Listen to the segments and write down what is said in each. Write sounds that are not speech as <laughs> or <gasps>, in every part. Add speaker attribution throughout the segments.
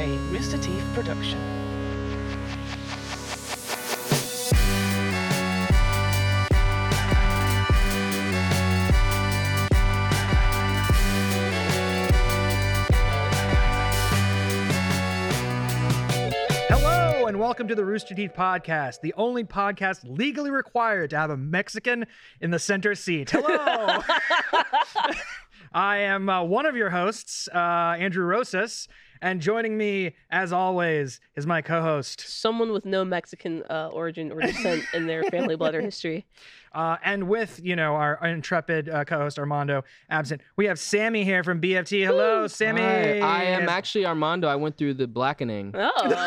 Speaker 1: Sensitive production.
Speaker 2: Hello, and welcome to the Rooster Teeth Podcast, the only podcast legally required to have a Mexican in the center seat.
Speaker 3: <laughs>
Speaker 2: Hello. I am uh, one of your hosts, uh, Andrew Rosas, and joining me, as always, is my co host
Speaker 4: someone with no Mexican uh, origin or descent in their family
Speaker 2: <laughs>
Speaker 4: blood or history.
Speaker 2: uh, and with, you know, our intrepid uh, co host Armando absent. We have Sammy here from BFT. Hello, Sammy.
Speaker 3: Hi, I am actually Armando. I went through the blackening.
Speaker 4: Oh,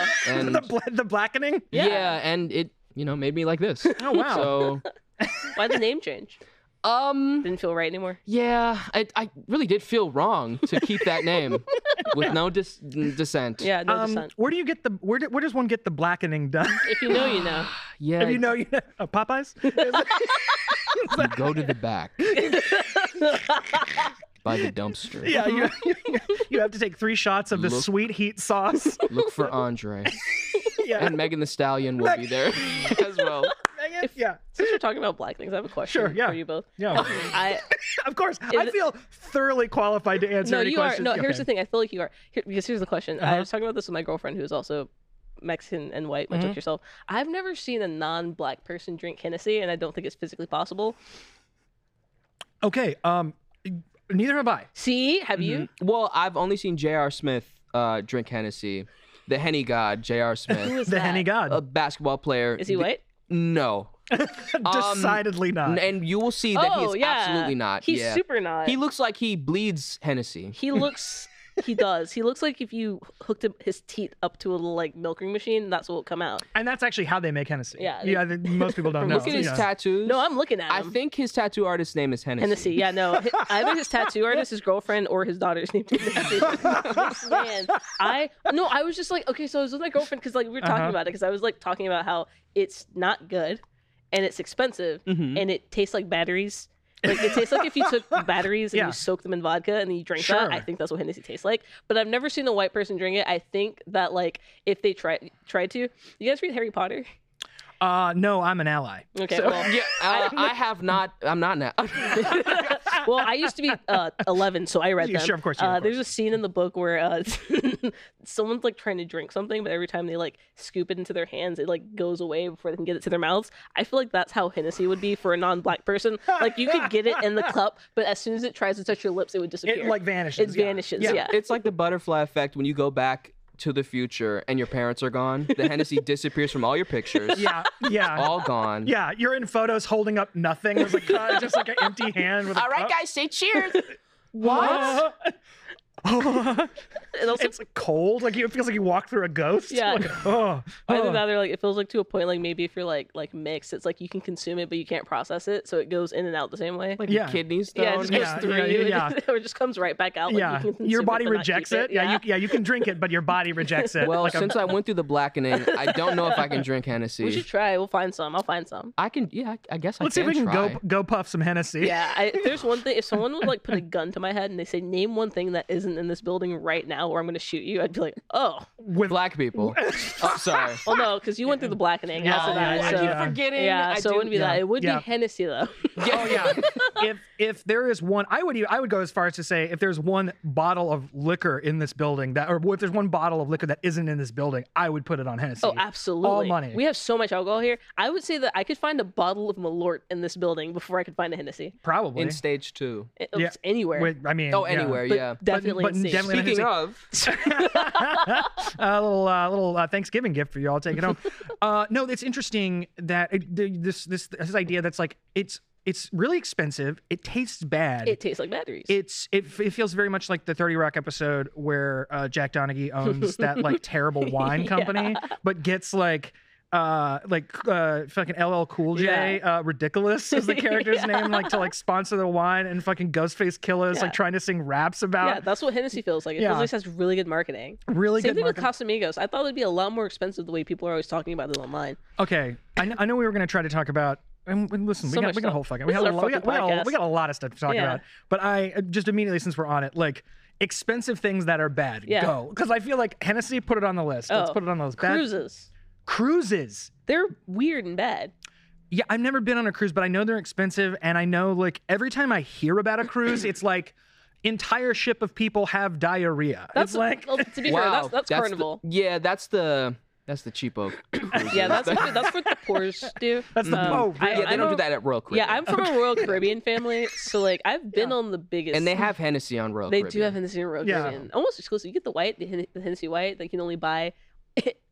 Speaker 2: <laughs>
Speaker 3: And
Speaker 2: the, bla- the blackening?
Speaker 3: yeah.
Speaker 4: yeah.
Speaker 3: and it, you know, made me like this.
Speaker 2: <laughs> Oh, wow.
Speaker 3: So,
Speaker 4: why the name change?
Speaker 3: um,
Speaker 4: Didn't feel right anymore.
Speaker 3: yeah, I, I really did feel wrong to keep
Speaker 2: <laughs>
Speaker 3: that name with no dis- dissent.
Speaker 4: Yeah, no
Speaker 2: um,
Speaker 4: descent.
Speaker 2: where do you get the where, do, where does one get the blackening done?
Speaker 4: If you know,
Speaker 2: <sighs>
Speaker 4: you know.
Speaker 3: Yeah.
Speaker 2: If <laughs> you know, you know uh, Popeyes.
Speaker 3: you go to the back
Speaker 2: <laughs>
Speaker 3: by the
Speaker 2: <laughs>
Speaker 3: dumpster.
Speaker 2: yeah, you, you, you have to take three shots of the
Speaker 3: Look.
Speaker 2: sweet heat <laughs> sauce.
Speaker 3: Look for Andre.
Speaker 2: Yeah,
Speaker 3: And Megan the Stallion will be there <laughs> as well.
Speaker 2: Megan? yeah,
Speaker 4: Since we're talking about black things, I have a question
Speaker 2: Sure, yeah.
Speaker 4: for you both.
Speaker 2: yeah.
Speaker 4: I
Speaker 2: <laughs> Of course, I
Speaker 4: it-
Speaker 2: feel thoroughly qualified to answer
Speaker 4: no,
Speaker 2: any
Speaker 4: you are.
Speaker 2: questions.
Speaker 4: No, here's the thing. I feel like you are. Here, because here's the question. I
Speaker 2: Uh-huh.
Speaker 4: was talking about this with my girlfriend, who is also Mexican and white,
Speaker 2: Mm-hmm.
Speaker 4: much like yourself. I've never seen a non-black person drink Hennessy, and I don't think it's physically possible.
Speaker 2: Okay, um, neither have I.
Speaker 4: See, have
Speaker 2: Mm-hmm.
Speaker 4: you?
Speaker 3: Well, I've only seen J.R. Smith uh, drink Hennessy, the Henny God, J.R.
Speaker 4: Who
Speaker 3: Smith,
Speaker 4: is
Speaker 2: The
Speaker 4: that?
Speaker 2: Henny God,
Speaker 3: a basketball player.
Speaker 4: Is he
Speaker 3: The-
Speaker 4: white?
Speaker 3: No.
Speaker 4: Uh,
Speaker 2: <laughs> decidedly
Speaker 4: um,
Speaker 2: not.
Speaker 3: N- and you will see that he
Speaker 4: oh
Speaker 3: is
Speaker 4: yeah,
Speaker 3: absolutely not.
Speaker 4: He's
Speaker 3: yeah.
Speaker 4: super not.
Speaker 3: He looks like he bleeds Hennessy.
Speaker 4: He looks. he does. He looks like if you hooked up his teeth up to a little like milking machine, that's what will come out.
Speaker 2: and that's actually how they make Hennessy.
Speaker 4: Yeah, they-
Speaker 2: yeah. I think most people
Speaker 4: <laughs>
Speaker 2: don't know.
Speaker 3: Look at his
Speaker 2: yeah.
Speaker 3: tattoos.
Speaker 4: No, I'm looking at
Speaker 3: I
Speaker 4: him.
Speaker 3: think his tattoo artist's name is Hennessy.
Speaker 4: Hennessy.
Speaker 3: <laughs>
Speaker 2: <laughs>
Speaker 4: Yeah, no. hi- Either his tattoo artist, his girlfriend, or his daughter's name. <laughs> is Hennessy. This man, I no. I was just like, okay, so I was with my girlfriend because like we were talking
Speaker 2: Uh-huh.
Speaker 4: about it because I was like talking about how it's not good, and it's expensive,
Speaker 2: Mm-hmm.
Speaker 3: Mhm.
Speaker 4: and it tastes like batteries. Like it tastes like if you
Speaker 2: <laughs>
Speaker 4: took batteries and
Speaker 2: Yeah.
Speaker 4: you soaked them in vodka and then you drink
Speaker 2: Sure.
Speaker 4: that. I think that's what Hennessy tastes like. But I've never seen a white person drink it. I think that like if they try tried to, you guys read Harry Potter?
Speaker 2: Uh, no, I'm an ally.
Speaker 4: Okay.
Speaker 2: So-
Speaker 4: well, <laughs>
Speaker 3: Yeah, uh, I have not. I'm not now. <laughs>
Speaker 4: well, I used to be uh, 11, so I read
Speaker 2: Yeah,
Speaker 4: them.
Speaker 2: sure, of course you-
Speaker 4: Uh,
Speaker 2: of
Speaker 4: There's a scene in the book where uh, <laughs> someone's like trying to drink something, but every time they like scoop it into their hands, it like goes away before they can get it to their mouths. I feel like that's how Hennessy would be for a non-black person. Like you could get it in the cup, but as soon as it tries to touch your lips, it would disappear.
Speaker 2: It like vanishes.
Speaker 4: it
Speaker 2: yeah.
Speaker 4: vanishes.
Speaker 2: Yeah.
Speaker 4: Yeah.
Speaker 3: it's like the butterfly effect when you go back to the future and your parents are gone.
Speaker 4: <laughs>
Speaker 3: The Hennessy disappears from all your pictures.
Speaker 2: <laughs> Yeah, yeah.
Speaker 3: All gone.
Speaker 2: Yeah, you're in photos holding up nothing. There's like <laughs> uh, just like an empty hand with a
Speaker 3: All right,
Speaker 2: cup.
Speaker 3: guys, say cheers.
Speaker 2: <laughs> What?
Speaker 4: And also,
Speaker 2: it's like cold. Like you- it feels like you walk through a ghost.
Speaker 4: Yeah.
Speaker 2: Like, oh,
Speaker 4: either
Speaker 2: oh.
Speaker 4: that or like it feels like to a point like maybe if you're like like mixed, it's like you can consume it, but you can't process it, so it goes in and out the same way.
Speaker 3: <laughs> like
Speaker 2: Yeah.
Speaker 3: a kidney stone.
Speaker 4: yeah, it just goes
Speaker 2: yeah,
Speaker 4: through
Speaker 2: yeah,
Speaker 4: you.
Speaker 2: yeah,
Speaker 4: and <laughs> it just comes right back out. Like,
Speaker 2: yeah.
Speaker 4: you can
Speaker 2: Your
Speaker 4: consume
Speaker 2: body
Speaker 4: it, but not
Speaker 2: rejects
Speaker 4: keep
Speaker 2: it. Yeah, you, yeah, you can drink it, but your body rejects it.
Speaker 3: Well,
Speaker 2: like a-
Speaker 3: since I went through the blackening, I don't know if I can drink Hennessy.
Speaker 4: We should try. We'll find some. I'll find some.
Speaker 3: I can. Yeah, I, I guess
Speaker 2: let's see
Speaker 3: I
Speaker 2: if we
Speaker 3: can
Speaker 2: can
Speaker 3: try.
Speaker 2: go go puff some Hennessy.
Speaker 4: Yeah, I, if there's one thing. If someone would
Speaker 2: <laughs>
Speaker 4: like put a gun to my head and they say, "Name one thing that isn't in this building right now, or I'm going to shoot you," I'd be like, "Oh,
Speaker 2: With
Speaker 4: <laughs>
Speaker 3: Black people. oh, sorry.
Speaker 4: well, no, because you went through the blackening."
Speaker 2: Yeah,
Speaker 4: Yeah, so
Speaker 2: yeah,
Speaker 4: that, so,
Speaker 2: yeah.
Speaker 4: yeah,
Speaker 3: forgetting.
Speaker 4: so it wouldn't be
Speaker 2: yeah,
Speaker 4: that. It would
Speaker 2: yeah.
Speaker 4: be
Speaker 2: <laughs>
Speaker 4: Hennessy though.
Speaker 2: oh yeah.
Speaker 3: <laughs>
Speaker 2: if if there is one, I would e- I would go as far as to say if there's one bottle of liquor in this building that, or if there's one bottle of liquor that isn't in this building, I would put it on Hennessy.
Speaker 4: oh, absolutely.
Speaker 2: money.
Speaker 4: We have so much alcohol here. I would say that I could find a bottle of Malort in this building before I could find a Hennessy.
Speaker 2: Probably.
Speaker 3: in stage two.
Speaker 4: It-
Speaker 2: Yeah.
Speaker 4: It's anywhere.
Speaker 2: Wait, I mean.
Speaker 3: Oh,
Speaker 2: yeah.
Speaker 3: anywhere,
Speaker 4: But
Speaker 3: yeah.
Speaker 4: definitely.
Speaker 2: but
Speaker 4: in Sage.
Speaker 2: definitely-
Speaker 3: Speaking of,
Speaker 2: a little uh, little uh, Thanksgiving gift for you. I'll take it
Speaker 4: <laughs>
Speaker 2: home. uh, no, it's interesting that it, the, this this this idea that's like it's it's really expensive. It tastes bad.
Speaker 4: it tastes like batteries.
Speaker 2: it's it, f- it feels very much like the 30 Rock episode where uh, Jack
Speaker 4: <laughs>
Speaker 2: Donaghy owns that like terrible wine company, but gets like uh like uh fucking LL Cool J uh ridiculous is
Speaker 4: <laughs>
Speaker 2: the character's name like to like sponsor the wine and fucking Ghostface Killer is
Speaker 4: Yeah.
Speaker 2: like trying to sing raps
Speaker 4: yeah,
Speaker 2: about
Speaker 4: that's what Hennessy feels like. It
Speaker 2: uh, yeah.
Speaker 4: feels like it has really good marketing.
Speaker 2: really
Speaker 4: Same
Speaker 2: good
Speaker 4: thing
Speaker 2: marketing.
Speaker 4: with Casamigos. I thought it would be a lot more expensive the way people are always talking about it online.
Speaker 2: Okay, I know, I know we were going to try to talk about. And and listen, we
Speaker 4: So
Speaker 2: got
Speaker 4: much
Speaker 2: we got a
Speaker 4: stuff.
Speaker 2: whole fucking we
Speaker 4: This
Speaker 2: got,
Speaker 4: is
Speaker 2: a
Speaker 4: our
Speaker 2: lo- we, got,
Speaker 4: fucking
Speaker 2: we got a-
Speaker 4: podcast.
Speaker 2: we got a lot of stuff to talk
Speaker 4: Yeah.
Speaker 2: about. But I just immediately uh, since we're on it, like expensive things that are bad.
Speaker 4: Yeah.
Speaker 2: Go. Because I feel like Hennessy put it on the list. Let's
Speaker 4: Oh,
Speaker 2: put it on those bad
Speaker 4: Cruises.
Speaker 2: cruises.
Speaker 4: They're weird and bad.
Speaker 2: Yeah, I've never been on a cruise, but I know they're expensive. And I know, like, every time I hear about a cruise, it's like entire ship of people have diarrhea.
Speaker 4: That's
Speaker 2: it's like,
Speaker 4: well, to be
Speaker 3: wow,
Speaker 4: fair, that's that's,
Speaker 3: the-
Speaker 4: carnival.
Speaker 3: yeah, that's the that's the cheapo. cruises.
Speaker 4: yeah, that's what, that's
Speaker 3: <laughs>
Speaker 4: what the poor's do.
Speaker 2: That's the- oh,
Speaker 4: I-
Speaker 2: yeah,
Speaker 3: yeah, they
Speaker 4: I
Speaker 3: don't do that at Royal Caribbean.
Speaker 4: Yeah, I'm from a Royal Caribbean family, so like I've been on the biggest.
Speaker 3: and they have Hennessy on Royal
Speaker 4: they
Speaker 3: Caribbean.
Speaker 4: do have Hennessy and Royal
Speaker 2: Yeah.
Speaker 4: Caribbean almost exclusive. You get the white, the, Hen- the Hennessy white that you can only buy <laughs>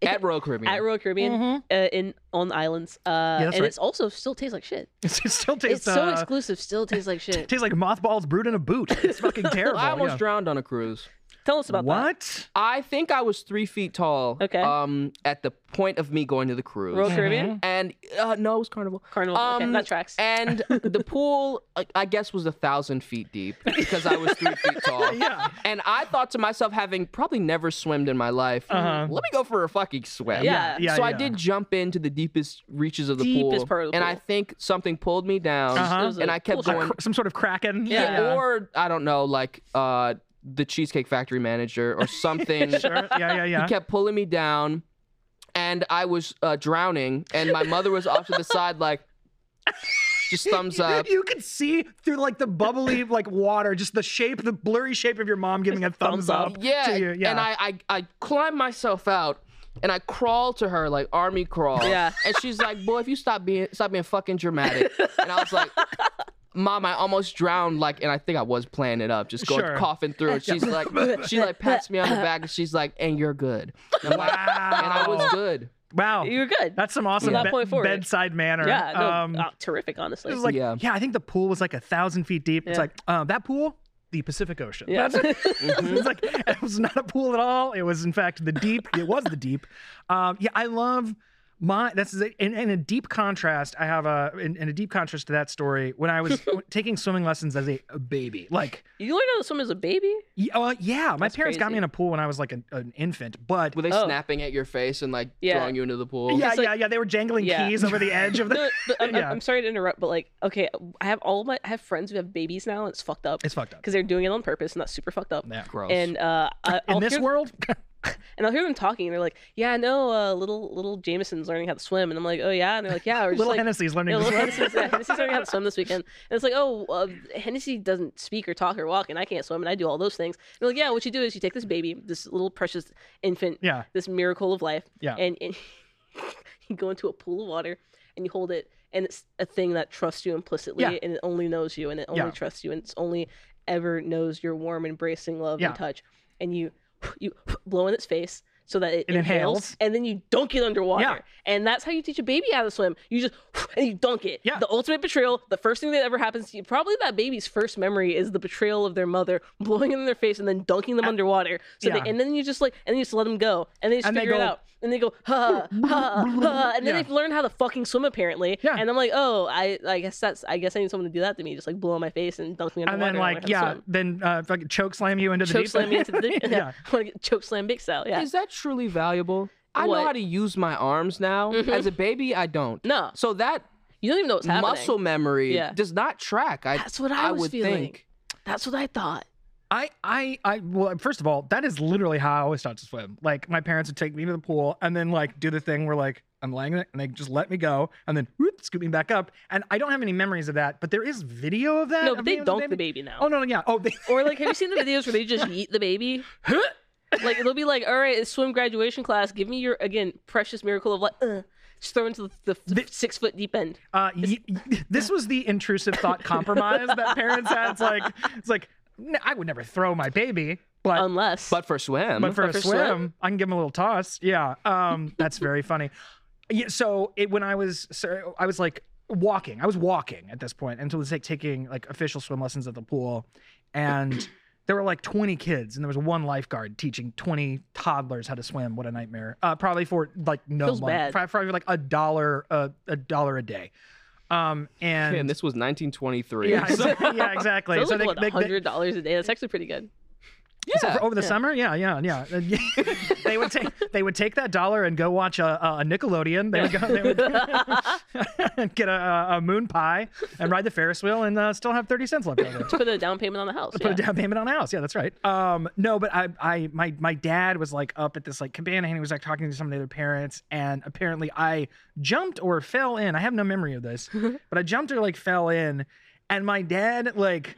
Speaker 3: at Royal Caribbean.
Speaker 4: at Royal Caribbean uh, in on the islands. Uh,
Speaker 2: Mm-hmm. that's
Speaker 4: and
Speaker 2: right.
Speaker 4: it's also still tastes like shit.
Speaker 2: <laughs> it still tastes,
Speaker 4: It's so
Speaker 2: uh,
Speaker 4: exclusive, still tastes like
Speaker 2: <laughs>
Speaker 4: shit.
Speaker 2: tastes like mothballs brewed in a boot. It's
Speaker 4: <laughs>
Speaker 2: fucking terrible.
Speaker 3: I almost
Speaker 2: yeah.
Speaker 3: drowned on a cruise.
Speaker 4: Tell us about that.
Speaker 2: What?
Speaker 3: I think I was three feet tall.
Speaker 4: Okay.
Speaker 3: Um, at the point of me going to the cruise.
Speaker 4: Royal Caribbean
Speaker 2: Mm-hmm.
Speaker 3: and uh, no, it was Carnival.
Speaker 4: Carnival. okay,
Speaker 3: Um,
Speaker 4: that tracks. <laughs>
Speaker 3: And the pool, I- I guess, was a thousand feet deep because I was three feet tall.
Speaker 2: Yeah.
Speaker 3: And I thought to myself, having probably never swimmed in my life,
Speaker 2: Uh-huh.
Speaker 3: let me go for a fucking swim.
Speaker 4: Yeah.
Speaker 2: Yeah,
Speaker 3: so I
Speaker 2: yeah.
Speaker 3: did jump into the deepest reaches of the
Speaker 4: Deepest
Speaker 3: pool,
Speaker 4: part of the
Speaker 3: and
Speaker 4: pool.
Speaker 3: I think something pulled me down,
Speaker 2: Uh-huh.
Speaker 4: It was a
Speaker 3: and I kept
Speaker 4: pool
Speaker 3: going.
Speaker 2: A cr- some sort of kraken.
Speaker 4: Yeah.
Speaker 3: Or I don't know, like uh, the Cheesecake Factory manager
Speaker 4: <laughs>
Speaker 3: or something.
Speaker 2: Sure. Yeah, yeah, yeah. <laughs>
Speaker 3: He kept pulling me down, and I was uh, drowning, and my mother was off to the side, like just thumbs up.
Speaker 2: You could see through like the bubbly like water, just the shape, the blurry shape of your mom giving a thumbs,
Speaker 4: Thumbs up.
Speaker 2: up.
Speaker 3: Yeah,
Speaker 2: to you. yeah. <laughs>
Speaker 3: and I, I I climb myself out. And I crawl to her like army crawl.
Speaker 4: Yeah.
Speaker 3: And she's like, "Boy, if you stop being stop being fucking dramatic." And I was like, "Mom, I almost drowned." Like, and I think I was playing it up, just going
Speaker 2: Sure.
Speaker 3: coughing through. And she's like, she like pats me on the back, and she's like, "And you're good." And I'm like,
Speaker 2: wow.
Speaker 3: and I <laughs> was good.
Speaker 2: <laughs> wow.
Speaker 4: you were good.
Speaker 2: That's some awesome
Speaker 4: From that
Speaker 2: be-
Speaker 4: point forward.
Speaker 2: bedside manner.
Speaker 4: yeah, no,
Speaker 2: um,
Speaker 4: oh, terrific. Honestly,
Speaker 2: it was like yeah.
Speaker 3: Yeah.
Speaker 2: I think the pool was like a thousand feet deep. It's
Speaker 4: Yeah.
Speaker 2: like um, that pool, the Pacific Ocean.
Speaker 4: yeah.
Speaker 2: That's
Speaker 4: Mm-hmm.
Speaker 2: it's like it was not a pool at all. It was in fact the deep. It was the deep. Um, yeah, I love my. That's in, in a deep contrast. I have a in, in a deep contrast to that story when I
Speaker 4: <laughs>
Speaker 2: was taking swimming lessons as a, a baby. Like,
Speaker 4: <laughs> you learned how to swim as a <laughs> baby.
Speaker 2: y- uh, yeah, my
Speaker 4: That's
Speaker 2: parents got me
Speaker 4: crazy.
Speaker 2: in a pool when I was like an, an infant, but.
Speaker 3: Were they
Speaker 4: Oh.
Speaker 3: snapping at your face and like
Speaker 4: Yeah.
Speaker 3: throwing you into the pool?
Speaker 2: yeah,
Speaker 4: It's like-
Speaker 2: yeah, yeah. They were jangling
Speaker 4: Yeah.
Speaker 2: keys over the
Speaker 4: <laughs>
Speaker 2: edge of the.
Speaker 4: No, but I'm, I'm-
Speaker 2: Yeah.
Speaker 4: I'm sorry to interrupt, but like, okay, I have all my I have friends who have babies now, and it's fucked up
Speaker 2: It's
Speaker 4: <laughs>
Speaker 2: fucked up.
Speaker 4: because they're doing it on purpose, and that's super fucked up.
Speaker 2: Yeah.
Speaker 3: Gross.
Speaker 4: And uh, <laughs> I,
Speaker 2: In
Speaker 4: I'll
Speaker 2: this
Speaker 4: hear,
Speaker 2: world,
Speaker 4: and I'll hear them talking, and they're like, "Yeah, I know, uh, little little Jameson's learning how to swim," and I'm like, "Oh yeah," and they're like, "Yeah," or
Speaker 2: <laughs>
Speaker 4: just
Speaker 2: little
Speaker 4: like,
Speaker 2: Hennessy's learning
Speaker 4: Yeah,
Speaker 2: to
Speaker 4: little
Speaker 2: swim.
Speaker 4: Hennessy's, yeah, Hennessy's learning how to swim this weekend. And it's like, oh, uh, Hennessy doesn't speak or talk or walk, and I can't swim, and I do all those things. And they're like, yeah, what you do is you take this baby, this little precious infant,
Speaker 2: <laughs> Yeah.
Speaker 4: this miracle of life,
Speaker 2: Yeah.
Speaker 4: and, and <laughs> you go into a pool of water and you hold it, and it's a thing that trusts you implicitly,
Speaker 2: Yeah.
Speaker 4: and it only knows you, and it only
Speaker 2: Yeah.
Speaker 4: trusts you, and it's only ever knows your warm, embracing love
Speaker 2: Yeah.
Speaker 4: and touch, and you <sighs> you blow in its face. So that it,
Speaker 2: It
Speaker 4: inhales,
Speaker 2: inhales.
Speaker 4: and then you dunk it underwater,
Speaker 2: Yeah.
Speaker 4: and that's how you teach a baby how to swim. You just <sighs> and you dunk it.
Speaker 2: Yeah.
Speaker 4: The ultimate betrayal, the first thing that ever happens to you, probably that baby's first memory is the betrayal of their mother, <laughs> blowing it in their face and then dunking them underwater. So
Speaker 2: yeah.
Speaker 4: they, and then you just like and then you just let them go and they just
Speaker 2: And they
Speaker 4: figure
Speaker 2: go-
Speaker 4: it out and they go ha ha ha and then
Speaker 2: Yeah.
Speaker 4: they've learned how to fucking swim apparently.
Speaker 2: Yeah.
Speaker 4: And I'm like, oh, I I guess that's I guess I need someone to do that to me, just like blow on my face and dunk me
Speaker 2: And
Speaker 4: underwater.
Speaker 2: then,
Speaker 4: I
Speaker 2: like,
Speaker 4: learned
Speaker 2: yeah,
Speaker 4: how to swim.
Speaker 2: then uh, fucking choke slam you into the
Speaker 4: Choke
Speaker 2: deep
Speaker 4: slam me into the deep.
Speaker 2: yeah.
Speaker 4: <laughs> yeah. I want to get choke slam big style. Yeah.
Speaker 3: Is that truly valuable? I know
Speaker 4: What? Mm-hmm.
Speaker 3: how to use my arms now. As a baby, I don't.
Speaker 4: No.
Speaker 3: So that
Speaker 4: You don't even know what's happening.
Speaker 3: muscle memory
Speaker 4: Yeah.
Speaker 3: does not track. I,
Speaker 4: That's what I was
Speaker 3: would
Speaker 4: feeling.
Speaker 3: think.
Speaker 4: That's what I thought.
Speaker 2: I, I, I, well, first of all, that is literally how I always taught to swim. Like, my parents would take me to the pool and then, like, do the thing where, like, I'm laying there and they just let me go and then whoop, scoop me back up. And I don't have any memories of that, but there is video of that.
Speaker 4: No,
Speaker 2: of
Speaker 4: but
Speaker 2: me
Speaker 4: they
Speaker 2: with
Speaker 4: dunk the baby now.
Speaker 2: Oh, no, no, yeah. Oh, they,
Speaker 4: Or like, have you seen the videos where they just eat the baby? like they'll be like, "All right, it's swim graduation class. Give me your again precious miracle of like, uh, just throw into the, the,
Speaker 2: The-
Speaker 4: six foot deep end." <laughs>
Speaker 2: uh, y- y- this was the intrusive thought compromise that parents had. It's like, it's like, n- I would never throw my baby, but
Speaker 4: Unless,
Speaker 3: But for swim,
Speaker 2: But for a
Speaker 4: for
Speaker 2: swim,
Speaker 4: swim.
Speaker 2: I can give him a little toss. Yeah, um, that's very funny. Yeah, so it, when I was, so I was like walking. I was walking at this point, and so it was like taking like official swim lessons at the pool, and there were like 20 kids, and there was one lifeguard teaching 20 toddlers how to swim. What a nightmare! Uh, probably for like no
Speaker 4: Feels
Speaker 2: money.
Speaker 4: bad.
Speaker 2: Pro- Probably like a dollar, uh, a dollar a day. Um, and
Speaker 3: man, this was 1923.
Speaker 2: yeah,
Speaker 3: So-
Speaker 2: exa- <laughs> yeah, exactly.
Speaker 4: so that's
Speaker 2: So
Speaker 4: like
Speaker 2: they-
Speaker 4: what
Speaker 2: they- they-
Speaker 4: hundred dollars a day. That's actually pretty good.
Speaker 2: So
Speaker 3: Yeah.
Speaker 2: for- over the
Speaker 4: Yeah.
Speaker 2: summer, yeah, yeah, yeah. <laughs> And yeah, they would take they would take that dollar and go watch a, a a Nickelodeon. They would go they would <laughs> get a, a moon pie and ride the Ferris wheel and uh, still have thirty cents left over.
Speaker 4: to put a down payment on the house.
Speaker 2: Put
Speaker 4: yeah.
Speaker 2: a down payment on a house. Yeah, that's right. Um, no, but I, I, my, my dad was like up at this like cabana and he was like talking to some of the other parents, and apparently I jumped or fell in. I have no memory of
Speaker 4: <laughs>
Speaker 2: this, but I jumped or like fell in, and my dad like,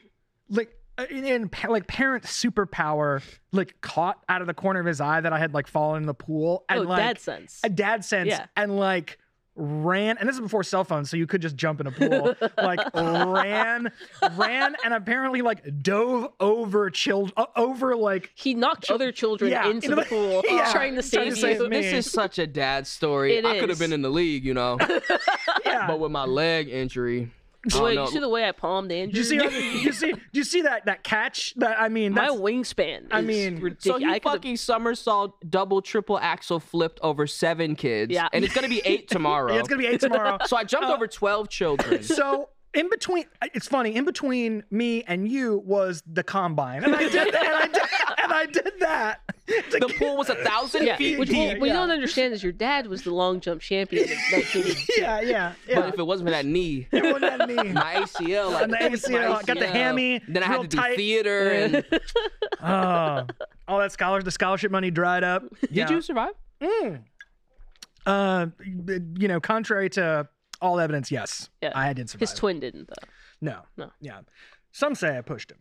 Speaker 2: like uh, in, in pa- like parent superpower like caught out of the corner of his eye that I had like fallen in the pool and
Speaker 4: oh,
Speaker 2: like
Speaker 4: dad sense.
Speaker 2: a dad sense
Speaker 4: Yeah.
Speaker 2: and like ran and this is before cell phones so you could just jump in a pool like ran ran and apparently like dove over children uh, over like
Speaker 4: he knocked other children
Speaker 2: yeah,
Speaker 4: into
Speaker 2: into
Speaker 4: the
Speaker 2: the-
Speaker 4: pool,
Speaker 2: <laughs> yeah,
Speaker 4: trying
Speaker 2: trying
Speaker 4: to save
Speaker 2: to save
Speaker 4: you.
Speaker 2: me.
Speaker 3: This is such a dad story.
Speaker 4: It
Speaker 3: I could
Speaker 4: is.
Speaker 3: have been in the league,
Speaker 2: <laughs>
Speaker 3: you know,
Speaker 2: yeah
Speaker 3: but with my leg
Speaker 2: <laughs>
Speaker 3: injury. I don't
Speaker 4: Wait,
Speaker 3: know.
Speaker 4: you see the way I palmed
Speaker 2: do
Speaker 4: Andrew?
Speaker 2: you see
Speaker 4: <laughs>
Speaker 2: how- do you see do you see that that catch that i mean
Speaker 4: my
Speaker 2: that's
Speaker 4: wingspan.
Speaker 2: I
Speaker 4: is
Speaker 2: mean, so
Speaker 3: So
Speaker 4: ridiculous.
Speaker 3: he
Speaker 4: I could've-
Speaker 3: fucking somersault, double, triple axle flipped over seven kids.
Speaker 4: Yeah.
Speaker 3: And it's going to be
Speaker 2: <laughs>
Speaker 3: eight tomorrow.
Speaker 2: yeah, it's gonna be Oh. eight tomorrow
Speaker 3: so I jumped over
Speaker 2: <laughs>
Speaker 3: 12 children.
Speaker 2: so in between it's funny in between me and you was the combine and i did and i did, and I did that to
Speaker 3: the
Speaker 2: get-
Speaker 3: pool was a thousand
Speaker 4: yeah.
Speaker 3: feet
Speaker 4: Which
Speaker 3: deep.
Speaker 4: what we
Speaker 2: yeah.
Speaker 4: don't understand is your dad was the long jump
Speaker 2: <laughs>
Speaker 4: champion. in 1980.
Speaker 2: <laughs> yeah yeah
Speaker 3: But
Speaker 2: yeah
Speaker 3: if it wasn't for that knee,
Speaker 2: it wasn't at me
Speaker 3: my
Speaker 2: <laughs>
Speaker 3: ACL, like,
Speaker 2: And the ACL, got the hammy,
Speaker 3: Then I
Speaker 2: real
Speaker 3: had to do
Speaker 2: tight.
Speaker 3: theater. And
Speaker 2: Oh, <laughs> all that scholarship, the scholarship money dried up. Yeah.
Speaker 3: did you survive?
Speaker 2: Uh, you know, contrary to all evidence, yes,
Speaker 4: Yeah.
Speaker 2: I did survive.
Speaker 4: His twin didn't though.
Speaker 2: no,
Speaker 4: No.
Speaker 2: yeah. Some say I pushed
Speaker 3: <laughs>
Speaker 2: him.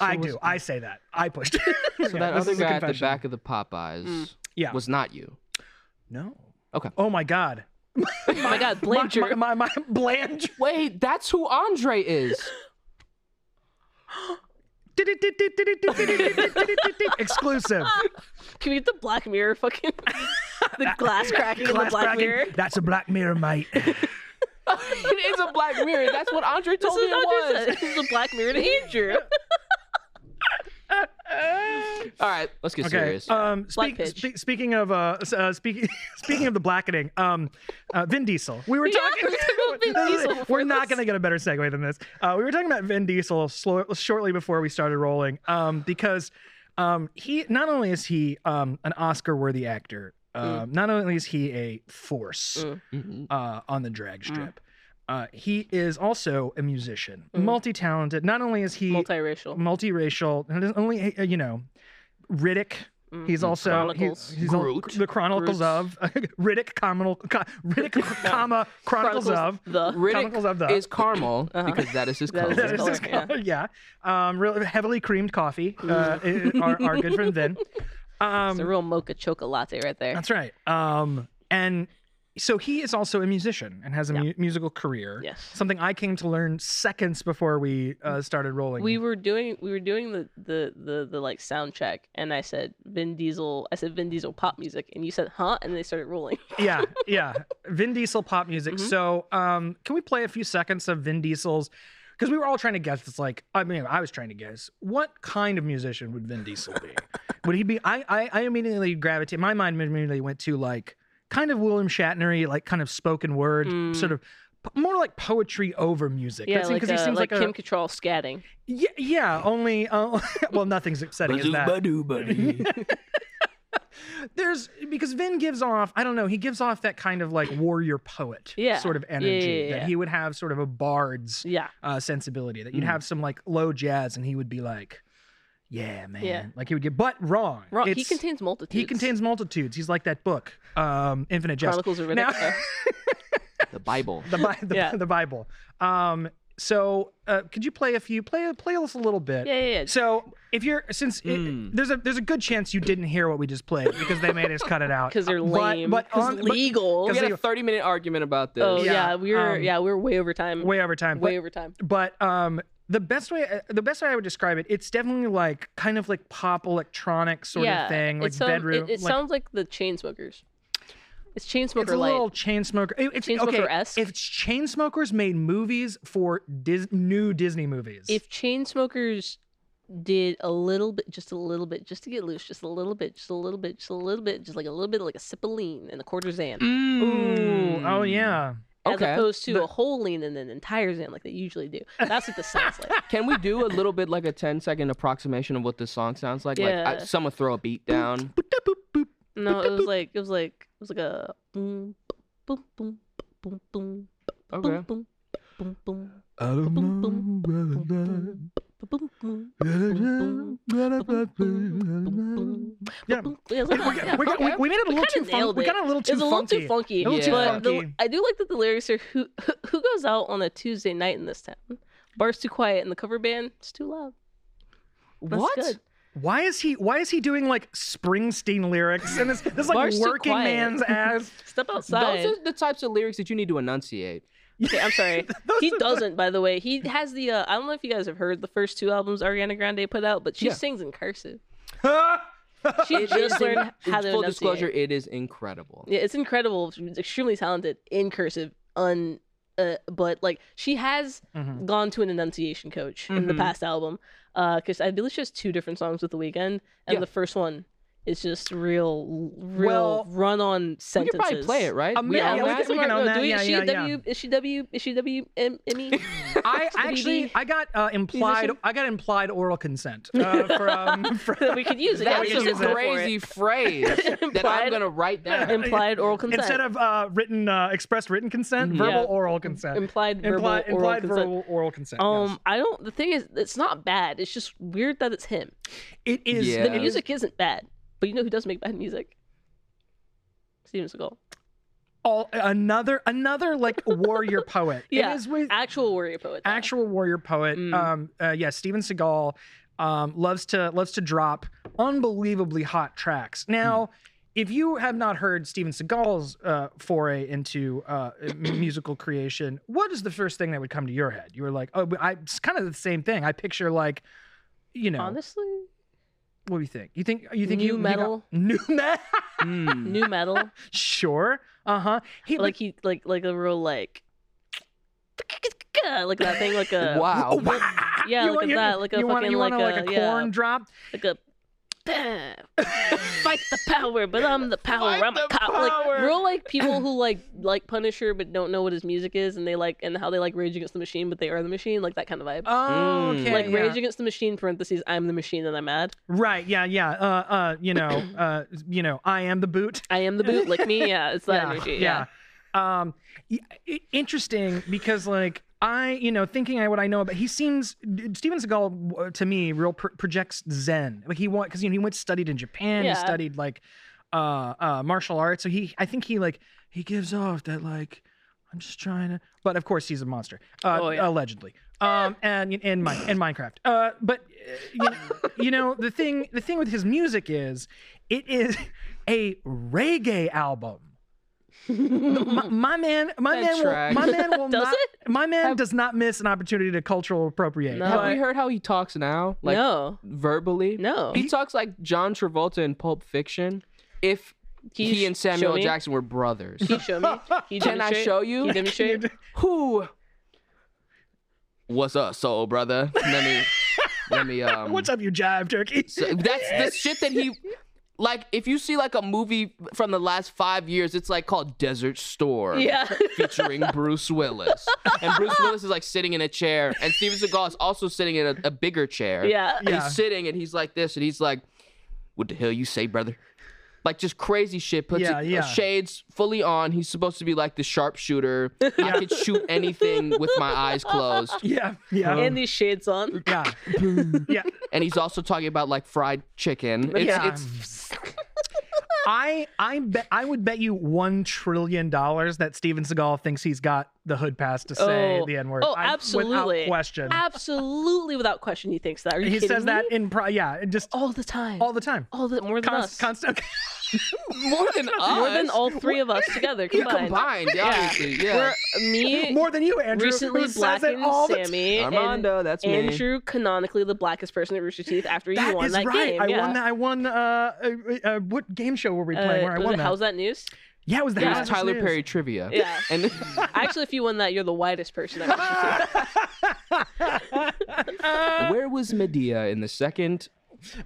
Speaker 2: I do. I say that I pushed. Him.
Speaker 3: <laughs> So that other guy at the back of the Popeyes
Speaker 2: Yeah.
Speaker 3: was not you.
Speaker 2: No.
Speaker 3: Okay.
Speaker 2: Oh my God.
Speaker 4: Oh my God, Blanchard.
Speaker 2: My my, my <laughs>
Speaker 3: <laughs>
Speaker 2: Blanche.
Speaker 3: Wait, that's who Andre is. <laughs>
Speaker 2: Exclusive.
Speaker 4: Can we get the Black Mirror fucking
Speaker 2: <laughs>
Speaker 4: the glass cracking in the
Speaker 2: Glass
Speaker 4: Black
Speaker 2: bracket.
Speaker 4: Mirror?
Speaker 2: That's a black mirror, mate.
Speaker 3: <laughs> it is a Black Mirror. That's what Andre
Speaker 4: This
Speaker 3: told
Speaker 4: is
Speaker 3: me it
Speaker 4: not
Speaker 3: was.
Speaker 4: just a- <laughs> this is a Black
Speaker 2: <laughs>
Speaker 4: Mirror to Andrew.
Speaker 3: All right, let's get serious.
Speaker 2: Um,
Speaker 4: Black
Speaker 2: speak,
Speaker 4: pitch.
Speaker 2: spe- speaking of uh, s- uh speaking <laughs> speaking of the blackening, um, uh, Vin Diesel. We were
Speaker 4: Yeah, <laughs>
Speaker 2: talking.
Speaker 4: we
Speaker 2: <laughs>
Speaker 4: talked about Vin
Speaker 2: This is-
Speaker 4: Diesel
Speaker 2: we're
Speaker 4: before
Speaker 2: not
Speaker 4: this.
Speaker 2: going to get a better segue than this. Uh, we were talking about Vin Diesel slo- shortly before we started rolling, um, because um, he not only is he um, an Oscar-worthy actor, um, not only is he a force
Speaker 4: Mm.
Speaker 3: Mhm.
Speaker 2: uh, on the drag strip. Uh, he is also a musician,
Speaker 4: Mm.
Speaker 2: multi-talented. Not only is he Mm,
Speaker 4: Multiracial.
Speaker 2: multiracial, and it's only uh, you know, Riddick.
Speaker 4: Mm.
Speaker 2: He's also he-
Speaker 4: Chronicles.
Speaker 2: he's al-
Speaker 3: Groot.
Speaker 2: the Chronicles of <laughs> Riddick, comma,
Speaker 4: <laughs>
Speaker 2: Riddick, comma Chronicles, of. <laughs>
Speaker 4: the
Speaker 2: Chronicles of the- Uh-huh.
Speaker 3: Riddick is
Speaker 2: <coughs>
Speaker 3: caramel because <laughs> that is his
Speaker 4: That
Speaker 3: color.
Speaker 4: is
Speaker 2: That is
Speaker 4: color,
Speaker 2: his color, <laughs> yeah. Um, real heavily creamed coffee. Uh, i- our, our good friend Vin.
Speaker 4: Mm-hmm. <laughs> it's a
Speaker 2: Um,
Speaker 4: real mocha chocolate latte right there.
Speaker 2: that's right. Um, and so he is also a musician and has a mu- musical career.
Speaker 4: Yes.
Speaker 2: Something I came to learn seconds before we uh, started rolling.
Speaker 4: we were doing we were doing the, the the the like sound check and i said vin diesel i said vin diesel pop music and you said huh and they started rolling
Speaker 2: yeah, yeah. Vin Diesel pop music.
Speaker 4: Mm-hmm.
Speaker 2: So, um, can we play a few seconds of Vin Diesel's? Because we were all trying to guess. It's like, I mean, I was trying to guess what kind of musician would Vin Diesel be? would he be? I, I, I immediately gravitate. My mind immediately went to like kind of William Shatnery, like kind of spoken word,
Speaker 4: Mm.
Speaker 2: sort of p- more like poetry over music.
Speaker 4: yeah
Speaker 2: That seems-
Speaker 4: like, uh,
Speaker 2: he seems
Speaker 4: like,
Speaker 2: like, a,
Speaker 4: kim Cattrall scatting
Speaker 2: yeah, yeah. Only, uh, <laughs> well, nothing's upsetting as that.
Speaker 3: Badoo, buddy.
Speaker 2: <laughs> There's because Vin gives off, I don't know, he gives off that kind of like warrior poet
Speaker 4: Yeah.
Speaker 2: sort of
Speaker 4: Yeah,
Speaker 2: energy
Speaker 4: yeah, yeah.
Speaker 2: that he would have sort of a bard's
Speaker 4: yeah
Speaker 2: uh, sensibility that you'd
Speaker 3: Mm.
Speaker 2: have some like low jazz and he would be like, yeah, man,
Speaker 4: Yeah.
Speaker 2: like he would get, but wrong.
Speaker 4: Wrong. he
Speaker 2: It's-
Speaker 4: contains multitudes
Speaker 2: he contains multitudes. He's like that book, um, Infinite Jest.
Speaker 4: chronicles of Riddick.
Speaker 2: Now- <laughs>
Speaker 4: uh,
Speaker 3: the Bible.
Speaker 2: the, Bi- the,
Speaker 4: Yeah.
Speaker 2: the Bible. Um, so uh, could you play a few? Play play us a little bit.
Speaker 4: yeah yeah, yeah.
Speaker 2: So if you're since it-
Speaker 3: Mm.
Speaker 2: there's a there's a good chance you didn't hear what we just played because they made us cut it out
Speaker 4: because they're
Speaker 2: Uh, but-
Speaker 4: lame
Speaker 2: But,
Speaker 4: 'Cause
Speaker 2: on- but
Speaker 4: legal
Speaker 2: 'cause
Speaker 3: We had
Speaker 2: they-
Speaker 3: a 30 minute argument about this.
Speaker 4: oh
Speaker 2: yeah,
Speaker 4: yeah, we were
Speaker 2: um,
Speaker 4: yeah we were way over time way,
Speaker 2: way over time.
Speaker 4: over time
Speaker 2: but, but um, the best way uh, the best way I would describe it, it's definitely like kind of like pop electronic sort
Speaker 4: yeah
Speaker 2: of thing, like
Speaker 4: it, sound-
Speaker 2: bedroom.
Speaker 4: it, it
Speaker 2: like,
Speaker 4: sounds like the chain smokers it's chain
Speaker 2: it's
Speaker 4: smoker
Speaker 2: a
Speaker 4: light
Speaker 2: little chain smoker. It, it's okay.
Speaker 4: Chainsmoker-esque.
Speaker 2: If chain smokers made movies for Dis- new Disney movies,
Speaker 4: if chain smokers did a little bit just a little bit just to get loose just a little bit just a little
Speaker 2: Mm,
Speaker 3: Mm.
Speaker 4: bit just a little bit just like a little bit like a sip of lean and a quarter zan
Speaker 2: Ooh, oh yeah,
Speaker 3: Okay.
Speaker 4: as opposed to
Speaker 2: The-
Speaker 4: a whole lean and an entire zam like they usually do. That's what this sounds
Speaker 2: <laughs>
Speaker 4: like.
Speaker 3: Can we do a little bit like a 10 second approximation of what this song sounds like? Like
Speaker 4: Yeah.
Speaker 3: I, someone throw a beat down.
Speaker 4: No, it was like it was like it was like a boom, boom, boom, boom, boom, boom,
Speaker 3: Okay.
Speaker 4: boom, boom, boom,
Speaker 2: I don't
Speaker 4: Boom,
Speaker 2: know
Speaker 4: boom,
Speaker 2: where
Speaker 4: boom, boom, boom, boom, boom, boom,
Speaker 2: that- Yeah.
Speaker 4: boom. Yeah, it's
Speaker 2: We,
Speaker 4: like
Speaker 2: we,
Speaker 4: that.
Speaker 2: we, we, we made it a little too
Speaker 4: kinda
Speaker 2: funky.
Speaker 4: nailed
Speaker 2: We
Speaker 4: it.
Speaker 2: got a little too
Speaker 4: It's a little
Speaker 2: funky.
Speaker 4: too funky.
Speaker 2: A little
Speaker 3: too
Speaker 4: but the-
Speaker 2: funky.
Speaker 4: I do like that the lyrics are who who goes out on a Tuesday night in this town? Bar's too quiet and the cover band it's too loud. That's
Speaker 3: What?
Speaker 4: good.
Speaker 2: Why is he? Why is he doing like Springsteen lyrics and this this like
Speaker 4: Bar's too
Speaker 2: working
Speaker 4: quiet.
Speaker 2: man's
Speaker 4: <laughs>
Speaker 2: ass?
Speaker 4: Step outside.
Speaker 3: Those are the types of lyrics that you need to enunciate.
Speaker 4: <laughs> Okay, I'm sorry.
Speaker 2: Those
Speaker 4: he
Speaker 2: are-
Speaker 4: doesn't, by the way. He has the. Uh, I don't know if you guys have heard the first two albums Ariana Grande put out, but she
Speaker 3: Yeah.
Speaker 4: sings in cursive.
Speaker 3: It
Speaker 4: She
Speaker 3: is
Speaker 4: just
Speaker 3: in-
Speaker 4: learned how to.
Speaker 3: Full
Speaker 4: enunciate.
Speaker 3: disclosure, it is incredible.
Speaker 4: Yeah, it's incredible. She's extremely talented in cursive. Un, uh, but like she has
Speaker 2: Mhm.
Speaker 4: gone to an enunciation coach in the
Speaker 2: Mm-hmm.
Speaker 3: Mhm.
Speaker 4: past album, because I believe she has two different songs with the weekend, and
Speaker 3: Yeah.
Speaker 4: the first one is just real, real
Speaker 2: Well,
Speaker 4: run on
Speaker 3: We
Speaker 4: sentences.
Speaker 3: could probably play it, right?
Speaker 2: Um,
Speaker 3: We
Speaker 2: yeah,
Speaker 3: own
Speaker 2: yeah, we
Speaker 3: that?
Speaker 2: can- we can own that.
Speaker 4: Do we,
Speaker 2: Yeah,
Speaker 4: is she
Speaker 2: yeah,
Speaker 4: a
Speaker 2: yeah.
Speaker 4: W? Is she W? Is she W? M, E?
Speaker 2: <laughs>
Speaker 4: Emmy?
Speaker 2: I
Speaker 4: the
Speaker 2: actually
Speaker 4: BB.
Speaker 2: I got uh, implied
Speaker 4: Musician.
Speaker 2: I got implied oral consent <laughs> uh,
Speaker 4: <laughs>
Speaker 2: from,
Speaker 4: that
Speaker 2: from
Speaker 4: we could use it.
Speaker 2: we
Speaker 3: That's
Speaker 2: could
Speaker 4: That's
Speaker 3: a
Speaker 2: use
Speaker 4: just
Speaker 2: that.
Speaker 4: <laughs>
Speaker 3: crazy phrase that I'm
Speaker 4: Implied-
Speaker 3: gonna write down.
Speaker 4: <laughs> implied oral
Speaker 3: <laughs>
Speaker 4: consent. Mm-hmm.
Speaker 2: instead of uh, written uh, express written consent,
Speaker 3: Mhm.
Speaker 2: verbal
Speaker 4: Yeah.
Speaker 2: oral consent.
Speaker 4: implied verbal
Speaker 2: Impli-
Speaker 4: oral
Speaker 2: implied
Speaker 4: consent.
Speaker 2: verbal oral consent.
Speaker 4: um,
Speaker 2: yes.
Speaker 4: I don't. The thing is, it's not bad. It's just weird that it's him.
Speaker 2: it is
Speaker 3: Yeah.
Speaker 4: The music isn't bad, but you know who does make bad music? Steven Seagal.
Speaker 2: all another another like warrior poet.
Speaker 4: <laughs> Yeah.
Speaker 2: It is with
Speaker 4: Actual warrior poet. though.
Speaker 2: actual warrior poet.
Speaker 4: Mm.
Speaker 2: Um, uh, yeah, Steven Seagal um, loves to loves to drop unbelievably hot
Speaker 4: Mm.
Speaker 2: tracks. Now, if you have not heard Steven Seagal's uh, foray into uh, <coughs> musical creation, what is the first thing that would come to your head? You were like, oh, but I, it's kind of the same thing. I picture like, you know,
Speaker 4: Honestly,
Speaker 2: what do you think? You think you think
Speaker 4: New
Speaker 2: you, you
Speaker 4: metal.
Speaker 2: got- <laughs> new metal,
Speaker 4: <laughs>
Speaker 3: Mm.
Speaker 4: new metal.
Speaker 2: sure, uh huh. <laughs> He <laughs>
Speaker 4: like he like like a real like like that thing
Speaker 2: <laughs>
Speaker 4: like a
Speaker 3: <laughs> Wow.
Speaker 4: Yeah,
Speaker 2: You
Speaker 4: like
Speaker 2: want-
Speaker 4: a that, like a
Speaker 2: you want-
Speaker 4: fucking
Speaker 2: you
Speaker 4: like,
Speaker 2: want
Speaker 4: a,
Speaker 2: like a
Speaker 4: yeah,
Speaker 2: corn drop.
Speaker 4: like a fight the power, but I'm the power.
Speaker 3: Fight
Speaker 4: I'm a
Speaker 3: the
Speaker 4: cop.
Speaker 3: power.
Speaker 4: Like real like
Speaker 2: <clears throat>
Speaker 4: people who like like Punisher but don't know what his music is, and they like and how they like Rage Against the Machine, but they are the machine, like that kind of vibe.
Speaker 2: Oh,
Speaker 3: Mm.
Speaker 2: okay.
Speaker 4: like
Speaker 2: yeah.
Speaker 4: Rage Against the Machine (parentheses I'm the machine and I'm mad.
Speaker 2: Right. Yeah. Yeah. Uh. Uh. You know. Uh. You know. I am the boot.
Speaker 4: I am the boot, like me. Yeah, it's
Speaker 2: <laughs>
Speaker 4: that
Speaker 2: yeah,
Speaker 4: energy.
Speaker 2: Yeah. Um. y- i- Interesting because like I you know thinking I what I know about he seems Steven Seagal uh, to me real pro- projects Zen like he want because you know he went studied in Japan
Speaker 4: Yeah.
Speaker 2: he studied like uh uh martial arts so he I think he like he gives off that like I'm just trying to but of course he's a monster uh,
Speaker 4: Oh, yeah.
Speaker 2: allegedly
Speaker 4: <laughs>
Speaker 2: um and in my in Minecraft uh but uh, you know, you know the thing the thing with his music is it is a reggae album my, my man, my
Speaker 3: That
Speaker 2: man, will,
Speaker 3: tracks.
Speaker 2: my man will
Speaker 4: <laughs> Does
Speaker 2: not. My man does not miss an opportunity to cultural appropriate.
Speaker 4: No.
Speaker 3: Have
Speaker 2: But-
Speaker 3: we heard how he talks now? Like
Speaker 4: no,
Speaker 3: verbally?
Speaker 4: no.
Speaker 3: He talks like John Travolta in Pulp Fiction. If
Speaker 4: Can you
Speaker 3: he
Speaker 4: sh-
Speaker 3: and
Speaker 4: show
Speaker 3: Samuel
Speaker 4: me?
Speaker 3: Jackson were brothers.
Speaker 4: Can you show me?
Speaker 2: <laughs>
Speaker 4: you
Speaker 3: Can I
Speaker 4: demonstrate?
Speaker 3: show
Speaker 4: Can
Speaker 3: you?
Speaker 4: you demonstrate?
Speaker 3: <laughs> Who? What's up, soul brother? Let me, let <laughs> me. Um,
Speaker 2: What's up, you jive turkey?
Speaker 3: so- that's the shit that he, like. If you see like a movie from the last five years, it's like called Desert
Speaker 2: <laughs>
Speaker 3: Storm.
Speaker 4: yeah. <laughs>
Speaker 3: Featuring Bruce Willis, and Bruce Willis is like sitting in a chair, and Steven Seagal is also sitting in a, a bigger chair.
Speaker 4: yeah.
Speaker 2: Yeah.
Speaker 3: And he's sitting and he's like this and he's like, "What the hell you say, brother?" Like just crazy shit. Puts
Speaker 2: Yeah,
Speaker 3: it- uh,
Speaker 2: yeah.
Speaker 3: shades fully on. He's supposed to be like
Speaker 4: <laughs>
Speaker 3: the sharpshooter. I could shoot anything with my eyes closed.
Speaker 2: <laughs> yeah, yeah,
Speaker 4: And these shades on.
Speaker 2: yeah, yeah.
Speaker 3: And he's also talking about like fried chicken. It's,
Speaker 2: Yeah.
Speaker 3: it's
Speaker 2: I, I bet, I would bet you one trillion dollars that Steven Seagal thinks he's got the hood pass to say
Speaker 4: Oh.
Speaker 2: the N word.
Speaker 4: Oh, absolutely.
Speaker 2: without question.
Speaker 4: Absolutely, without question, he thinks that. Are you
Speaker 2: he
Speaker 4: kidding
Speaker 2: says
Speaker 4: me?
Speaker 2: that in pro- yeah, it just
Speaker 4: all the time.
Speaker 2: all the time.
Speaker 4: all the more than
Speaker 2: Const- <laughs>
Speaker 4: us.
Speaker 2: constant.
Speaker 4: <laughs>
Speaker 3: more than us.
Speaker 4: more than all three of
Speaker 2: <laughs>
Speaker 4: us together combined.
Speaker 3: combined. <laughs> Yeah. Obviously. Yeah.
Speaker 4: We're
Speaker 2: <laughs>
Speaker 4: me
Speaker 2: More than you, Andrew.
Speaker 4: recently
Speaker 2: who says it
Speaker 4: blackened
Speaker 2: all the
Speaker 4: Sammy and
Speaker 3: Armando, that's me.
Speaker 4: Andrew canonically the blackest person at Rooster Teeth after you
Speaker 2: That
Speaker 4: won
Speaker 2: is
Speaker 4: that
Speaker 2: right.
Speaker 4: game.
Speaker 2: I
Speaker 4: yeah.
Speaker 2: won. that- I won. Uh, uh, uh, what game show were we playing?
Speaker 4: Uh,
Speaker 2: where I
Speaker 4: was
Speaker 2: won
Speaker 4: it
Speaker 2: that?
Speaker 4: How's that news?
Speaker 2: yeah, it was the
Speaker 3: It
Speaker 2: House
Speaker 3: was
Speaker 2: of
Speaker 3: Tyler
Speaker 2: Snooze.
Speaker 3: Perry trivia.
Speaker 4: Yeah.
Speaker 2: <laughs>
Speaker 3: And
Speaker 4: Actually, if you won that, you're the whitest person. I've ever seen.
Speaker 3: where was Medea in the second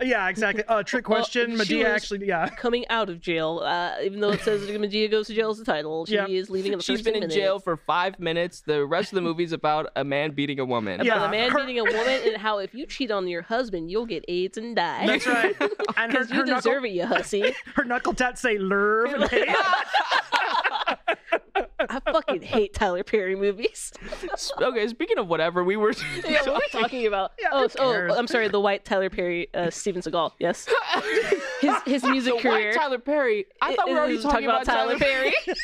Speaker 2: Yeah, exactly. Uh, trick
Speaker 4: <laughs> Well,
Speaker 2: question.
Speaker 4: she
Speaker 2: Medea
Speaker 4: was-
Speaker 2: actually,
Speaker 4: <laughs>
Speaker 2: yeah.
Speaker 4: Coming out of jail, uh, even though it says Medea goes to jail as the title, she
Speaker 2: Yeah.
Speaker 4: is leaving in the
Speaker 3: She's
Speaker 4: first
Speaker 3: been
Speaker 4: 10
Speaker 3: in
Speaker 4: minutes.
Speaker 3: jail for five minutes. The rest of the movie's about a man beating a woman.
Speaker 2: Yeah.
Speaker 4: about a man
Speaker 2: her-
Speaker 4: beating a woman and how if you cheat on your husband, you'll get AIDS and die.
Speaker 2: That's right. <laughs> And her,
Speaker 4: Because <laughs> you
Speaker 2: her,
Speaker 4: deserve
Speaker 2: knuckle,
Speaker 4: it, you hussy.
Speaker 2: her knuckle tats say
Speaker 4: <laughs>
Speaker 2: lerv.
Speaker 4: I fucking hate Tyler Perry movies.
Speaker 3: <laughs>
Speaker 4: <laughs>
Speaker 3: S- okay, speaking of whatever, we were. <laughs>
Speaker 4: yeah, what are we talking about?
Speaker 2: Yeah,
Speaker 4: oh,
Speaker 2: who
Speaker 4: so- oh,
Speaker 2: cares?
Speaker 4: I'm sorry. The white Tyler Perry, uh, Steven Seagal. Yes, his his music
Speaker 3: So why
Speaker 4: career.
Speaker 3: Tyler Perry? I thought we were
Speaker 4: Is-
Speaker 3: already
Speaker 4: is-
Speaker 3: talking about, Tyler Perry.
Speaker 4: <laughs>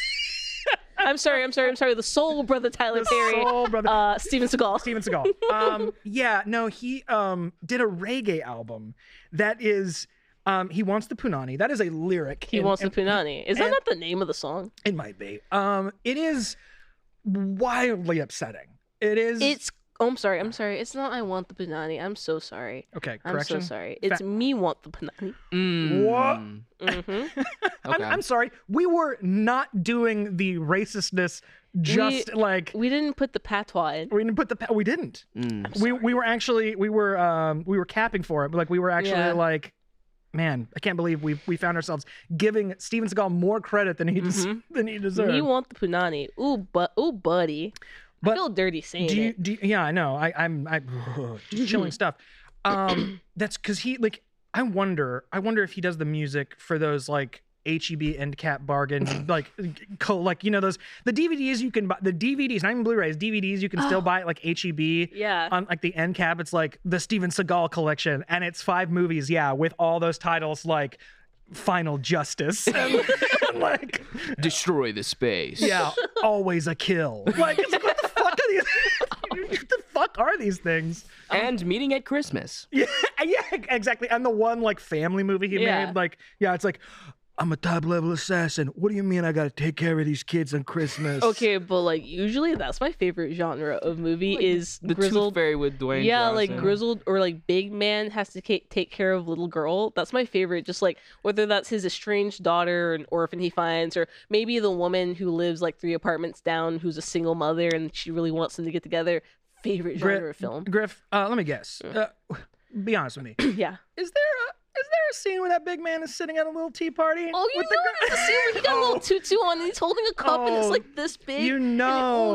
Speaker 4: I'm sorry. I'm sorry. I'm sorry. The soul brother Tyler Perry.
Speaker 2: Soul brother.
Speaker 4: Uh, Steven Seagal. <laughs>
Speaker 2: Steven Seagal. Um, yeah, no, he um, did a reggae album that is. Um, he wants the punani. That is a lyric.
Speaker 4: he
Speaker 2: in-
Speaker 4: wants the
Speaker 2: in-
Speaker 4: punani. Is that
Speaker 2: and-
Speaker 4: not the name of the song?
Speaker 2: It might be. Um, it is wildly upsetting. It is.
Speaker 4: It's. Oh, I'm sorry. I'm sorry. It's not. I want the punani. I'm so sorry.
Speaker 2: okay.
Speaker 4: I'm
Speaker 2: Correction.
Speaker 4: so sorry. It's
Speaker 2: Fa-
Speaker 4: me want the punani.
Speaker 3: Mm.
Speaker 4: hmm
Speaker 3: Okay.
Speaker 2: I'm, I'm sorry. We were not doing the racistness. Just like
Speaker 4: <laughs> We didn't put the patois in.
Speaker 2: we didn't put the pa- we didn't.
Speaker 3: Mm.
Speaker 2: We we were actually we were um we were capping for it. Like we were actually
Speaker 4: Yeah.
Speaker 2: like, man, I can't believe we we found ourselves giving Steven Seagal more credit than he des-
Speaker 4: Mhm.
Speaker 2: than he
Speaker 4: Me
Speaker 2: deserved.
Speaker 4: want the punani. Ooh, but ooh, buddy.
Speaker 2: But
Speaker 4: I feel dirty saying
Speaker 2: do you,
Speaker 4: it.
Speaker 2: do you- yeah i know i i'm i just chilling stuff um that's because he like i wonder i wonder if he does the music for those like heb end cap bargain like co like you know those the dvds you can buy the dvds not even blu-rays dvds you can still
Speaker 4: Oh.
Speaker 2: buy at like heb
Speaker 4: Yeah.
Speaker 2: on like the end cap it's like the steven seagal collection and it's five movies yeah with all those titles like final justice <laughs> and, like
Speaker 3: Destroy the space.
Speaker 2: yeah,
Speaker 4: <laughs>
Speaker 2: always a kill. Like, it's like, what the fuck are these? <laughs> what the fuck are these things?
Speaker 3: And meeting at Christmas.
Speaker 2: Yeah, <laughs> yeah, exactly. And the one like family movie he
Speaker 4: Yeah.
Speaker 2: made, like, yeah, it's like, I'm a top level assassin. What do you mean I gotta take care of these kids on Christmas?
Speaker 4: Okay, but like usually that's my favorite genre of movie is
Speaker 3: The Tooth
Speaker 4: grizzled.
Speaker 3: Fairy with Dwayne.
Speaker 4: Yeah, like
Speaker 3: Johnson.
Speaker 4: grizzled or like big man has to ca- take care of little girl. That's my favorite. Just like whether that's his estranged daughter or an orphan he finds, or maybe the woman who lives like three apartments down who's a single mother and she really wants them to get together. Favorite
Speaker 2: Gri-
Speaker 4: genre
Speaker 2: <clears throat>
Speaker 4: of film. Mm.
Speaker 2: Griff, uh, let me guess. Uh, be honest with me. <clears throat>
Speaker 4: yeah.
Speaker 2: Is there a is there a scene where that big man is sitting at a little tea party?
Speaker 4: Oh, you
Speaker 2: with
Speaker 4: know
Speaker 2: the
Speaker 4: it
Speaker 2: gr-
Speaker 4: the scene where he got a
Speaker 2: Oh,
Speaker 4: little tutu on and he's holding a cup and
Speaker 2: Oh,
Speaker 4: it's like this big.
Speaker 2: you
Speaker 4: and it- oh,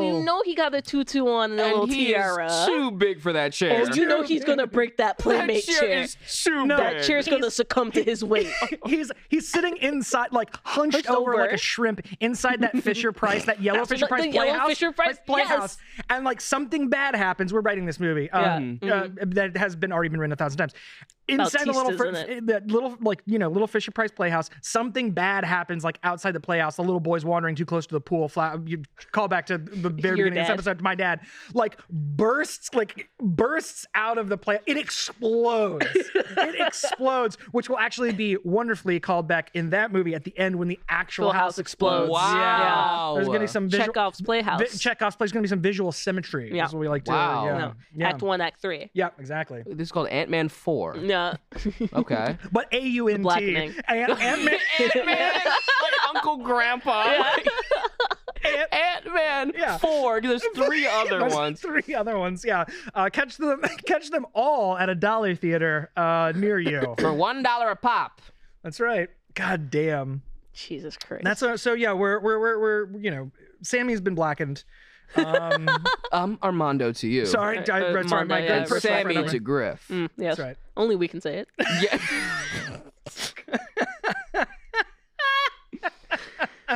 Speaker 2: know.
Speaker 4: you know he got a tutu on and a little
Speaker 3: And he
Speaker 4: tiara.
Speaker 3: is too big for that chair.
Speaker 4: Oh, you know he's gonna break <laughs> that
Speaker 3: that
Speaker 4: playmate
Speaker 3: chair,
Speaker 4: chair.
Speaker 3: is too
Speaker 2: No.
Speaker 3: big.
Speaker 4: That chair's gonna succumb to his weight.
Speaker 2: <laughs> He's he's sitting inside, like hunched
Speaker 4: Hunched
Speaker 2: over, like
Speaker 4: over.
Speaker 2: a shrimp inside that Fisher Price, that yellow
Speaker 4: <laughs> That's
Speaker 2: Fisher
Speaker 4: what-
Speaker 2: Price
Speaker 4: the yellow
Speaker 2: playhouse,
Speaker 4: Fisher Price,
Speaker 2: like, playhouse, and like something bad happens. We're writing this movie um, uh, that has been already been written a thousand times. Inside the little,
Speaker 4: Bautista's
Speaker 2: fr- that little, like you know, little Fisher Price playhouse, something bad happens. Like outside the playhouse, the little boy's wandering too close to the pool. Fly, you call back to
Speaker 4: <laughs>
Speaker 2: the very
Speaker 4: Your
Speaker 2: beginning of this
Speaker 4: dad.
Speaker 2: episode. My dad, like bursts, like bursts out of the play. It explodes.
Speaker 4: <laughs>
Speaker 2: it explodes, which will actually be wonderfully called back in that movie at the end when the actual
Speaker 4: Full
Speaker 2: house
Speaker 4: house
Speaker 2: explodes.
Speaker 4: explodes.
Speaker 3: Wow.
Speaker 2: there's gonna be some visual.
Speaker 4: Chekhov's
Speaker 2: vi-
Speaker 4: Playhouse.
Speaker 2: Chekhov's play is gonna be some visual symmetry.
Speaker 4: Yeah.
Speaker 2: Is what we like to.
Speaker 3: Wow.
Speaker 2: Yeah.
Speaker 4: no.
Speaker 2: yeah.
Speaker 4: Act one, act three.
Speaker 2: Yeah, exactly.
Speaker 3: This is called Ant Man Four.
Speaker 4: <laughs> No.
Speaker 3: <laughs> Okay.
Speaker 2: But A U N T
Speaker 4: Blackening.
Speaker 2: Ant Ant <laughs> Man.
Speaker 3: Ant Man, like Uncle Grandpa. Ant Man
Speaker 2: Yeah.
Speaker 3: Four. 'cause There's <laughs> three other
Speaker 2: There's
Speaker 3: ones.
Speaker 2: Three other ones. Yeah. Uh, catch them. <laughs> Catch them all at a dollar theater uh, near
Speaker 3: <coughs>
Speaker 2: you.
Speaker 3: For one dollar a pop.
Speaker 2: That's right. God damn.
Speaker 4: Jesus Christ.
Speaker 2: That's so. So yeah, we're we're we're we're you know, Sammy's been blackened.
Speaker 3: <laughs>
Speaker 2: Um,
Speaker 3: Um, Armando to you.
Speaker 2: sorry, I,
Speaker 4: Uh,
Speaker 2: I- sorry, my
Speaker 4: Monday,
Speaker 2: good
Speaker 4: yeah,
Speaker 3: And
Speaker 4: first
Speaker 2: personal
Speaker 3: Sammy
Speaker 2: friend-
Speaker 3: to Griff.
Speaker 4: Mm, yes.
Speaker 2: That's right.
Speaker 4: Only we can say it.
Speaker 3: Yeah.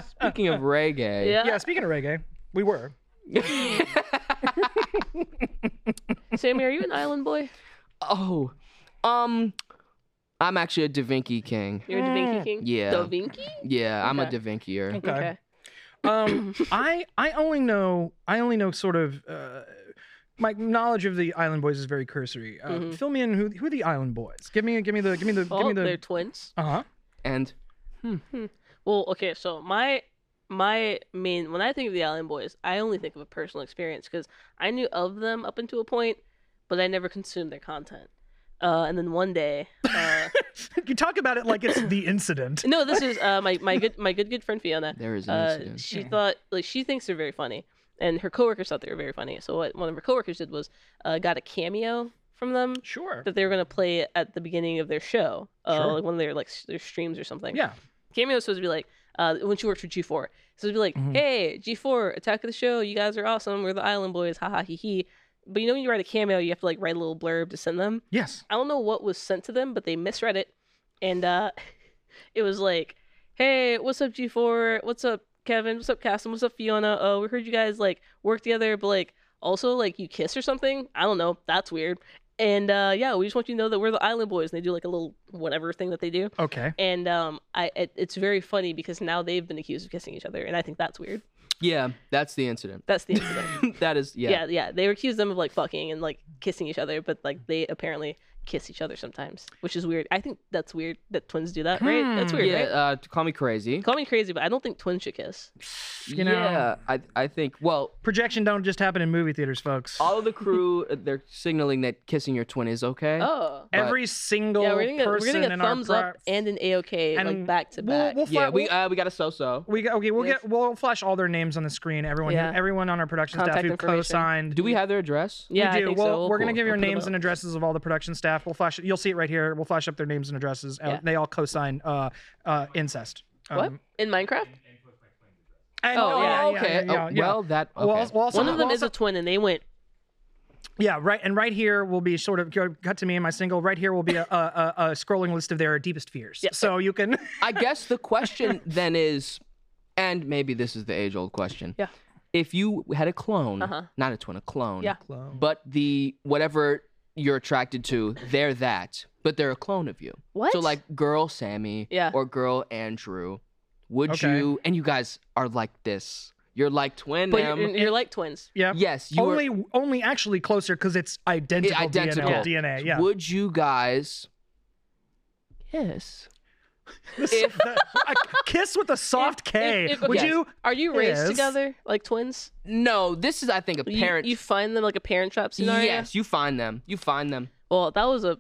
Speaker 3: Speaking of reggae.
Speaker 4: Yeah.
Speaker 2: Yeah, speaking of reggae, we were.
Speaker 4: <laughs> Sammy, are you an island boy?
Speaker 3: <laughs> Oh. Um I'm actually a Da Vinci king.
Speaker 4: You're a Da
Speaker 2: Mm.
Speaker 4: Vinci King?
Speaker 3: Yeah.
Speaker 4: Da Vinci?
Speaker 3: Yeah, I'm a
Speaker 4: Okay.
Speaker 3: Da Vincier.
Speaker 2: Okay.
Speaker 3: <coughs>
Speaker 2: Um, I I only know I only know sort of uh, my knowledge of the Island Boys is very cursory. Uh,
Speaker 4: Mhm.
Speaker 2: Fill me in who who are the Island Boys? Give me give me the give me the give
Speaker 4: Oh,
Speaker 2: me
Speaker 4: they're
Speaker 2: the.
Speaker 4: twins.
Speaker 2: Uh huh.
Speaker 3: And
Speaker 4: Well, okay, so my my main when I think of the Island Boys, I only think of a personal experience because I knew of them up until a point, but I never consumed their content. Uh, and then one day,
Speaker 2: <laughs>
Speaker 4: uh,
Speaker 2: You talk about it like it's the
Speaker 4: <laughs>
Speaker 2: incident.
Speaker 4: no, this is uh, my my good my good good friend Fiona.
Speaker 3: there is an
Speaker 4: Uh,
Speaker 3: incident.
Speaker 4: she thought like she thinks they're very funny, and her coworkers thought they were very funny. So what one of her coworkers did was uh, got a cameo from them
Speaker 2: Sure.
Speaker 4: that they were going to play at the beginning of their show, uh,
Speaker 2: Sure.
Speaker 4: like one of their like s- their streams or something.
Speaker 2: Yeah.
Speaker 4: Cameo was supposed to be like uh, when she worked for G4. So it'd be like,
Speaker 2: Mhm.
Speaker 4: hey, G4, attack of the show. You guys are awesome. We're the Island Boys. Ha ha he he. But you know when you write a cameo, you have to like write a little blurb to send them.
Speaker 2: Yes.
Speaker 4: I don't know what was sent to them, but they misread it, and uh, <laughs> it was like, "Hey, what's up, G4? What's up, Kevin? What's up, Cassim? What's up, Fiona? Oh, we heard you guys like work together, but like also like you kiss or something. I don't know. That's weird." And uh, yeah, we just want you to know that we're the Island Boys, and they do like a little whatever thing that they do.
Speaker 2: Okay.
Speaker 4: And um, I it, it's very funny because now they've been accused of kissing each other, and I think that's weird.
Speaker 3: Yeah, that's the incident. <laughs>
Speaker 4: That's the incident.
Speaker 3: that is yeah.
Speaker 4: yeah, yeah. They accused them of like fucking and like kissing each other, but like they apparently kiss each other sometimes, which is weird. I think that's weird that twins do that, right? That's
Speaker 2: Hmm.
Speaker 4: weird,
Speaker 3: Yeah,
Speaker 4: right?
Speaker 3: uh, call me crazy.
Speaker 4: Call me crazy, but I don't think twins should kiss.
Speaker 2: You know,
Speaker 3: yeah, I I think well,
Speaker 2: projection don't just happen in movie theaters, folks.
Speaker 3: all of the crew uh, they're signaling that kissing your twin is okay.
Speaker 4: Oh.
Speaker 3: but-
Speaker 2: Every single
Speaker 4: Yeah, we're getting a, we're
Speaker 2: person
Speaker 4: getting a
Speaker 2: in
Speaker 4: thumbs
Speaker 2: our
Speaker 4: up and an AOK like
Speaker 2: and
Speaker 4: back to
Speaker 2: we'll,
Speaker 4: back.
Speaker 2: we'll,
Speaker 3: yeah,
Speaker 2: fi-
Speaker 3: we
Speaker 2: we'll-
Speaker 3: uh, we got a so-so.
Speaker 2: We got, okay, we'll
Speaker 4: Yes.
Speaker 2: get we'll flash all their names on the screen. Everyone, who-
Speaker 4: Yeah.
Speaker 2: everyone on our production
Speaker 4: Contact
Speaker 2: staff who
Speaker 4: information.
Speaker 2: co-signed.
Speaker 3: Do we have their address?
Speaker 4: Yeah,
Speaker 2: we do.
Speaker 4: I think
Speaker 2: we'll,
Speaker 4: so.
Speaker 2: We're gonna
Speaker 3: Cool.
Speaker 2: give your
Speaker 3: I'll put 'em
Speaker 2: names
Speaker 3: up.
Speaker 2: and addresses of all the production staff. We'll flash. it- You'll see it right here. We'll flash up their names and addresses. Uh,
Speaker 4: Yeah.
Speaker 2: They all co-sign uh, uh, incest.
Speaker 4: what
Speaker 2: Um,
Speaker 4: in Minecraft?
Speaker 2: and-
Speaker 4: Oh, yeah,
Speaker 3: okay.
Speaker 2: yeah,
Speaker 3: Oh,
Speaker 2: yeah.
Speaker 3: Well, that okay.
Speaker 2: We'll al- we'll also-
Speaker 4: One of them
Speaker 2: we'll
Speaker 4: is a
Speaker 2: also-
Speaker 4: twin, and they went.
Speaker 2: yeah, right. And right here will be sort of cut to me and my single. Right here will be a, a, a, a scrolling list of their deepest fears.
Speaker 4: Yeah.
Speaker 2: So you
Speaker 4: <laughs>
Speaker 2: can.
Speaker 3: <laughs> I guess the question then is, and maybe this is the age-old question.
Speaker 4: Yeah.
Speaker 3: If you had a clone,
Speaker 4: Uh-huh.
Speaker 3: not a twin, a clone.
Speaker 4: Yeah.
Speaker 3: But the whatever you're attracted to, they're that, but they're a clone of you.
Speaker 4: What?
Speaker 3: So like girl Sammy
Speaker 4: Yeah.
Speaker 3: or girl Andrew, would
Speaker 2: Okay.
Speaker 3: you? And you guys are like this. You're like twin
Speaker 4: But
Speaker 3: them.
Speaker 4: you're, you're like twins.
Speaker 2: yeah.
Speaker 3: yes, you
Speaker 2: only only actually closer because it's identical,
Speaker 3: Yeah, identical.
Speaker 2: DNA. DNA. Yeah.
Speaker 3: are. Would you guys? Yes.
Speaker 2: <laughs> This-
Speaker 3: if-
Speaker 2: a kiss with a soft K.
Speaker 4: <laughs> if- if-
Speaker 2: Would
Speaker 3: okay.
Speaker 2: you?
Speaker 4: Are you raised
Speaker 2: Yes.
Speaker 4: together like twins?
Speaker 3: No, this is I think a
Speaker 4: You-
Speaker 3: parent.
Speaker 4: You, find them like a parent trap scenario.
Speaker 3: yes, you find them. You
Speaker 2: <laughs>
Speaker 3: find them.
Speaker 4: Well, that was a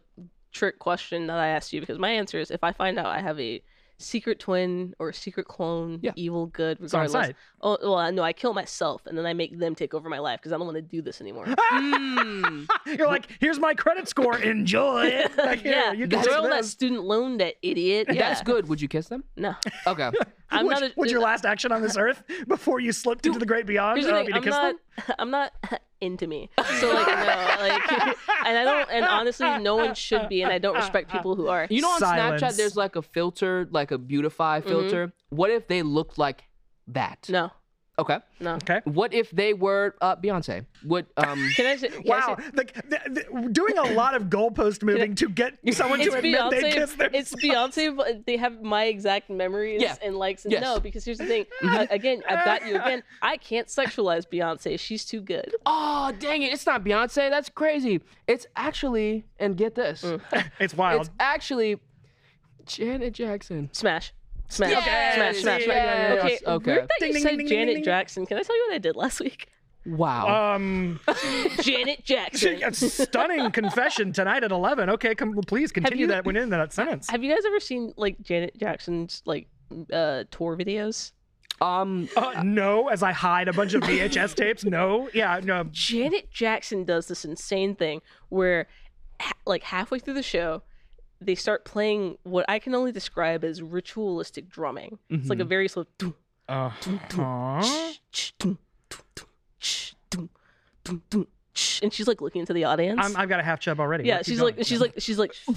Speaker 4: trick question that I asked you because my answer is if I find out I have a secret twin or a secret clone,
Speaker 3: Yeah.
Speaker 4: evil, good,
Speaker 2: It's on
Speaker 4: regardless.
Speaker 2: site.
Speaker 4: Oh, well, no, I kill myself and then I make them take over my life because I don't want to do this anymore.
Speaker 3: Mm.
Speaker 2: You're like, here's my credit score. Enjoy.
Speaker 4: <laughs>
Speaker 2: it. Like, here,
Speaker 4: yeah,
Speaker 2: you can
Speaker 4: that's
Speaker 2: take
Speaker 4: all that
Speaker 2: this.
Speaker 4: student loan debt, idiot. Yeah.
Speaker 3: <laughs> That's good. Would you kiss them?
Speaker 4: No,
Speaker 3: Okay.
Speaker 4: I'm
Speaker 2: Would-
Speaker 4: not. A,
Speaker 2: would
Speaker 4: <laughs>
Speaker 2: your last action on this earth before you slipped into the great beyond
Speaker 4: Here's the
Speaker 2: uh,
Speaker 4: thing,
Speaker 2: be to
Speaker 4: I'm
Speaker 2: kiss
Speaker 4: not.
Speaker 2: them?
Speaker 4: <laughs> I'm not into me. So like, no, like, <laughs> and I don't. And honestly, no one should be. And I don't respect people who are.
Speaker 3: You know, on
Speaker 2: Silence.
Speaker 3: Snapchat, there's like a filter, like a beautify filter. What if they looked like that?
Speaker 4: Mm-hmm. No,
Speaker 3: Okay.
Speaker 4: no.
Speaker 2: Okay.
Speaker 3: What if they were uh, Beyonce? What? Um.
Speaker 4: Can I say? can I
Speaker 2: Wow,
Speaker 4: say-
Speaker 2: the, the, the, doing a lot of
Speaker 4: <laughs>
Speaker 2: goalpost moving to get someone to
Speaker 4: it's
Speaker 2: admit they kissed
Speaker 4: Beyonce.
Speaker 2: their.
Speaker 4: It's Beyonce, but they have my exact memories
Speaker 3: Yeah.
Speaker 4: and likes. And
Speaker 3: Yes.
Speaker 4: No, because here's
Speaker 2: <laughs>
Speaker 4: the thing.
Speaker 2: Mm-hmm.
Speaker 4: uh, again, I've got you again. I can't sexualize Beyonce. She's too good.
Speaker 3: oh dang it! It's not Beyonce. That's crazy. It's actually, and get
Speaker 2: <laughs>
Speaker 3: this,
Speaker 2: Mm. It's wild.
Speaker 3: it's actually Janet Jackson.
Speaker 4: Smash. Smash.
Speaker 3: Yes.
Speaker 4: Smash. Smash.
Speaker 2: Yeah, yeah, yeah.
Speaker 4: Okay.
Speaker 3: Okay.
Speaker 4: Weird that
Speaker 2: Ding,
Speaker 4: you
Speaker 2: ding,
Speaker 4: said
Speaker 2: ding, ding,
Speaker 4: Janet
Speaker 2: ding, ding.
Speaker 4: Jackson. Can I tell you what I did
Speaker 2: <laughs>
Speaker 4: last week?
Speaker 3: Wow.
Speaker 2: um,
Speaker 4: Janet
Speaker 2: she,
Speaker 4: Jackson.
Speaker 2: a stunning
Speaker 4: <laughs>
Speaker 2: confession tonight at eleven. Okay, come, please continue
Speaker 4: you-
Speaker 2: that when in that sentence.
Speaker 4: Have you guys ever seen like Janet Jackson's like uh tour videos?
Speaker 3: um.
Speaker 2: Uh, no, as I hide a bunch of
Speaker 4: <laughs>
Speaker 2: VHS tapes. No, yeah, no.
Speaker 4: Janet Jackson does this insane thing where, ha- like halfway through the show, they start playing what I can only describe as ritualistic drumming. It's
Speaker 2: Mm-hmm.
Speaker 4: like a very slow. dum,
Speaker 2: Uh,
Speaker 4: ch, ch, dum, dum, dum, ch, dum, dum, dum, ch. And she's like looking into the audience.
Speaker 2: I'm, I've got a half chub already.
Speaker 4: yeah,
Speaker 2: Let's keep
Speaker 4: she's
Speaker 2: going.
Speaker 4: like, she's like, she's like,
Speaker 2: <laughs>
Speaker 4: and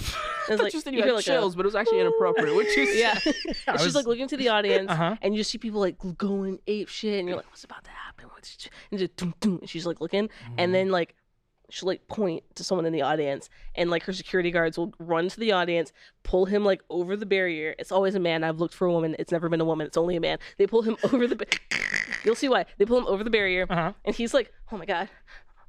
Speaker 4: it's like,
Speaker 3: just that
Speaker 4: you
Speaker 3: you
Speaker 4: hear
Speaker 3: had
Speaker 4: like a-
Speaker 3: chills, but it was actually inappropriate. Would you? say?
Speaker 4: yeah. And
Speaker 2: <laughs> I
Speaker 4: she's
Speaker 2: was-
Speaker 4: like looking to the audience,
Speaker 2: Uh-huh.
Speaker 4: and you just see people like going ape shit, and you're like, "What's about to happen?" What's ch- and just doom, doom, and she's like looking, and then like she'll like point to someone in the audience, and like her security guards will run to the audience, pull him like over the barrier. It's always a man. I've looked for a woman. It's never been a woman. It's only a man. They pull him <laughs> over the. Ba- You'll see why they pull him over the barrier,
Speaker 2: Uh-huh.
Speaker 4: and he's like, "Oh my god,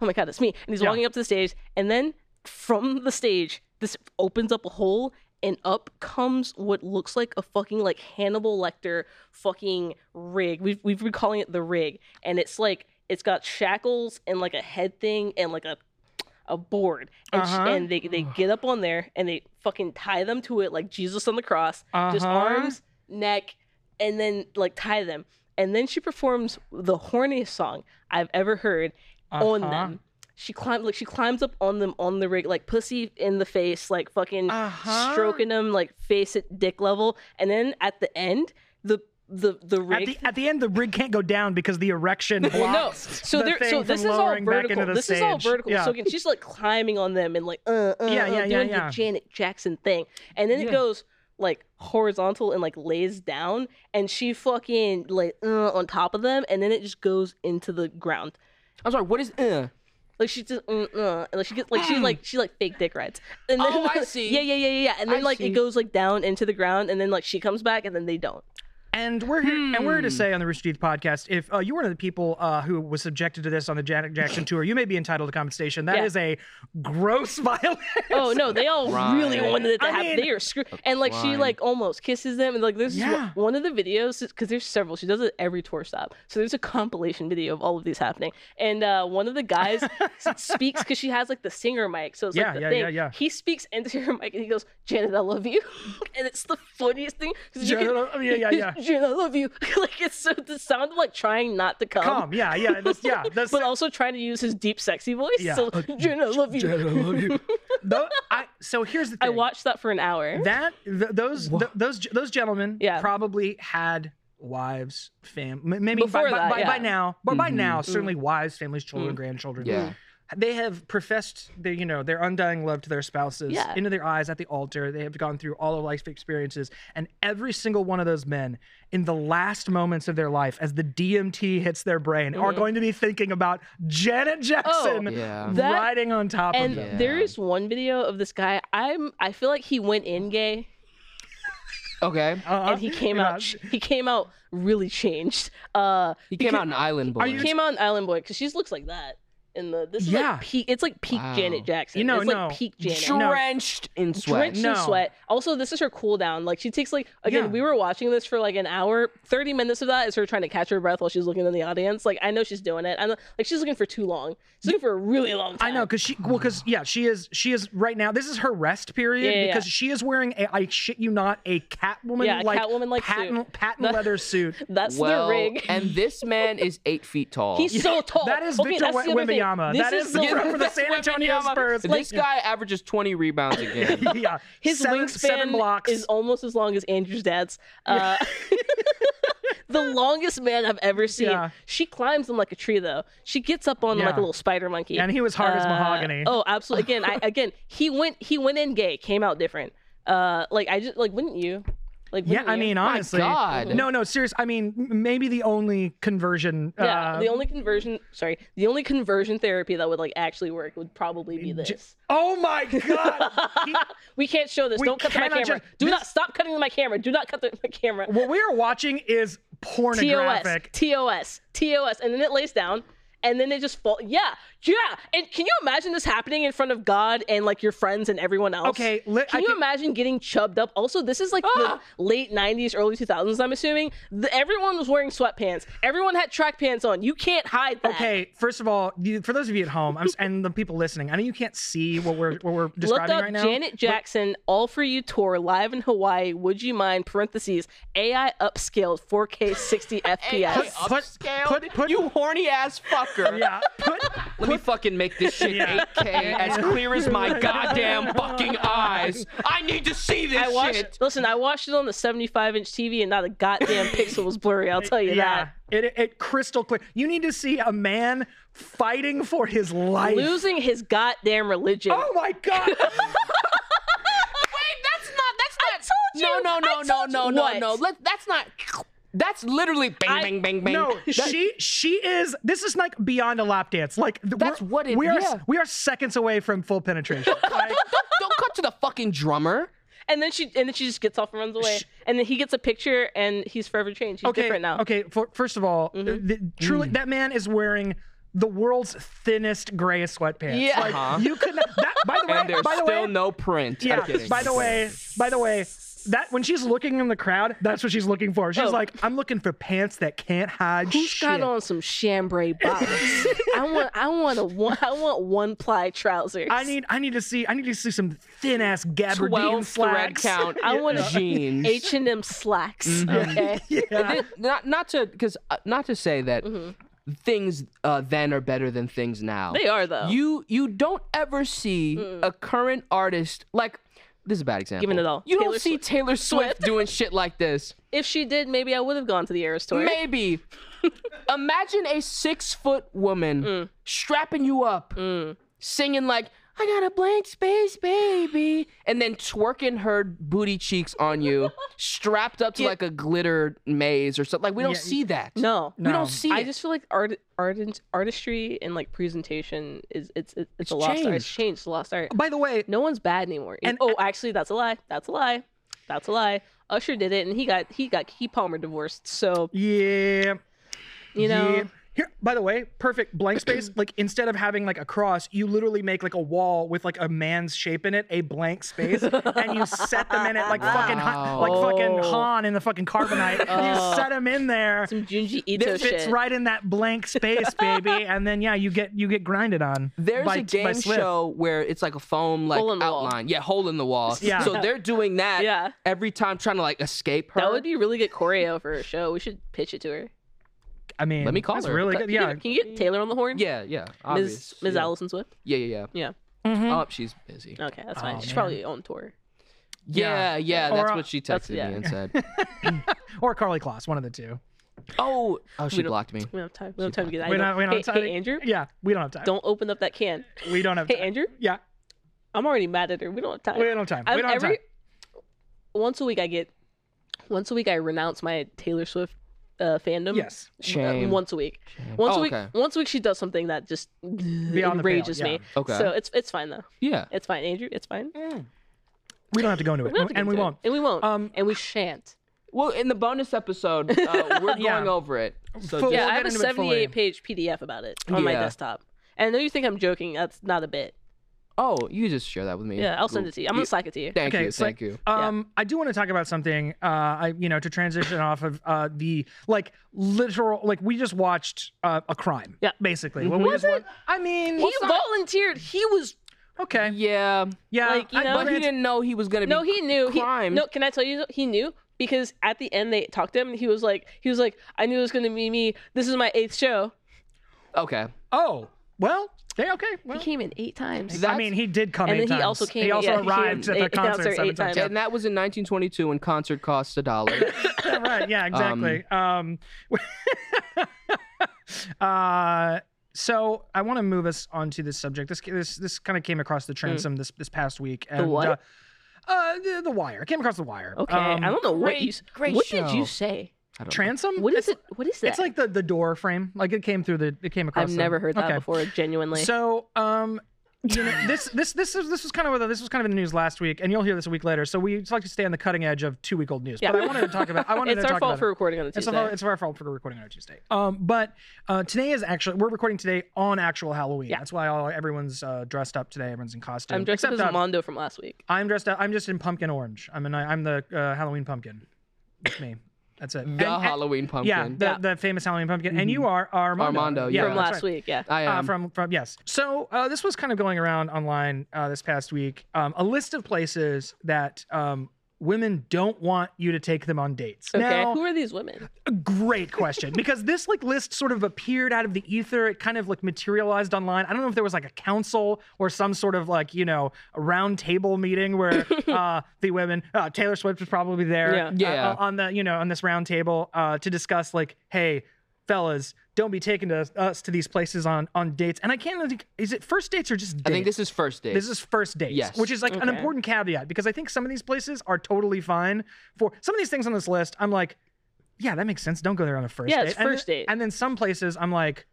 Speaker 4: oh my god, it's me!" And he's
Speaker 2: Yeah.
Speaker 4: walking up to the stage, and then from the stage, this opens up a hole, and up comes what looks like a fucking like Hannibal Lecter fucking rig. We've we've been calling it the rig, and it's like it's got shackles and like a head thing and like a a board, and, sh-
Speaker 2: Uh-huh.
Speaker 4: and they they get up on there and they fucking tie them to it like Jesus on the cross, just
Speaker 2: Uh-huh.
Speaker 4: arms, neck, and then like tie them. And then she performs the horniest song I've ever heard on
Speaker 2: Uh-huh.
Speaker 4: them. she climbed like she climbs up on them on the rig like pussy in the face like fucking
Speaker 2: Uh-huh.
Speaker 4: stroking them like face at dick level and then at the end the the the
Speaker 2: At
Speaker 4: rig
Speaker 2: the, at the end, the rig can't go down because the erection blocks
Speaker 4: <laughs> well, no. So
Speaker 2: the
Speaker 4: there,
Speaker 2: thing
Speaker 4: so
Speaker 2: from
Speaker 4: this is all
Speaker 2: lowering back
Speaker 4: vertical.
Speaker 2: into the
Speaker 4: This
Speaker 2: stage.
Speaker 4: is all vertical.
Speaker 2: Yeah.
Speaker 4: So again, she's like climbing on them and like uh, uh
Speaker 2: Yeah,
Speaker 4: uh,
Speaker 2: yeah, yeah,
Speaker 4: doing
Speaker 2: yeah.
Speaker 4: the Janet Jackson thing, and then
Speaker 3: Yeah.
Speaker 4: it goes like horizontal and like lays down, and she fucking like uh, on top of them, and then it just goes into the ground.
Speaker 3: I'm sorry. What is? Uh?
Speaker 4: Like she just mm, uh, and, like she gets like
Speaker 2: Hmm.
Speaker 4: she like she like fake dick rides. And then, <laughs>
Speaker 3: Oh, I see.
Speaker 4: Yeah, yeah, yeah, yeah, yeah. And then
Speaker 3: I
Speaker 4: like
Speaker 3: see.
Speaker 4: it goes like down into the ground, and then like she comes back, and then they don't.
Speaker 2: And we're here, and we're here
Speaker 4: Hmm.
Speaker 2: to say on the Rooster Teeth podcast, if uh, you were one of the people uh, who was subjected to this on the Janet Jackson tour, you may be entitled to compensation. That
Speaker 4: Yeah.
Speaker 2: is a gross <laughs> violation.
Speaker 4: Oh no, they all really
Speaker 3: Right.
Speaker 4: wanted it to
Speaker 2: I
Speaker 4: happen.
Speaker 2: mean-
Speaker 4: they are screwed, and like she
Speaker 3: Right.
Speaker 4: like almost kisses them, and like this
Speaker 2: Yeah.
Speaker 4: is wh- one of the videos because there's several. She does it every tour stop, so there's a compilation video of all of these happening. And uh, one of the guys s-
Speaker 2: <laughs>
Speaker 4: speaks because she has like the singer mic, so it's
Speaker 2: Yeah,
Speaker 4: like the
Speaker 2: yeah,
Speaker 4: thing.
Speaker 2: yeah, yeah.
Speaker 4: He speaks into her mic and he goes, "Janet, I love you," <laughs> and it's the funniest thing. 'cause you
Speaker 2: Janet,
Speaker 4: can-
Speaker 2: I- yeah, yeah,
Speaker 4: <laughs>
Speaker 2: yeah.
Speaker 4: Janet, I love you. like it's so the sound of like trying not to come.
Speaker 2: Come, yeah, yeah, that's, yeah. That's,
Speaker 4: But also trying to use his deep, sexy voice.
Speaker 2: Yeah. <laughs>
Speaker 4: So, Janet, I love you.
Speaker 2: tho- I, so here's the thing.
Speaker 4: I watched that for an hour.
Speaker 2: that th- those th- those ge- those gentlemen
Speaker 4: Yeah.
Speaker 2: probably had wives, fam, m- maybe by, by-
Speaker 4: Before that,
Speaker 2: by, by
Speaker 4: yeah.
Speaker 2: now, but by
Speaker 3: Mhm.
Speaker 2: now certainly wives, families, children,
Speaker 4: Mm.
Speaker 2: grandchildren.
Speaker 3: Yeah.
Speaker 2: they have professed their you know their undying love to their spouses
Speaker 4: Yeah.
Speaker 2: into their eyes at the altar they have gone through all of life's experiences and every single one of those men in the last moments of their life as the dmt hits their brain are
Speaker 4: Mhm.
Speaker 2: going to be thinking about janet jackson
Speaker 3: Yeah.
Speaker 4: Oh, That-
Speaker 2: riding on top of
Speaker 4: and
Speaker 2: them
Speaker 4: there
Speaker 3: Yeah.
Speaker 4: is one video of this guy. I'm. I feel like he went in gay,
Speaker 3: Okay.
Speaker 2: Uh-huh.
Speaker 4: and he came
Speaker 2: Yeah.
Speaker 4: out. He came out really changed. Uh,
Speaker 3: He came out an island boy.
Speaker 2: Are you-
Speaker 4: he came out an Island Boy because she looks like that. In the this is
Speaker 2: Yeah.
Speaker 4: like peak. It's like peak
Speaker 3: Wow.
Speaker 4: Janet Jackson.
Speaker 2: You know,
Speaker 4: it's
Speaker 2: no.
Speaker 4: like peak Janet.
Speaker 2: Sure. No.
Speaker 3: drenched in sweat?
Speaker 4: Drenched in
Speaker 2: No.
Speaker 4: sweat. Also, this is her cool down. Like she takes like again,
Speaker 2: Yeah.
Speaker 4: we were watching this for like an hour. Thirty minutes of that is her trying to catch her breath while she's looking in the audience. Like I know she's doing it. I know like she's looking for too long. She's looking for a really long
Speaker 2: I
Speaker 4: time.
Speaker 2: know, cause she, well, cause yeah, she is, she is right now. This is her rest period
Speaker 4: Yeah, yeah,
Speaker 2: because she is wearing a, I shit you not, a Catwoman
Speaker 4: Yeah, a
Speaker 2: like
Speaker 4: Catwoman-like suit.
Speaker 2: patent, patent leather
Speaker 4: <laughs>
Speaker 2: suit.
Speaker 4: That's
Speaker 3: well,
Speaker 4: the rig.
Speaker 3: and this man is eight feet tall.
Speaker 4: He's so tall.
Speaker 2: That is
Speaker 4: Okay,
Speaker 2: Victor
Speaker 4: that's the
Speaker 2: w-
Speaker 4: other thing.
Speaker 2: Wembanyama.
Speaker 4: This
Speaker 2: That is, the
Speaker 4: the-
Speaker 2: front for the San Antonio
Speaker 3: Wembanyama.
Speaker 2: Spurs.
Speaker 3: this guy averages 20 rebounds
Speaker 2: <laughs>
Speaker 3: a game.
Speaker 2: yeah,
Speaker 4: his
Speaker 2: seven,
Speaker 4: wingspan
Speaker 2: seven blocks.
Speaker 4: is almost as long as Andrew's dad's. Uh, <laughs> the longest man I've ever seen.
Speaker 2: Yeah.
Speaker 4: She climbs him like a tree, though. She gets up on him like
Speaker 2: Yeah.
Speaker 4: a little spider monkey.
Speaker 2: and he was hard as
Speaker 4: Uh,
Speaker 2: mahogany.
Speaker 4: Oh, absolutely.
Speaker 2: <laughs>
Speaker 4: Again, I, again, he went he went in gay, came out different. Uh, like I just like wouldn't you? Like
Speaker 2: yeah,
Speaker 4: wouldn't
Speaker 2: I
Speaker 4: you?
Speaker 2: mean, honestly,
Speaker 3: God.
Speaker 2: no, no, serious. I mean, m- maybe the only conversion.
Speaker 4: Yeah,
Speaker 2: uh,
Speaker 4: the only conversion, sorly, the only conversion therapy that would like actually work would probably be
Speaker 2: J-
Speaker 4: this.
Speaker 2: Oh my
Speaker 4: <laughs>
Speaker 2: God! He-
Speaker 4: we can't show this.
Speaker 2: We
Speaker 4: Don't cut to my
Speaker 2: cannot
Speaker 4: camera.
Speaker 2: ju-
Speaker 4: Do
Speaker 2: this-
Speaker 4: not stop cutting to my camera. Do not cut to my camera.
Speaker 2: what we are watching is
Speaker 4: TOS,
Speaker 2: pornographic.
Speaker 4: TOS, TOS, and then it lays down, and then it just falls. Yeah, yeah. And can you imagine this happening in front of God and like your friends and everyone else?
Speaker 2: Okay, let,
Speaker 4: Can
Speaker 2: I
Speaker 4: you
Speaker 2: can- Ah!
Speaker 4: imagine getting chubbed up? Also, this is like the late '90s, early 2000s. I'm assuming the, everyone was wearing sweatpants. Everyone had track pants on. You can't hide that.
Speaker 2: Okay, first of all, you, for those of you at home, I'm, s- and the people listening, I know you can't see what we're what we're
Speaker 4: Look
Speaker 2: describing
Speaker 4: up
Speaker 2: right now.
Speaker 4: Janet Jackson All For You Tour live in Hawaii. Would you mind? Parentheses AI upscaled 4K 60
Speaker 3: Hey,
Speaker 4: FPS.
Speaker 2: put-
Speaker 3: upscale?
Speaker 2: put- put-
Speaker 3: you horny ass
Speaker 2: <laughs>
Speaker 3: fucker.
Speaker 2: yeah, put
Speaker 3: Let me fucking make this shit
Speaker 2: Yeah.
Speaker 3: 8K as clear
Speaker 2: <laughs>
Speaker 3: as my goddamn fucking eyes. I need to see this
Speaker 4: I watched.
Speaker 3: shit.
Speaker 4: Listen, I watched it on the 75 inch TV, and not a
Speaker 3: <laughs>
Speaker 4: goddamn pixel was blurry. I'll tell you
Speaker 2: yeah, it it crystal clear. You need to see a man fighting for his life.
Speaker 4: that. Losing his goddamn religion. <laughs>
Speaker 2: Oh my god!
Speaker 3: Wait, that's not. That's
Speaker 4: I told
Speaker 3: No,
Speaker 4: you.
Speaker 3: no,
Speaker 4: I
Speaker 3: no, no,
Speaker 4: told
Speaker 3: no,
Speaker 4: you.
Speaker 3: no,
Speaker 4: What?
Speaker 3: no. Let, that's not. That's literally bang,
Speaker 4: I-
Speaker 3: bang, bang, bang.
Speaker 2: no,
Speaker 3: That-
Speaker 2: she she is. This is like beyond a lap dance. Like th-
Speaker 3: That's
Speaker 2: we're-
Speaker 3: what it-
Speaker 2: we are.
Speaker 3: yeah.
Speaker 2: We are seconds away from full penetration. Like,
Speaker 3: Don't cut to the fucking drummer.
Speaker 4: And then she, and then she just gets off and runs away.
Speaker 2: Sh-
Speaker 4: and then he gets a picture, and he's forever changed. He's
Speaker 2: okay,
Speaker 4: different now. Mm-hmm.
Speaker 2: okay. For, first of all, th-
Speaker 3: Mm.
Speaker 2: truly, that man is wearing. The world's thinnest gray sweatpants.
Speaker 4: Yeah.
Speaker 2: Like,
Speaker 3: Uh-huh.
Speaker 2: you could. Not, that, by the way,
Speaker 3: And there's
Speaker 2: by the
Speaker 3: still
Speaker 2: way,
Speaker 3: no print. I'm
Speaker 2: Yeah.
Speaker 3: kidding.
Speaker 2: By the way, by the way, that when she's looking in the crowd, that's what she's looking for. She's
Speaker 4: Oh.
Speaker 2: like, I'm looking for pants that can't hide
Speaker 4: Who's
Speaker 2: shit.
Speaker 4: got on some
Speaker 3: <laughs>
Speaker 4: chambray bottoms? I want, I want a one, I want one ply trousers.
Speaker 2: I need, I need to see, I need to see some thin ass gabardine
Speaker 3: twelve thread
Speaker 2: slacks.
Speaker 3: <laughs> count.
Speaker 4: I want a
Speaker 3: jeans.
Speaker 4: H
Speaker 3: Mm-hmm.
Speaker 4: and M slacks. Okay.
Speaker 3: <laughs>
Speaker 2: yeah.
Speaker 3: not not to because uh, not to say that things uh, then are better than things now.
Speaker 4: Mm-hmm. They are though.
Speaker 3: You you don't ever see
Speaker 4: Mm.
Speaker 3: a current artist like this is a bad example.
Speaker 4: Giving it all.
Speaker 3: You
Speaker 4: Taylor
Speaker 3: don't see
Speaker 4: Swift. <laughs>
Speaker 3: Taylor Swift doing shit like this.
Speaker 4: if she did, maybe I would have gone to the Eras tour. <laughs>
Speaker 3: Maybe. Imagine a six foot woman
Speaker 4: Mm.
Speaker 3: strapping you up,
Speaker 4: Mm.
Speaker 3: singing like "I got a blank space, baby," and then twerking her booty cheeks on
Speaker 4: <laughs>
Speaker 3: you, strapped up to
Speaker 2: Yeah.
Speaker 3: like a glitter maze or something. Like we don't
Speaker 2: Yeah,
Speaker 3: see that.
Speaker 4: No.
Speaker 3: we
Speaker 2: No.
Speaker 3: don't see
Speaker 4: I
Speaker 3: it.
Speaker 4: just feel like art, art, artistry and like presentation is it's it's, it's
Speaker 3: It's
Speaker 4: a lost art. It's
Speaker 3: changed.
Speaker 4: changed. It's a lost art.
Speaker 2: By the way,
Speaker 4: No one's bad anymore.
Speaker 2: And-
Speaker 4: And oh, actually, that's a lie. That's a lie. That's a lie. Usher did it, and he got he got Key Palmer divorced. So
Speaker 2: yeah,
Speaker 4: you know,
Speaker 2: yeah. Here, by the way, perfect blank space. <clears throat> like instead of having like a cross, you literally make like a wall with like a man's shape in it, a blank
Speaker 4: <laughs>
Speaker 2: space, and you set them in it like fucking Han,
Speaker 3: Wow.
Speaker 2: like fucking
Speaker 4: Oh.
Speaker 2: Han in the fucking carbonite. You
Speaker 4: Oh.
Speaker 2: set them in there.
Speaker 4: some Junji Ito
Speaker 2: It fits
Speaker 4: shit.
Speaker 2: right in that blank space, baby.
Speaker 4: <laughs>
Speaker 2: and then yeah, you get you get grinded on.
Speaker 3: There's
Speaker 2: by,
Speaker 3: a
Speaker 2: by
Speaker 3: game
Speaker 2: Swift.
Speaker 3: show where it's like a foam like
Speaker 4: Hole in the wall.
Speaker 3: outline. Yeah, hole in the wall.
Speaker 2: Yeah.
Speaker 3: So they're doing that
Speaker 4: Yeah,
Speaker 3: every time trying to like escape her.
Speaker 4: that would be really good choreo for a show. We should pitch it to her.
Speaker 2: I mean,
Speaker 3: Let me call
Speaker 2: that's
Speaker 3: her.
Speaker 2: Really good.
Speaker 4: Can you-
Speaker 2: Yeah,
Speaker 4: Can you get Taylor on the horn?
Speaker 3: yeah, yeah.
Speaker 4: Ms.
Speaker 3: obvious.
Speaker 4: Ms.
Speaker 3: Yeah.
Speaker 4: Allison Swift.
Speaker 3: Yeah, yeah, yeah.
Speaker 2: Mhm.
Speaker 3: Oh, she's busy.
Speaker 4: Okay, that's fine.
Speaker 2: Oh,
Speaker 4: She's
Speaker 2: man.
Speaker 4: probably on tour.
Speaker 2: Yeah.
Speaker 3: Yeah, yeah,
Speaker 2: Or,
Speaker 3: that's
Speaker 2: uh,
Speaker 3: what she
Speaker 4: that's-
Speaker 3: texted me
Speaker 4: yeah.
Speaker 3: and said.
Speaker 4: <laughs>
Speaker 2: or Carly Kloss, one of the two.
Speaker 3: Oh, oh, she
Speaker 4: We don't-
Speaker 3: blocked me.
Speaker 4: We don't have time. We don't have time to get that.
Speaker 2: We
Speaker 4: I
Speaker 2: don't- we don't
Speaker 4: hey,
Speaker 2: have time
Speaker 4: hey,
Speaker 2: to-
Speaker 4: Andrew,
Speaker 2: Yeah, we don't have time.
Speaker 4: don't open up that can.
Speaker 2: We don't have
Speaker 4: Hey,
Speaker 2: time.
Speaker 4: Andrew,
Speaker 2: Yeah,
Speaker 4: I'm already mad at her. We don't have time.
Speaker 2: we don't have time.
Speaker 4: I'm
Speaker 2: We don't have time.
Speaker 4: every once a week I get once a week I renounce my Taylor Swift uh, fandom.
Speaker 2: Yes.
Speaker 4: Uh,
Speaker 3: Shame.
Speaker 4: Once a week. Once
Speaker 3: Oh,
Speaker 4: a week.
Speaker 3: okay.
Speaker 4: Once a week she does something that just
Speaker 2: Beyond the pale,
Speaker 4: enrages me.
Speaker 3: Okay.
Speaker 4: So it's it's fine though.
Speaker 3: yeah.
Speaker 4: It's fine, Andrew. It's fine.
Speaker 2: We don't have to go into it,
Speaker 4: We don't have to
Speaker 2: Mm-hmm.
Speaker 4: get
Speaker 2: and we
Speaker 4: into it.
Speaker 2: won't.
Speaker 4: And we won't.
Speaker 2: Um,
Speaker 4: and we shan't.
Speaker 3: Well, in the bonus
Speaker 4: <laughs>
Speaker 3: episode, uh, we're going
Speaker 2: Yeah.
Speaker 3: over it.
Speaker 2: Full-
Speaker 3: So just-
Speaker 4: yeah,
Speaker 2: we'll
Speaker 4: I
Speaker 2: get
Speaker 4: have a
Speaker 2: into it fully.
Speaker 4: 78 page PDF about it on my
Speaker 3: Yeah.
Speaker 4: desktop. And I know you think I'm joking. That's not a bit.
Speaker 3: oh, you just share that with me.
Speaker 4: Yeah, I'll send it to you. I'm gonna slack it to you.
Speaker 3: Thank
Speaker 2: Okay,
Speaker 3: you,
Speaker 2: so-
Speaker 3: thank you.
Speaker 4: Yeah.
Speaker 2: Um, I do want to talk about something. Uh, I you know to transition off of uh the like literal like we just watched uh, a crime.
Speaker 4: Yeah. Mm-hmm.
Speaker 2: basically. What we
Speaker 4: Was
Speaker 2: just wa- I mean,
Speaker 4: He volunteered. He was
Speaker 2: okay,
Speaker 3: Yeah,
Speaker 2: yeah,
Speaker 4: Like, you
Speaker 2: I-
Speaker 4: know-
Speaker 3: but he
Speaker 2: granted-
Speaker 3: didn't know he was gonna be.
Speaker 4: No, he knew. He,
Speaker 3: crimes.
Speaker 4: no, can I tell you? He knew because at the end they talked to him, and he was like, he was like, I knew it was going to be me. This is my eighth show.
Speaker 3: Okay.
Speaker 2: Oh, well, they okay. Well,
Speaker 4: He came in eight times.
Speaker 3: That-
Speaker 2: I mean, he did come
Speaker 4: And
Speaker 2: eight
Speaker 4: then he
Speaker 2: times.
Speaker 4: also came-
Speaker 2: He also
Speaker 4: yeah, he
Speaker 2: arrived at
Speaker 4: came eight-
Speaker 2: the concert
Speaker 4: concert
Speaker 2: seven times.
Speaker 4: eight times.
Speaker 2: Yeah.
Speaker 3: And that was in 1922 when concert costs
Speaker 2: <coughs>
Speaker 3: a dollar.
Speaker 2: Yeah, <laughs> right. Yeah, exactly. Um, <laughs> uh, so I want to move us onto this subject. This this this kind of came across the transom this this past week. And,
Speaker 4: Mm. what?
Speaker 2: Uh, uh, the, the wire. It came across the wire.
Speaker 4: Okay,
Speaker 2: Um,
Speaker 4: I don't know what you. s-
Speaker 3: great
Speaker 4: what did
Speaker 3: show.
Speaker 4: you say?
Speaker 3: I don't know.
Speaker 2: Transom.
Speaker 4: What
Speaker 2: it's,
Speaker 4: is it? What is that?
Speaker 2: It's like the the door frame. Like it came through the. It came across.
Speaker 4: I've
Speaker 2: the-
Speaker 4: never heard that
Speaker 2: okay.
Speaker 4: before. Genuinely.
Speaker 2: So, um, you know,
Speaker 4: <laughs>
Speaker 2: this this this is this was kind of this was kind of in the news last week, and you'll hear this a week later. So we just like to stay on the cutting edge of two week old news.
Speaker 4: Yeah.
Speaker 2: But I wanted to talk
Speaker 4: <laughs>
Speaker 2: about. I wanted
Speaker 4: it's
Speaker 2: to
Speaker 4: our
Speaker 2: talk
Speaker 4: fault
Speaker 2: about
Speaker 4: for
Speaker 2: it.
Speaker 4: recording on a
Speaker 2: It's
Speaker 4: Tuesday.
Speaker 2: our, it's our fault for recording on a Tuesday. Um, but uh, today is actually we're recording today on actual Halloween.
Speaker 4: Yeah.
Speaker 2: That's why all everyone's uh, dressed up today. Everyone's in costume.
Speaker 4: I'm dressed up
Speaker 2: Except
Speaker 4: as
Speaker 2: uh,
Speaker 4: Mondo from last week.
Speaker 2: I'm dressed up. I'm just in pumpkin orange. I'm in. I'm the uh, Halloween pumpkin. That's me. That's it. And-
Speaker 3: the
Speaker 2: and-
Speaker 3: Halloween
Speaker 2: yeah,
Speaker 3: pumpkin. Mm-hmm.
Speaker 2: the,
Speaker 4: Yeah.
Speaker 2: the famous Halloween pumpkin, and you are Armando.
Speaker 3: Armando, yeah.
Speaker 4: from
Speaker 2: that's
Speaker 4: last
Speaker 2: right.
Speaker 4: week. Yeah.
Speaker 3: I am.
Speaker 2: Uh, from from yes. So uh, this was kind of going around online uh, this past week. Um, a list of places that um, women don't want you to take them on dates.
Speaker 4: Okay.
Speaker 2: Now,
Speaker 4: Who are these women?
Speaker 2: a great question because this like list sort of appeared out of the ether. It kind of like materialized online. I don't know if there was like a council or some sort of like you know a round table meeting where uh, the women uh, Taylor Swift was probably there
Speaker 4: Yeah.
Speaker 2: uh,
Speaker 3: Yeah.
Speaker 2: uh, on the you know on this round table uh, to discuss like hey fellas don't be taking to us to these places on on dates and I can't really think is it first dates or just dates?
Speaker 3: I think this is first date.
Speaker 2: This is first dates,
Speaker 3: Yes.
Speaker 2: which is like an
Speaker 4: Okay.
Speaker 2: important caveat because I think some of these places are totally fine for some of these things on this list. I'm like, yeah, that makes sense. Don't go there on a first
Speaker 4: Yeah,
Speaker 2: date.
Speaker 4: it's
Speaker 2: And
Speaker 4: first
Speaker 2: then-
Speaker 4: date.
Speaker 2: And then some places I'm like,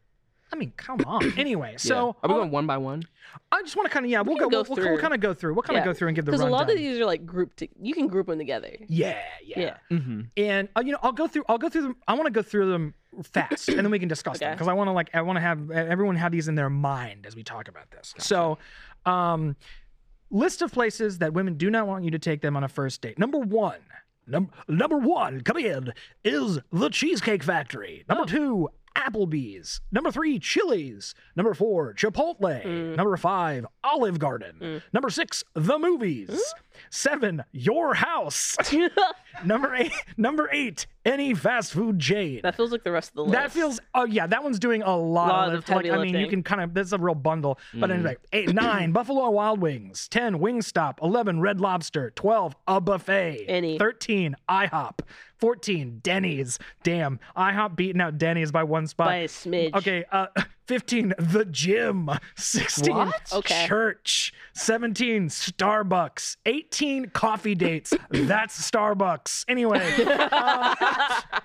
Speaker 2: I mean, come
Speaker 3: <coughs>
Speaker 2: on. anyway,
Speaker 3: Yeah.
Speaker 2: so oh
Speaker 3: are we
Speaker 2: I'll-
Speaker 3: going one by one?
Speaker 2: I just want to kind of yeah, we'll go,
Speaker 4: can
Speaker 2: we'll,
Speaker 4: go
Speaker 2: we'll, we'll
Speaker 4: through.
Speaker 2: kind of go through. We'll kind of
Speaker 4: Yeah.
Speaker 2: go through and give the
Speaker 4: Because a
Speaker 2: rundown.
Speaker 4: lot of these are like grouped. To, you can group
Speaker 2: <laughs>
Speaker 4: them together.
Speaker 2: yeah, yeah,
Speaker 4: Yeah.
Speaker 3: Mm-hmm.
Speaker 2: And uh, you know, I'll go through. I'll go through them. I want to go through them fast, and then we can discuss them
Speaker 4: Okay.
Speaker 2: because I want to like I want to have e, everyone have these in their mind as we talk about this. So, um, list of places that women do not want you to take them on a first date. Number one. Num- number one, come in, is the Cheesecake Factory. Number two, Applebee's. Number three, Chili's. Number four, Chipotle. Number five, Olive Garden. Number six, the movies. Seven, your house. Number eight, number eight, any fast food chain.
Speaker 4: That feels like the rest of the list.
Speaker 2: That feels oh yeah, that one's doing a lot,
Speaker 4: Lot
Speaker 2: of,
Speaker 4: of
Speaker 2: lift. like
Speaker 4: heavy
Speaker 2: I mean you
Speaker 4: lifting.
Speaker 2: can
Speaker 4: Mm.
Speaker 2: kind of that's a real bundle. But then like eight,
Speaker 4: <clears throat>
Speaker 2: nine, Buffalo Wild Wings, ten, Wingstop, eleven, Red Lobster, twelve, a buffet,
Speaker 4: Any.
Speaker 2: thirteen, IHOP, fourteen, Denny's. Damn, IHOP beating out Denny's by one spot.
Speaker 4: by a smidge.
Speaker 2: Okay, uh, <laughs> 15, the gym. 16,
Speaker 3: What?
Speaker 4: Okay.
Speaker 2: church. 17, Starbucks. 18, coffee dates. That's Starbucks.
Speaker 4: <laughs>
Speaker 2: Anyway, um,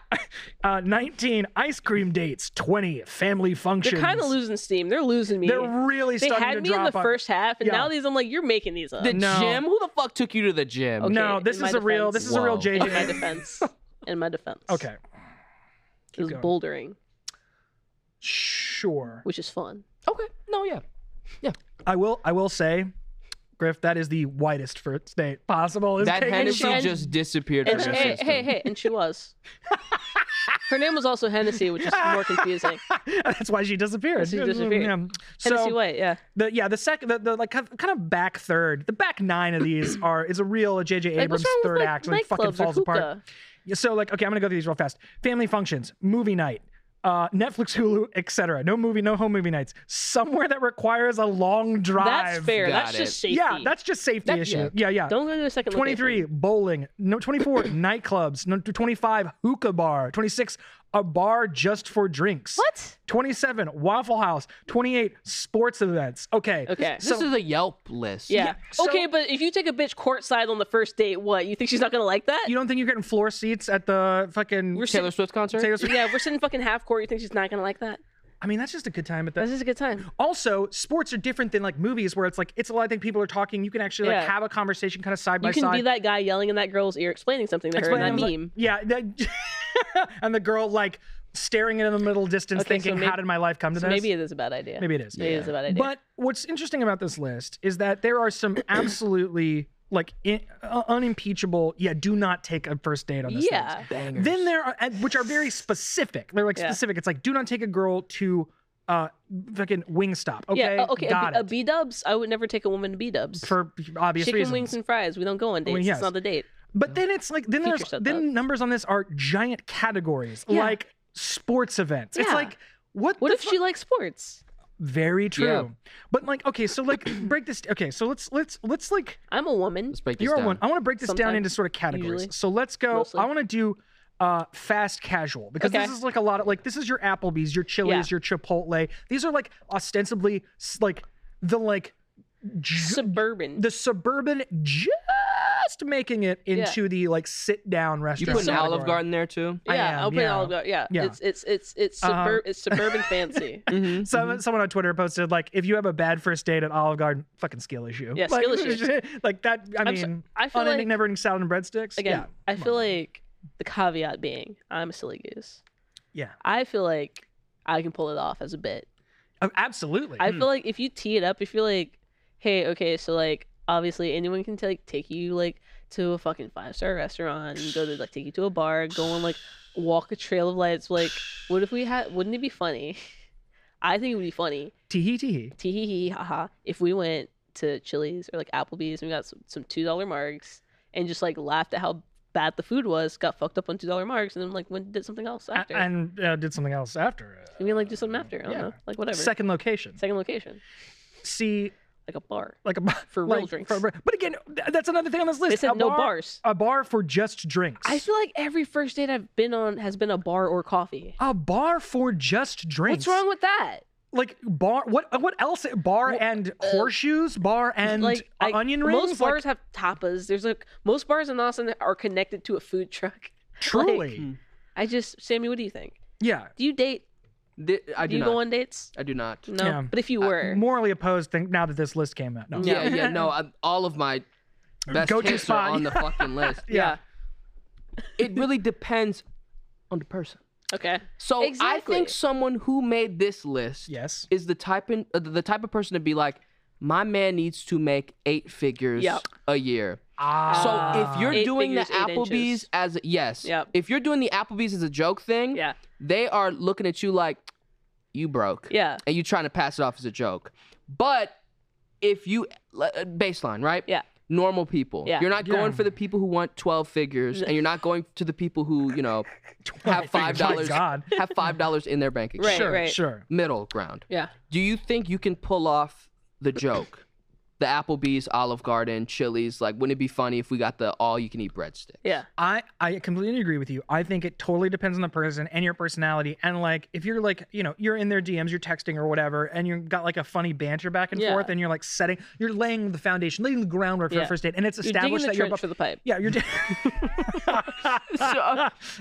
Speaker 2: <laughs> uh, 19, ice cream dates. 20, family
Speaker 4: They're
Speaker 2: functions.
Speaker 4: kind of losing steam. They're losing me.
Speaker 2: They're really
Speaker 4: they
Speaker 2: starting
Speaker 4: had
Speaker 2: to
Speaker 4: me in
Speaker 2: drop
Speaker 4: the
Speaker 2: up.
Speaker 4: first half, and
Speaker 2: Yeah.
Speaker 4: now these I'm like, you're making these up.
Speaker 3: The
Speaker 2: Uh, No.
Speaker 3: gym? Who the fuck took you to the gym?
Speaker 4: Okay.
Speaker 2: no, this
Speaker 4: in my
Speaker 2: is a real.
Speaker 4: defense.
Speaker 2: This is a real
Speaker 3: Whoa.
Speaker 4: in my
Speaker 2: JJ. <laughs>
Speaker 4: defense. In my defense.
Speaker 2: Okay,
Speaker 4: It was
Speaker 2: going.
Speaker 4: bouldering,
Speaker 2: sure.
Speaker 4: which is fun.
Speaker 3: Okay. No, yeah.
Speaker 2: I will. I will say, Griff, that is the widest first date possible. Is
Speaker 3: That
Speaker 2: taking
Speaker 3: Hennessy
Speaker 2: some-
Speaker 4: and-
Speaker 3: just disappeared from
Speaker 4: And
Speaker 3: your
Speaker 4: hey,
Speaker 3: system.
Speaker 4: hey, hey, and she
Speaker 2: <laughs>
Speaker 4: was. Her name was also Hennessy, which is
Speaker 2: <laughs>
Speaker 4: more confusing.
Speaker 2: That's why she disappeared. Mm,
Speaker 4: She disappeared.
Speaker 2: Yeah.
Speaker 4: Hennessy
Speaker 2: So
Speaker 4: White, yeah.
Speaker 2: the yeah the second the, the like kind of- kind of back third the back nine of
Speaker 4: <clears throat>
Speaker 2: these are is a real J.J.
Speaker 4: Like, what's
Speaker 2: Abrams
Speaker 4: wrong
Speaker 2: third
Speaker 4: with like,
Speaker 2: act like fucking
Speaker 4: nightclubs or
Speaker 2: falls apart.
Speaker 4: hookah?
Speaker 2: Yeah, So like okay I'm gonna go through these real fast. Family functions, movie night, uh, Netflix, Hulu, etc. No movie, no home movie nights. Somewhere that requires a long drive.
Speaker 4: That's fair.
Speaker 3: Got
Speaker 4: That's
Speaker 3: it.
Speaker 4: just safety.
Speaker 2: Yeah, that's just safety
Speaker 3: That-
Speaker 2: issue. Yeah, yeah.
Speaker 4: Don't go to the second
Speaker 2: 23 bowling no
Speaker 4: <clears throat>
Speaker 2: 24 nightclubs no 25 hookah bar 26 a bar just for drinks
Speaker 4: What?
Speaker 2: 27 Waffle House, 28 sports events. Okay.
Speaker 4: Okay.
Speaker 3: This
Speaker 2: So
Speaker 3: is a Yelp list.
Speaker 4: Yeah.
Speaker 2: so-
Speaker 4: okay, but if you take a bitch courtside on the first date, what? You think she's not gonna like that?
Speaker 2: you don't think you're getting floor seats at the fucking
Speaker 4: We're
Speaker 3: Taylor Swift concert?
Speaker 2: Taylor Swift?
Speaker 4: yeah, if we're sitting fucking half court. You think she's not gonna like that?
Speaker 2: I mean, that's just a good time at
Speaker 4: This
Speaker 2: that.
Speaker 4: is a good time.
Speaker 2: Also, sports are different than like movies where it's like it's a lot of things people are talking. You can actually like
Speaker 4: Yeah.
Speaker 2: have a conversation kind of side by
Speaker 4: You can
Speaker 2: side.
Speaker 4: be that guy yelling in that girl's ear, explaining something to
Speaker 2: Explain-
Speaker 4: her in
Speaker 2: and
Speaker 4: that
Speaker 2: like-
Speaker 4: meme.
Speaker 2: yeah. <laughs> that- and the girl like staring into the middle distance
Speaker 4: Okay, so
Speaker 2: thinking,
Speaker 4: maybe-
Speaker 2: how did my life come to
Speaker 4: So
Speaker 2: this?
Speaker 4: maybe it is a bad idea.
Speaker 2: Maybe it is.
Speaker 4: Maybe it's a bad idea.
Speaker 2: But what's interesting about this list is that there are
Speaker 4: <clears throat>
Speaker 2: some absolutely like in, uh, unimpeachable. Yeah, do not take a first date on this. list.
Speaker 4: yeah.
Speaker 3: Bangers.
Speaker 2: Then there are and- which are very specific. They're like
Speaker 4: Yeah.
Speaker 2: specific. It's like do not take a girl to uh fucking Wingstop. Okay,
Speaker 4: yeah. uh, okay.
Speaker 2: got
Speaker 4: a,
Speaker 2: it.
Speaker 4: B dubs. I would never take a woman to B dubs.
Speaker 2: for obvious
Speaker 4: Chicken
Speaker 2: reasons.
Speaker 4: wings and fries. We don't go on dates.
Speaker 2: yes.
Speaker 4: It's not the date.
Speaker 2: but then it's like then
Speaker 4: Teacher
Speaker 2: there's then
Speaker 4: said that.
Speaker 2: numbers on this are giant categories
Speaker 4: Yeah.
Speaker 2: like sports events. It's
Speaker 4: Yeah.
Speaker 2: like what
Speaker 4: What
Speaker 2: the
Speaker 4: if she likes sports?
Speaker 2: Very true.
Speaker 3: Yeah.
Speaker 2: But like, okay, so like <clears throat> break this. Okay, so let's let's let's like
Speaker 4: I'm a woman.
Speaker 3: Let's break this
Speaker 2: you're
Speaker 3: down.
Speaker 2: one. Oh, I want to break this down
Speaker 4: Sometime,
Speaker 2: into sort of categories.
Speaker 4: usually,
Speaker 2: so let's go.
Speaker 4: mostly.
Speaker 2: I want to do uh fast casual because
Speaker 4: Okay.
Speaker 2: this is like a lot of like this is your Applebee's, your Chili's, your Chipotle. These are like ostensibly s- like the like j-
Speaker 4: <laughs> Suburban.
Speaker 2: the suburban just making it into the like sit down
Speaker 3: You
Speaker 2: restaurant.
Speaker 3: put an Olive
Speaker 2: category.
Speaker 3: Garden
Speaker 2: <laughs>
Speaker 3: there too?
Speaker 2: I
Speaker 4: yeah,
Speaker 2: am,
Speaker 4: I'll put
Speaker 2: yeah.
Speaker 4: all about yeah.
Speaker 2: Yeah.
Speaker 4: It's it's it's it's
Speaker 2: Uh-huh.
Speaker 4: suburb it's
Speaker 2: <laughs>
Speaker 4: suburban fancy.
Speaker 3: Mm-hmm.
Speaker 2: Some, Someone on Twitter posted like, if you have a bad first date at Olive Garden, fucking skill issue.
Speaker 4: Yeah,
Speaker 2: like, <laughs>
Speaker 4: skill issue.
Speaker 2: like that. I
Speaker 4: I'm
Speaker 2: mean,
Speaker 4: so- I feel
Speaker 2: unending,
Speaker 4: like
Speaker 2: never-ending salad and breadsticks.
Speaker 4: again,
Speaker 2: yeah,
Speaker 4: I
Speaker 2: come
Speaker 4: feel
Speaker 2: on.
Speaker 4: like the caveat being I'm a silly goose.
Speaker 2: Yeah.
Speaker 4: I feel like I can pull it off as a bit.
Speaker 2: Oh, absolutely.
Speaker 3: Hmm.
Speaker 4: I feel like if you tee it up, if you're like, hey, okay, so like obviously anyone can like take you like to a fucking five star restaurant and go to like take you to a bar, go on like walk a trail of lights. Like, what if we had? Wouldn't it be funny? <laughs> I think it would be funny.
Speaker 2: Teehee teehee.
Speaker 4: Tee hee hee haha. If we went to Chili's or like Applebee's and we got some, some two dollar marks and just like laughed at how bad the food was, got fucked up on two dollar marks, and then like went and did something else
Speaker 2: A-
Speaker 4: after. And,
Speaker 2: And uh, did something else after. it.
Speaker 4: we like do something after. I don't
Speaker 2: yeah.
Speaker 4: know, like whatever.
Speaker 2: Second location.
Speaker 4: Second location,
Speaker 2: See,
Speaker 4: like a bar.
Speaker 2: like a
Speaker 4: For real
Speaker 2: like,
Speaker 4: drinks.
Speaker 2: for- but again, th- that's another thing on this list.
Speaker 4: They said
Speaker 2: a
Speaker 4: no
Speaker 2: bar,
Speaker 4: bars.
Speaker 2: A bar for just drinks.
Speaker 4: I feel like every first date I've been on has been a bar or coffee.
Speaker 2: a bar for just drinks.
Speaker 4: What's wrong with that?
Speaker 2: Like bar? What? uh, What else? Bar
Speaker 4: Well,
Speaker 2: and horseshoes. Bar and
Speaker 4: uh, like
Speaker 2: uh,
Speaker 4: I-
Speaker 2: onion rings.
Speaker 4: Most
Speaker 2: Like,
Speaker 4: bars have tapas. There's like most bars in Austin are connected to a food truck.
Speaker 2: truly.
Speaker 4: Hmm. I just Sammy, what do you think?
Speaker 2: yeah.
Speaker 4: Do you date?
Speaker 3: Th- I
Speaker 4: do
Speaker 3: do
Speaker 4: you
Speaker 3: not.
Speaker 4: go on dates?
Speaker 3: I do not.
Speaker 4: No.
Speaker 2: Yeah.
Speaker 4: But if you
Speaker 3: I-
Speaker 4: were,
Speaker 2: morally opposed thing now that this list came out. No. <laughs>
Speaker 3: Yeah, yeah, no. I, all of my best
Speaker 2: Go-to
Speaker 3: hits
Speaker 2: spot.
Speaker 3: are on the fucking list.
Speaker 2: <laughs> Yeah.
Speaker 3: It really depends on the person.
Speaker 4: Okay.
Speaker 3: So I
Speaker 4: Exactly.
Speaker 3: think someone who made this list
Speaker 2: Yes.
Speaker 3: is the type in, uh, the type of person to be like, my man needs to make eight figures
Speaker 4: Yep.
Speaker 3: a year.
Speaker 2: Ah.
Speaker 3: so if you're
Speaker 4: Eight
Speaker 3: doing the
Speaker 4: figures, eight
Speaker 3: Applebee's
Speaker 4: inches.
Speaker 3: as yes,
Speaker 4: Yep.
Speaker 3: if you're doing the Applebee's as a joke thing,
Speaker 4: Yeah.
Speaker 3: they are looking at you like you broke.
Speaker 4: Yeah.
Speaker 3: and you trying to pass it off as a joke. But if you le- uh, baseline, right?
Speaker 4: Yeah.
Speaker 3: normal people.
Speaker 4: Yeah.
Speaker 3: You're not
Speaker 2: Yeah.
Speaker 3: going for the people who want 12 figures and you're not going to the people who, you know,
Speaker 2: <laughs>
Speaker 3: have
Speaker 2: My
Speaker 3: $5
Speaker 2: God.
Speaker 4: <laughs>
Speaker 3: have $5 in their bank account.
Speaker 4: Right,
Speaker 2: sure,
Speaker 4: right.
Speaker 2: sure.
Speaker 3: Middle ground.
Speaker 4: Yeah.
Speaker 3: Do you think you can pull off the joke? The Applebee's, Olive Garden, Chili's, like wouldn't it be funny if we got the all you can eat breadstick?
Speaker 4: Yeah.
Speaker 2: I I completely agree with you. I think it totally depends on the person and your personality. And like if you're like, you know, you're in their DMs, you're texting or whatever, and you've got like a funny banter back and
Speaker 4: Yeah.
Speaker 2: forth, and you're like setting, you're laying the foundation, laying the groundwork for
Speaker 4: Yeah.
Speaker 2: a first date, and it's
Speaker 4: You're digging
Speaker 2: established
Speaker 4: the
Speaker 2: that you're
Speaker 4: trench
Speaker 2: about.
Speaker 4: for the pipe.
Speaker 2: Yeah,
Speaker 4: <laughs>
Speaker 2: you're. di-
Speaker 4: uh,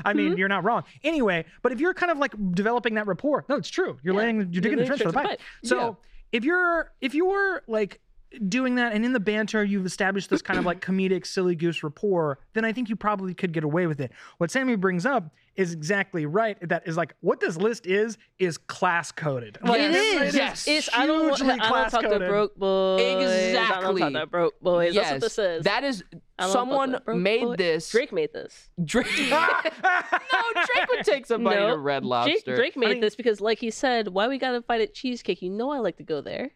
Speaker 2: I mean,
Speaker 4: mm-hmm.
Speaker 2: you're not wrong. Anyway, but if you're kind of like developing that rapport, no, it's true. You're
Speaker 4: Yeah.
Speaker 2: laying, you're digging the trench for the pipe. So
Speaker 3: Yeah.
Speaker 2: if you're if you're like doing that and in the banter you've established this kind of like comedic silly goose rapport, then I think you probably could get away with it. What Sammy brings up is exactly right. That is like what this list is is class coded.
Speaker 3: Well,
Speaker 2: Like,
Speaker 3: it
Speaker 2: this
Speaker 3: is.
Speaker 2: list
Speaker 3: Yes.
Speaker 4: It's, I don't, want-
Speaker 2: hugely
Speaker 4: I don't talk to
Speaker 2: class-coded. <laughs>
Speaker 4: broke boys. I don't
Speaker 3: Exactly.
Speaker 4: talk to broke boys.
Speaker 3: yes,
Speaker 4: That's what this is.
Speaker 3: That is
Speaker 4: I don't
Speaker 3: someone
Speaker 4: fuck with broke
Speaker 3: made
Speaker 4: boys.
Speaker 3: this.
Speaker 4: Drake made this.
Speaker 3: Drake. <laughs> no, Drake would take somebody
Speaker 4: No,
Speaker 3: to Red
Speaker 4: Jake-
Speaker 3: Lobster.
Speaker 4: Drake made
Speaker 2: I mean-
Speaker 4: this because, like he said, why we gotta fight at Cheesecake? You know I like to go
Speaker 3: <laughs>
Speaker 4: there.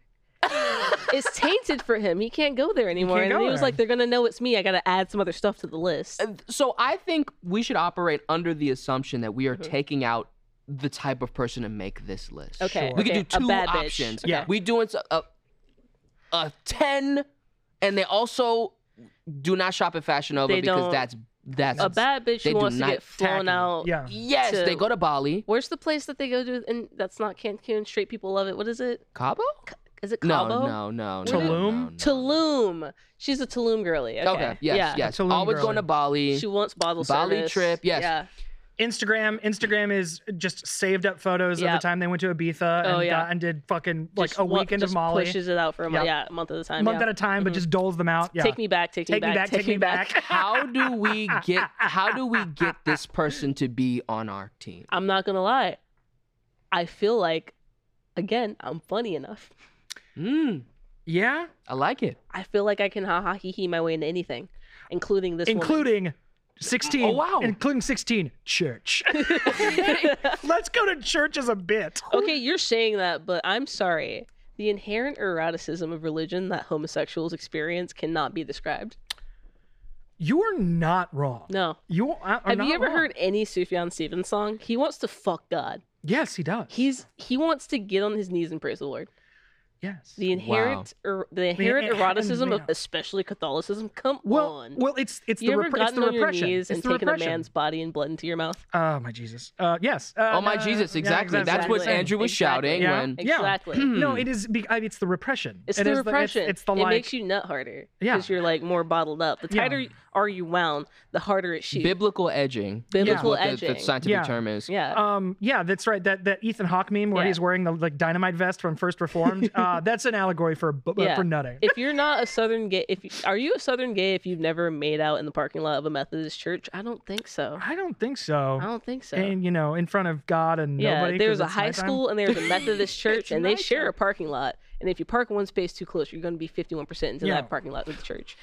Speaker 4: it's tainted for him. He can't go there anymore.
Speaker 2: can't
Speaker 4: and
Speaker 2: go
Speaker 4: then he was
Speaker 2: there.
Speaker 4: like, they're gonna know it's me. I gotta add some other stuff to the
Speaker 3: Uh,
Speaker 4: list.
Speaker 3: So I think we should operate under the assumption that we are
Speaker 4: Mm-hmm.
Speaker 3: taking out the type of person to make this list.
Speaker 4: Okay,
Speaker 3: We could
Speaker 4: okay,
Speaker 3: do
Speaker 4: a
Speaker 3: two
Speaker 4: bad bitch.
Speaker 3: options.
Speaker 2: Yeah.
Speaker 3: We doing s- a, a 10 and they also do not shop at Fashion Nova
Speaker 4: They
Speaker 3: because
Speaker 4: don't-
Speaker 3: that's that's
Speaker 4: A bad bitch
Speaker 3: they
Speaker 4: who
Speaker 3: do
Speaker 4: wants to
Speaker 3: not
Speaker 4: get flown
Speaker 3: tackle.
Speaker 4: out.
Speaker 2: yeah.
Speaker 3: Yes,
Speaker 4: to-
Speaker 3: they go to Bali.
Speaker 4: Where's the place that they go to? And that's not Cancun. Straight people love it. What is it?
Speaker 3: Cabo?
Speaker 4: Is it
Speaker 3: No,
Speaker 4: Cabo?
Speaker 3: no, no, no.
Speaker 4: Tulum?
Speaker 3: no, no, no.
Speaker 4: Tulum. She's a Tulum girly. Okay.
Speaker 3: Okay. Yes.
Speaker 4: yeah.
Speaker 3: Yes.
Speaker 2: Tulum
Speaker 3: Always
Speaker 2: girly.
Speaker 3: going to Bali.
Speaker 4: She wants bottle
Speaker 3: Bali
Speaker 4: service.
Speaker 3: trip, yes.
Speaker 4: Yeah.
Speaker 2: Instagram. Instagram is just saved up photos of
Speaker 4: Yep.
Speaker 2: the time they went to Ibiza
Speaker 4: Oh,
Speaker 2: and
Speaker 4: yeah.
Speaker 2: got and did fucking like
Speaker 4: Just
Speaker 2: a
Speaker 4: wa-
Speaker 2: weekend
Speaker 4: just
Speaker 2: of Molly,
Speaker 4: Pushes it out for a month. Yeah, a month at a time.
Speaker 2: month
Speaker 4: yeah. Mm-hmm.
Speaker 2: at a time, but just doles them out. Yeah.
Speaker 4: Take me back. Take,
Speaker 2: Take me back. Take me back.
Speaker 3: how do we get how do we get this person to be on our
Speaker 4: <laughs>
Speaker 3: team?
Speaker 4: I'm not gonna lie. I feel like, again, I'm funny enough.
Speaker 3: Mm,
Speaker 2: yeah.
Speaker 3: I like it.
Speaker 4: I feel like I can ha ha hee hee my way into anything, including <laughs> this. woman.
Speaker 2: including 16
Speaker 3: Oh, wow.
Speaker 2: including 16
Speaker 4: <laughs>
Speaker 2: church <laughs> let's go to church as a bit
Speaker 4: Okay, you're saying that, but I'm sorry. The inherent eroticism of religion that homosexuals experience cannot be described.
Speaker 2: you are not wrong
Speaker 4: No.
Speaker 2: you are are
Speaker 4: Have
Speaker 2: not
Speaker 4: you ever
Speaker 2: wrong.
Speaker 4: heard any Sufjan Stevens song? He wants to fuck God.
Speaker 2: yes he does
Speaker 4: He's he wants to get on his knees and praise the Lord.
Speaker 2: yes
Speaker 4: The inherent er, the inherent
Speaker 2: inherent-
Speaker 4: eroticism of
Speaker 2: yeah.
Speaker 4: especially Catholicism. Come
Speaker 2: well
Speaker 4: on.
Speaker 2: well it's it's
Speaker 4: you
Speaker 2: the,
Speaker 4: ever
Speaker 2: repre- it's
Speaker 4: gotten
Speaker 2: the
Speaker 4: on your
Speaker 2: repression it's
Speaker 4: knees and
Speaker 2: the
Speaker 4: taken
Speaker 2: repression
Speaker 4: a man's body and blood into your mouth?
Speaker 2: oh my jesus uh yes uh,
Speaker 3: oh my
Speaker 2: no,
Speaker 3: Jesus,
Speaker 2: yeah,
Speaker 3: exactly. That's what
Speaker 4: exactly.
Speaker 3: Andrew was
Speaker 4: Exactly.
Speaker 3: shouting
Speaker 2: Yeah.
Speaker 3: when
Speaker 2: Yeah. Hmm.
Speaker 4: Exactly.
Speaker 2: no it is be- I- it's the repression
Speaker 4: It's
Speaker 2: It
Speaker 4: the
Speaker 2: is
Speaker 4: repression.
Speaker 2: it's, it's the
Speaker 4: it
Speaker 2: like
Speaker 4: makes you nut harder
Speaker 2: Yeah.
Speaker 4: because you're like more bottled up. The
Speaker 2: Yeah.
Speaker 4: tighter are you wound, the harder it shoots.
Speaker 3: biblical edging.
Speaker 4: Biblical
Speaker 3: is what the- The,
Speaker 4: edging.
Speaker 3: scientific
Speaker 2: Yeah.
Speaker 3: term is.
Speaker 4: yeah.
Speaker 2: um yeah that's right that that ethan hawke meme where
Speaker 4: Yeah.
Speaker 2: he's wearing the like dynamite vest from first
Speaker 4: <laughs>
Speaker 2: reformed uh that's an allegory for bu-
Speaker 4: Yeah.
Speaker 2: for nutting
Speaker 4: if you're not a southern gay, if you, are you a southern gay if you've never made out in the parking lot of a Methodist church? I don't think so.
Speaker 2: i don't think so
Speaker 4: I don't think so.
Speaker 2: and you know in front of god and
Speaker 4: yeah,
Speaker 2: nobody 'cause
Speaker 4: there's a
Speaker 2: it's
Speaker 4: high
Speaker 2: nighttime.
Speaker 4: school and there's a
Speaker 2: <laughs>
Speaker 4: Methodist church, and they share a parking lot. And if you park one space too close, you're going to be 51 percent into
Speaker 2: Yeah.
Speaker 4: that parking lot with the church.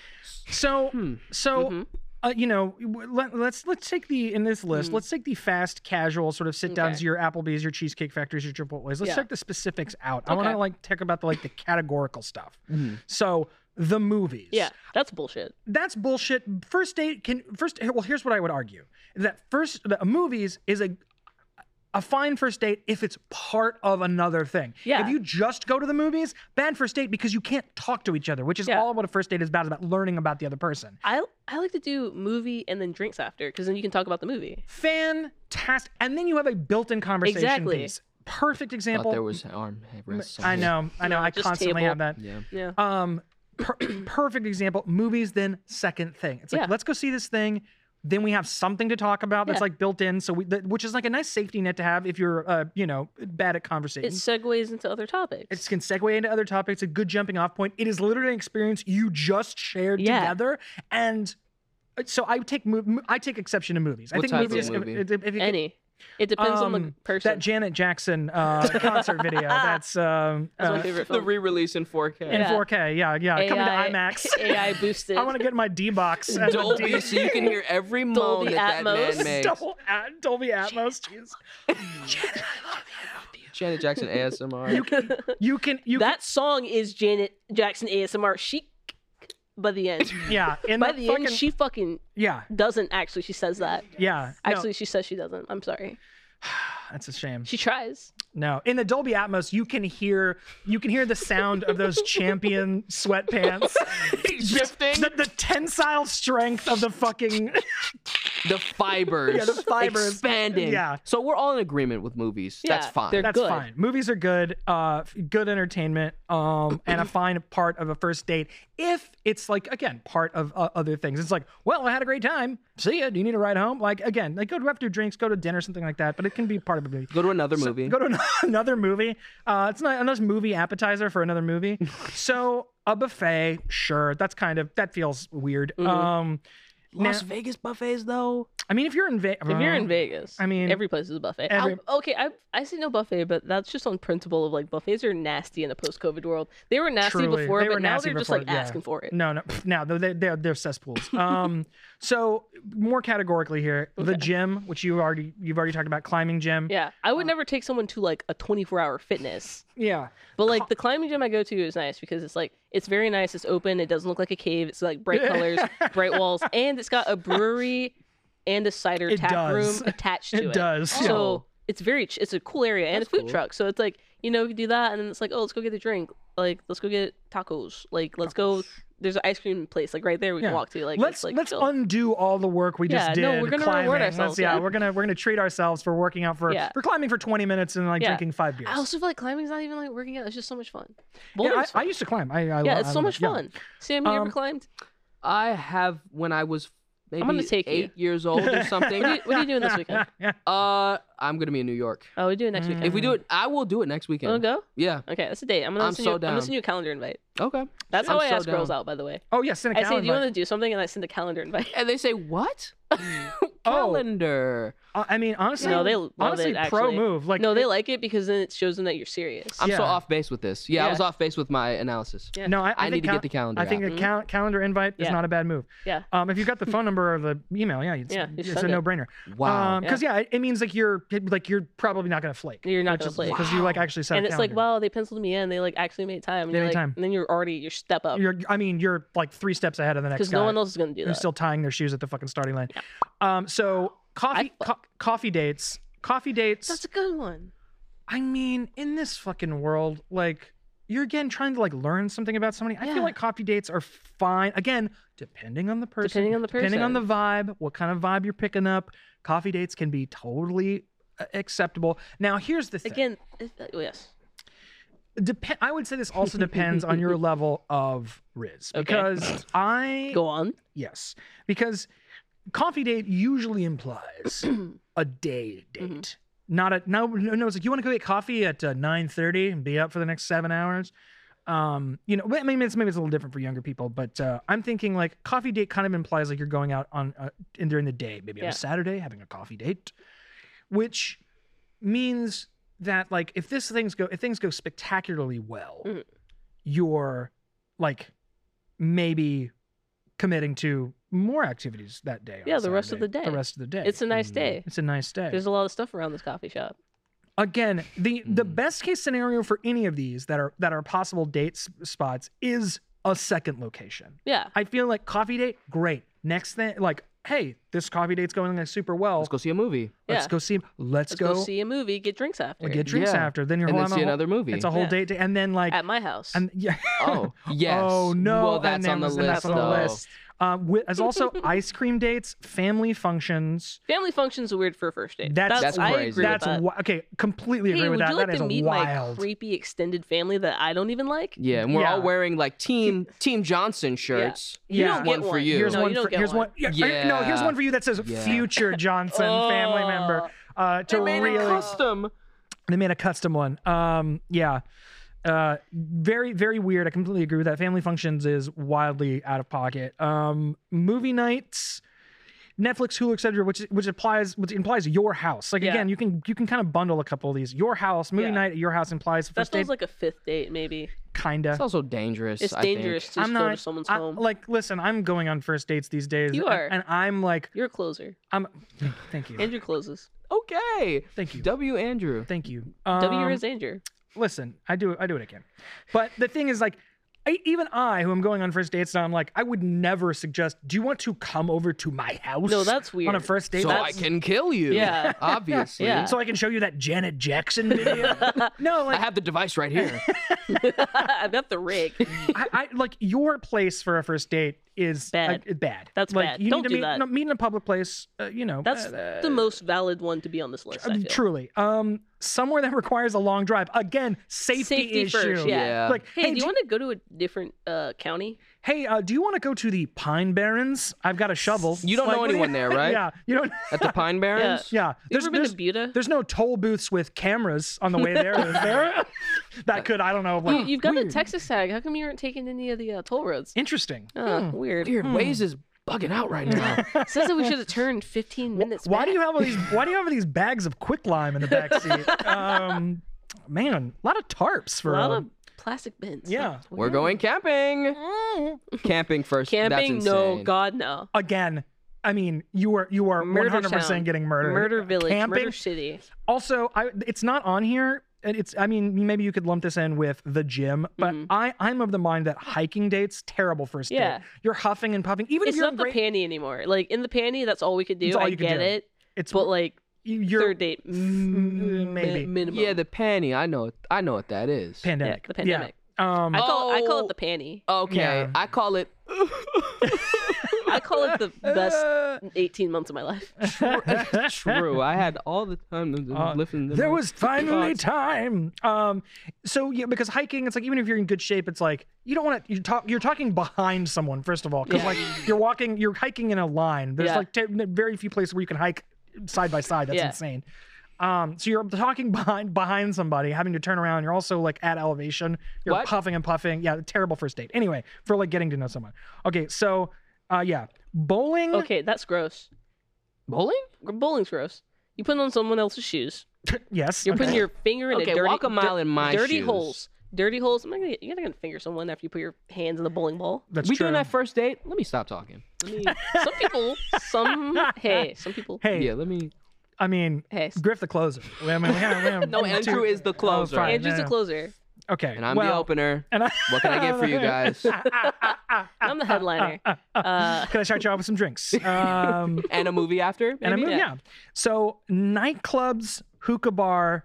Speaker 2: so
Speaker 4: Hmm. Mm-hmm.
Speaker 2: so uh, you know w- let, let's let's take the in this list let's take the fast casual sort of sit downs
Speaker 4: Mm. Okay.
Speaker 2: your applebee's your cheesecake factories your triple's let's
Speaker 4: Yeah.
Speaker 2: check the specifics out i want to
Speaker 4: Okay. Mm-hmm.
Speaker 2: like talk about the like the categorical stuff
Speaker 3: Mhm.
Speaker 2: so the movies
Speaker 4: Yeah, that's bullshit.
Speaker 2: that's bullshit. First date can first. Well, here's what I would argue: that first that movies is a a fine first date if it's part of another thing.
Speaker 4: Yeah.
Speaker 2: If you just go to the movies, bad first date because you can't talk to each other, which is
Speaker 4: Yeah.
Speaker 2: all what a first date is about is about learning about the other person.
Speaker 4: I I like to do movie and then drinks after because then you can talk about the movie.
Speaker 2: Fantastic, and then you have a built-in conversation
Speaker 4: Exactly.
Speaker 2: piece. Perfect
Speaker 3: I thought
Speaker 2: example.
Speaker 3: there was an arm. hey, rest
Speaker 2: I
Speaker 3: somewhere.
Speaker 2: know, I know.
Speaker 4: No,
Speaker 2: I
Speaker 4: just
Speaker 2: constantly
Speaker 4: table.
Speaker 2: have that.
Speaker 3: Yeah.
Speaker 4: Yeah.
Speaker 2: um per- <clears throat> perfect example movies then second thing it's like
Speaker 4: Yeah.
Speaker 2: let's go see this thing then we have something to talk about that's
Speaker 4: Yeah.
Speaker 2: like built in so we that, which is like a nice safety net to have if you're uh you know bad at
Speaker 4: It
Speaker 2: conversation
Speaker 4: segues into other topics.
Speaker 2: it can segue into other topics a good jumping off point it is literally an experience you just shared
Speaker 4: Yeah.
Speaker 2: together and uh, so I take mo- mo- I take exception to movies. I
Speaker 3: What
Speaker 2: think
Speaker 3: type of
Speaker 2: movies.
Speaker 3: movie?
Speaker 2: If, if, if you-
Speaker 4: Any. It depends on the
Speaker 2: um,
Speaker 4: person.
Speaker 2: That Janet Jackson uh, concert video.
Speaker 4: <laughs>
Speaker 2: That's um,
Speaker 4: That's my
Speaker 2: uh, <laughs>
Speaker 4: favorite
Speaker 3: The
Speaker 4: film.
Speaker 3: re-release in 4K.
Speaker 2: in
Speaker 4: Yeah. uh,
Speaker 2: 4K. Yeah, yeah. Coming to
Speaker 4: <laughs>
Speaker 2: IMAX.
Speaker 4: AI
Speaker 2: <laughs>
Speaker 4: boosted.
Speaker 2: I want to get my D box. and the
Speaker 3: Dolby,
Speaker 2: D-
Speaker 3: <laughs> so you can hear every moan
Speaker 4: Dolby
Speaker 3: that that
Speaker 4: Atmos.
Speaker 3: man makes.
Speaker 2: Double at, Dolby Atmos. Jeez.
Speaker 3: Janet Jackson ASMR.
Speaker 2: You can, you can, you
Speaker 4: that song is Janet Jackson ASMR chic. by
Speaker 2: <laughs>
Speaker 4: the end.
Speaker 2: Yeah. In
Speaker 4: by
Speaker 2: the,
Speaker 4: the
Speaker 2: fucking,
Speaker 4: end, she fucking
Speaker 2: yeah.
Speaker 4: doesn't actually. She says that.
Speaker 2: Yeah. No,
Speaker 4: Actually, she says she doesn't. I'm sorry.
Speaker 2: that's a shame.
Speaker 4: She tries.
Speaker 2: No, in the Dolby Atmos, you can hear you can hear the sound of those champion
Speaker 4: <laughs>
Speaker 2: sweatpants
Speaker 3: Shifting.
Speaker 2: The, the tensile strength of the fucking
Speaker 3: The fibers.
Speaker 2: Yeah, the fibers.
Speaker 3: Expanding.
Speaker 2: Yeah.
Speaker 3: So we're all in agreement with movies. That's
Speaker 4: Yeah,
Speaker 3: fine.
Speaker 4: they're-
Speaker 2: that's
Speaker 4: good.
Speaker 2: fine. Movies are good, uh, f- good entertainment,
Speaker 4: <clears throat>
Speaker 2: um, and a fine part of a first date if it's like again part of uh, other things. It's like, well, I had a great time. See ya. Do you need a ride home? Like again, like go to after drinks, go to dinner, something like that. But it can be part of a movie.
Speaker 3: Go to another movie.
Speaker 2: Go to <laughs> an- another movie. Uh, it's not another movie appetizer for another
Speaker 4: <laughs>
Speaker 2: movie. so a buffet, sure. That's kind of that feels weird.
Speaker 4: Mm-hmm.
Speaker 2: Um,
Speaker 3: Las Vegas buffets though.
Speaker 2: I mean, if you're in uh, Vegas,
Speaker 4: If you're in Vegas,
Speaker 2: Mm-hmm. I mean-
Speaker 4: every place is a buffet.
Speaker 2: Every-
Speaker 4: I- okay, I I say no buffet, but that's just on principle of like buffets are nasty in the post-COVID world. They were nasty
Speaker 2: Truly.
Speaker 4: before,
Speaker 2: They
Speaker 4: but
Speaker 2: were
Speaker 4: now
Speaker 2: nasty
Speaker 4: they're just
Speaker 2: before,
Speaker 4: like
Speaker 2: yeah.
Speaker 4: asking for it.
Speaker 2: No, no, pff, no. They're they're, they're
Speaker 4: <laughs>
Speaker 2: cesspools. Um, so more categorically here, the gym, which you already you've already talked about, climbing gym.
Speaker 4: Yeah, I
Speaker 2: uh.
Speaker 4: would never take someone to like a 24-hour fitness.
Speaker 2: yeah.
Speaker 4: But like the climbing gym I go to is nice because it's like it's very nice. It's open. It doesn't look like a cave. It's like bright colors, bright
Speaker 2: <laughs>
Speaker 4: walls, and it's got a brewery and a cider
Speaker 2: It
Speaker 4: tap
Speaker 2: <laughs> does.
Speaker 4: room attached
Speaker 2: It
Speaker 4: to it.
Speaker 2: does.
Speaker 4: So it's very ch- it's a cool area and a food truck. So it's like you know you do that and then it's like oh let's go get a drink. Like let's go get tacos. Like let's go. There's an ice cream place like right there we
Speaker 2: Yeah.
Speaker 4: can walk to. Like
Speaker 2: let's
Speaker 4: it's, like
Speaker 2: let's
Speaker 4: chill.
Speaker 2: undo all the work we just did.
Speaker 4: Yeah, no, we're gonna reward
Speaker 2: climbing. Let's-
Speaker 4: ourselves,
Speaker 2: yeah,
Speaker 4: yeah.
Speaker 2: we're gonna we're gonna treat ourselves for working out for
Speaker 4: Yeah.
Speaker 2: for climbing for 20 minutes and like
Speaker 4: Yeah.
Speaker 2: drinking five beers.
Speaker 4: I also feel like climbing's not even like working out. It's just so much fun.
Speaker 2: yeah, I,
Speaker 4: Bouldering's
Speaker 2: I
Speaker 4: fun.
Speaker 2: used to climb. I, I
Speaker 4: yeah,
Speaker 2: lo-
Speaker 4: it's
Speaker 2: I
Speaker 4: so
Speaker 2: love
Speaker 4: much
Speaker 2: it. Yeah.
Speaker 4: fun. Sam, you
Speaker 2: Um,
Speaker 4: ever climbed?
Speaker 3: I have when I was maybe
Speaker 4: gonna take you.
Speaker 3: eight years old or something. <laughs>
Speaker 4: What are, you, what are you doing
Speaker 2: <laughs>
Speaker 4: this weekend?
Speaker 3: uh, I'm gonna be in New York.
Speaker 4: Oh, we do it next
Speaker 2: mm-hmm.
Speaker 4: weekend.
Speaker 3: If we
Speaker 2: Mm.
Speaker 3: do it, I will do it next weekend.
Speaker 4: Wanna go?
Speaker 3: Yeah.
Speaker 4: Okay, that's a date. I'm gonna
Speaker 3: I'm
Speaker 4: send
Speaker 3: so
Speaker 4: you. I'm
Speaker 3: down.
Speaker 4: gonna send you a calendar invite.
Speaker 3: Okay.
Speaker 4: That's
Speaker 3: I'm
Speaker 4: how I
Speaker 3: so
Speaker 4: ask girls
Speaker 3: down.
Speaker 4: out, by the way.
Speaker 2: Oh yeah, send a
Speaker 4: I say, do you
Speaker 2: calendar.
Speaker 4: want to do something? And I send a calendar invite.
Speaker 3: And they say what? <laughs>
Speaker 2: Oh.
Speaker 3: Calendar.
Speaker 2: Uh, I mean, <laughs> honestly,
Speaker 4: No, they love
Speaker 2: honestly
Speaker 4: it.
Speaker 2: pro
Speaker 4: actually.
Speaker 2: move. Like
Speaker 4: no, they like it because then it shows them that you're serious.
Speaker 3: I'm
Speaker 2: Yeah.
Speaker 3: so off base with this. Yeah, I
Speaker 4: Yeah.
Speaker 3: was off base with my analysis.
Speaker 4: Yeah.
Speaker 2: No, I,
Speaker 3: I,
Speaker 2: think
Speaker 3: need to
Speaker 2: cal-
Speaker 3: get the calendar.
Speaker 2: I think
Speaker 3: out.
Speaker 2: a cal- calendar invite is
Speaker 4: Yeah.
Speaker 2: not a bad move.
Speaker 4: Yeah.
Speaker 2: Um, if you've got the phone number or the email, yeah, it's,
Speaker 4: Yeah, you
Speaker 2: it's a
Speaker 4: send it.
Speaker 2: no brainer.
Speaker 3: wow.
Speaker 2: Because yeah. it, it means like you're like you're probably not gonna flake.
Speaker 4: You're not gonna play. it.
Speaker 2: because you like actually set
Speaker 4: And
Speaker 2: a
Speaker 4: it's like,
Speaker 2: calendar.
Speaker 4: wow, they penciled me in. They like actually made time. And,
Speaker 2: They
Speaker 4: you're
Speaker 2: made
Speaker 4: like,
Speaker 2: time.
Speaker 4: and then you're already your step up
Speaker 2: You're, I mean, you're like three steps ahead of the next
Speaker 4: because
Speaker 2: guy
Speaker 4: no one else is gonna do
Speaker 2: who's
Speaker 4: that.
Speaker 2: still tying their shoes at the fucking starting line. Um, so coffee
Speaker 4: I
Speaker 2: co- coffee dates, coffee dates.
Speaker 4: That's a good one.
Speaker 2: I mean, in this fucking world, like you're again trying to like learn something about somebody. I
Speaker 4: Yeah.
Speaker 2: feel like coffee dates are fine. Again, depending on the person,
Speaker 4: Depending on the
Speaker 2: depending on the
Speaker 4: person.
Speaker 2: vibe, what kind of vibe you're picking up. Coffee dates can be totally uh, acceptable. Now, here's the thing.
Speaker 4: Again, if, oh, yes.
Speaker 2: Depe- I would say this also depends on
Speaker 4: <laughs>
Speaker 2: your level of riz because
Speaker 4: <sniffs>
Speaker 2: I
Speaker 4: Go on.
Speaker 2: yes because coffee date usually implies a day date.
Speaker 4: Mm-hmm.
Speaker 2: Not a no no no. It's like you want to go get coffee at uh, nine thirty and be up for the next seven hours. Um, you know, but I mean, it's maybe it's a little different for younger people, but uh, I'm thinking like coffee date kind of implies like you're going out on uh, in during the day, maybe on
Speaker 4: Yeah.
Speaker 2: a Saturday having a coffee date, which means that like if this things go if things go spectacularly well,
Speaker 4: Mhm.
Speaker 2: you're like maybe committing to more activities that day. on
Speaker 4: Yeah, the rest of
Speaker 2: Saturday,
Speaker 4: the
Speaker 2: The
Speaker 4: day.
Speaker 2: rest of the day.
Speaker 4: It's a nice
Speaker 3: Mm.
Speaker 4: day.
Speaker 2: It's a nice day.
Speaker 4: There's a lot of stuff around this coffee shop.
Speaker 2: Again, the the
Speaker 3: Mm.
Speaker 2: best case scenario for any of these that are that are possible date s- spots is a second location.
Speaker 4: Yeah.
Speaker 2: I feel like coffee date, great. Next thing, like, hey, this coffee date's going like super well.
Speaker 3: Let's go see a movie.
Speaker 2: Let's
Speaker 4: Yeah.
Speaker 2: go see. Let's,
Speaker 4: Let's
Speaker 2: go,
Speaker 4: go, see a movie, get drinks after.
Speaker 2: and get drinks
Speaker 3: Yeah.
Speaker 2: after. Then you're
Speaker 3: And
Speaker 2: whole-
Speaker 3: then
Speaker 2: I'm a
Speaker 3: see
Speaker 2: whole-
Speaker 3: another movie.
Speaker 2: It's a whole
Speaker 4: Yeah.
Speaker 2: date, to, and then like,
Speaker 4: at my house.
Speaker 2: and yeah. <laughs>
Speaker 3: Oh, yes.
Speaker 2: Oh, no,
Speaker 3: Well,
Speaker 2: and
Speaker 3: that's
Speaker 2: that
Speaker 3: on the
Speaker 2: was-
Speaker 3: list.
Speaker 2: and that's on the
Speaker 3: though.
Speaker 2: list. Um, wi- there's
Speaker 4: <laughs>
Speaker 2: also ice cream dates, family functions.
Speaker 4: Family functions are weird for a first date.
Speaker 2: That's-
Speaker 3: That's
Speaker 4: I
Speaker 3: crazy.
Speaker 4: agree
Speaker 2: That's
Speaker 4: with that.
Speaker 2: wi- okay. Completely agree
Speaker 4: hey,
Speaker 2: with
Speaker 4: would
Speaker 2: that.
Speaker 4: you like
Speaker 2: That is
Speaker 4: to meet
Speaker 2: wild.
Speaker 4: my creepy extended family that I don't even like?
Speaker 3: Yeah, and we're all
Speaker 2: Yeah.
Speaker 3: wearing like
Speaker 2: <laughs>
Speaker 3: team Team Johnson shirts.
Speaker 4: You
Speaker 2: Yeah.
Speaker 4: don't
Speaker 3: One
Speaker 4: get
Speaker 3: for
Speaker 4: one.
Speaker 3: you.
Speaker 2: Here's
Speaker 4: no,
Speaker 2: one.
Speaker 4: you don't
Speaker 2: for,
Speaker 4: get
Speaker 2: here's one.
Speaker 4: one.
Speaker 2: Yeah, I- No, here's
Speaker 3: Yeah.
Speaker 2: one for you that says
Speaker 3: Yeah.
Speaker 2: future
Speaker 4: <laughs>
Speaker 2: Johnson family member.
Speaker 4: Oh.
Speaker 2: Uh, to really,
Speaker 3: custom.
Speaker 2: they made a custom one. Um, yeah. Uh, very, very weird. I completely agree with that. Family functions is wildly out of pocket. Um, movie nights, Netflix, Hulu, etc., which which applies which implies your house. Like
Speaker 4: Yeah.
Speaker 2: again, you can you can kind of bundle a couple of these. Your house, movie
Speaker 4: Yeah.
Speaker 2: night at your house implies
Speaker 4: That
Speaker 2: first
Speaker 4: feels
Speaker 2: date,
Speaker 4: like a fifth date, maybe.
Speaker 2: kinda.
Speaker 3: It's also dangerous.
Speaker 4: It's
Speaker 3: I think.
Speaker 4: dangerous to
Speaker 2: I'm
Speaker 4: just go to
Speaker 2: not-
Speaker 4: someone's
Speaker 2: I-
Speaker 4: home.
Speaker 2: like, listen, I'm going on first dates these days.
Speaker 4: You
Speaker 2: and-
Speaker 4: are.
Speaker 2: and, I'm like,
Speaker 4: You're a closer.
Speaker 2: I'm. Thank you, <sighs>
Speaker 4: Andrew closes.
Speaker 3: Okay.
Speaker 2: thank you,
Speaker 3: W. Andrew.
Speaker 2: thank you.
Speaker 4: W
Speaker 2: Um, <laughs>
Speaker 4: is Andrew.
Speaker 2: listen, I do I do it again. But the thing is like I, even I, who am going on first dates now, I'm like, I would never suggest. Do you want to come over to my house?
Speaker 4: No, that's
Speaker 2: on a
Speaker 4: weird.
Speaker 2: first date.
Speaker 3: so I
Speaker 2: That's-
Speaker 3: can kill you.
Speaker 4: Yeah.
Speaker 3: Obviously.
Speaker 4: Yeah.
Speaker 2: so I can show you that Janet
Speaker 4: <laughs>
Speaker 2: Jackson video. no,
Speaker 3: I
Speaker 2: like
Speaker 3: have the device
Speaker 2: <laughs>
Speaker 3: right here.
Speaker 4: <laughs> I've got the rig.
Speaker 2: I, I like your place for a first date is
Speaker 4: Bad.
Speaker 2: uh, bad.
Speaker 4: That's
Speaker 2: like,
Speaker 4: bad.
Speaker 2: You need
Speaker 4: Don't
Speaker 2: to
Speaker 4: do
Speaker 2: meet,
Speaker 4: that.
Speaker 2: no, meet in a public place. Uh, you know,
Speaker 4: That's
Speaker 2: uh,
Speaker 4: the most valid one to be on this list. I
Speaker 2: uh,
Speaker 4: feel.
Speaker 2: truly. Um, somewhere that requires a long drive. Again, safety,
Speaker 4: Safety
Speaker 2: issue.
Speaker 4: first, yeah.
Speaker 2: Like,
Speaker 4: Hey, do you
Speaker 2: j-
Speaker 4: want to go to a different uh, county?
Speaker 2: hey, uh, do you want to go to the Pine Barrens? I've got a shovel.
Speaker 3: You don't
Speaker 2: Like,
Speaker 3: know
Speaker 2: what do
Speaker 3: anyone there,
Speaker 2: <laughs>
Speaker 3: right?
Speaker 2: Yeah, you don't.
Speaker 3: At the <laughs> Pine Barrens?
Speaker 2: Yeah,
Speaker 4: You
Speaker 2: there's
Speaker 4: ever been
Speaker 2: there's,
Speaker 4: to Buda?
Speaker 2: there's no toll booths with cameras on the way there. Is there? that could I don't know. Like,
Speaker 4: You've got
Speaker 2: weird.
Speaker 4: the Texas tag. How come you aren't taking any of the uh, toll roads?
Speaker 2: Interesting.
Speaker 4: Uh,
Speaker 2: Hmm.
Speaker 4: Weird.
Speaker 3: Weird. Waze is bugging out
Speaker 2: <laughs>
Speaker 3: right now.
Speaker 4: Says that we should have turned 15 minutes.
Speaker 2: Why do
Speaker 4: back.
Speaker 2: you have all these? Why do you have these bags of quicklime in the backseat? Um, man, a lot of tarps for
Speaker 4: a lot
Speaker 2: uh,
Speaker 4: of plastic bins?
Speaker 2: Yeah.
Speaker 4: That's
Speaker 3: We're
Speaker 4: weird.
Speaker 3: going camping. Mm. Camping first. That's
Speaker 4: camping.
Speaker 3: insane.
Speaker 4: No, God, no.
Speaker 2: again. I mean, you are you are one
Speaker 4: Murder
Speaker 2: hundred percent
Speaker 4: town.
Speaker 2: getting murdered.
Speaker 4: Murder Village,
Speaker 2: Camping.
Speaker 4: Murder City.
Speaker 2: Also, I it's not on here. And it's I mean maybe you could lump this in with the gym, but
Speaker 4: Mhm.
Speaker 2: I I'm of the mind that hiking dates terrible first
Speaker 4: Yeah.
Speaker 2: date. You're huffing and puffing. Even
Speaker 4: It's
Speaker 2: if you're
Speaker 4: not
Speaker 2: in
Speaker 4: the
Speaker 2: great,
Speaker 4: panty anymore. Like in the panty, that's all we could do.
Speaker 2: It's all
Speaker 4: I
Speaker 2: you could
Speaker 4: get
Speaker 2: do.
Speaker 4: it,
Speaker 2: it's
Speaker 4: but like
Speaker 2: you're
Speaker 4: third date, mm,
Speaker 2: maybe.
Speaker 4: minimum.
Speaker 3: Yeah, the panty. I know. I know what that is.
Speaker 4: Yeah,
Speaker 2: pandemic.
Speaker 4: the pandemic.
Speaker 2: Um,
Speaker 4: I call I call
Speaker 3: Oh.
Speaker 4: it the panty.
Speaker 3: okay.
Speaker 2: Yeah.
Speaker 3: I call
Speaker 2: <laughs>
Speaker 3: it <laughs>
Speaker 4: I call it the best 18 months of
Speaker 2: <laughs>
Speaker 4: my life. <laughs>
Speaker 3: true. I had all the time to
Speaker 2: Uh,
Speaker 3: listen. To
Speaker 2: there
Speaker 3: my-
Speaker 2: was finally
Speaker 3: thoughts.
Speaker 2: time. Um, so yeah, because hiking, it's like even if you're in good shape, it's like you don't want to. You talk. You're talking behind someone first of all, because
Speaker 4: Yeah.
Speaker 2: like you're walking, you're hiking in a line. There's
Speaker 4: Yeah.
Speaker 2: like t- very few places where you can hike side by side. That's
Speaker 4: Yeah.
Speaker 2: insane. Um, so you're talking behind behind somebody, having to turn around. You're also like at elevation. You're
Speaker 3: What?
Speaker 2: puffing and puffing. Yeah, terrible first date. Anyway, for like getting to know someone. Okay, so uh, yeah, bowling.
Speaker 4: Okay, that's gross.
Speaker 3: bowling.
Speaker 4: Bowling's gross. You put on someone else's shoes.
Speaker 2: yes,
Speaker 4: You're
Speaker 2: okay.
Speaker 4: putting your finger in
Speaker 3: Okay,
Speaker 4: a dirty
Speaker 3: walk a mile
Speaker 4: dir-
Speaker 3: in my
Speaker 4: dirty
Speaker 3: shoes.
Speaker 4: holes. Dirty holes. I'm not gonna, you're not gonna finger someone after you put your hands in the bowling ball.
Speaker 2: That's
Speaker 3: we
Speaker 2: true.
Speaker 3: doing that first date? Let me stop talking. Let me.
Speaker 4: Some people,
Speaker 3: <laughs>
Speaker 4: some hey, some people,
Speaker 2: hey,
Speaker 3: yeah. Let me.
Speaker 2: I mean,
Speaker 4: hey.
Speaker 2: <laughs> Griff the closer. I mean, we have- we have-
Speaker 3: No, Andrew is the closer,
Speaker 2: Oh, fine.
Speaker 4: Andrew's
Speaker 2: no,
Speaker 4: the
Speaker 2: no.
Speaker 4: closer.
Speaker 2: Okay.
Speaker 3: and I'm
Speaker 2: well,
Speaker 3: the opener.
Speaker 2: And I, <laughs>
Speaker 3: What can I get for you guys?
Speaker 4: I'm the
Speaker 3: <laughs>
Speaker 4: headliner. Uh,
Speaker 2: Can I start you off with some drinks? Um,
Speaker 3: and a movie after.
Speaker 2: and I'm,
Speaker 3: maybe?
Speaker 2: yeah.
Speaker 4: Yeah.
Speaker 2: So nightclubs, hookah bar,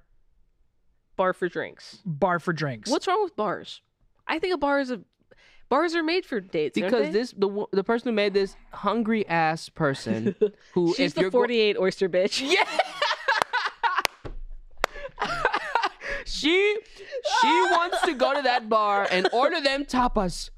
Speaker 4: bar for drinks.
Speaker 2: bar for drinks.
Speaker 4: What's wrong with bars? I think a bar is a bars are made for dates. aren't
Speaker 3: because
Speaker 4: they?
Speaker 3: this the wo- the person who made this hungry ass
Speaker 4: <laughs>
Speaker 3: person who
Speaker 4: she's
Speaker 3: if you're
Speaker 4: the
Speaker 3: go-
Speaker 4: 48 oyster bitch. <laughs>
Speaker 3: yeah she she wants to go to that bar and order them tapas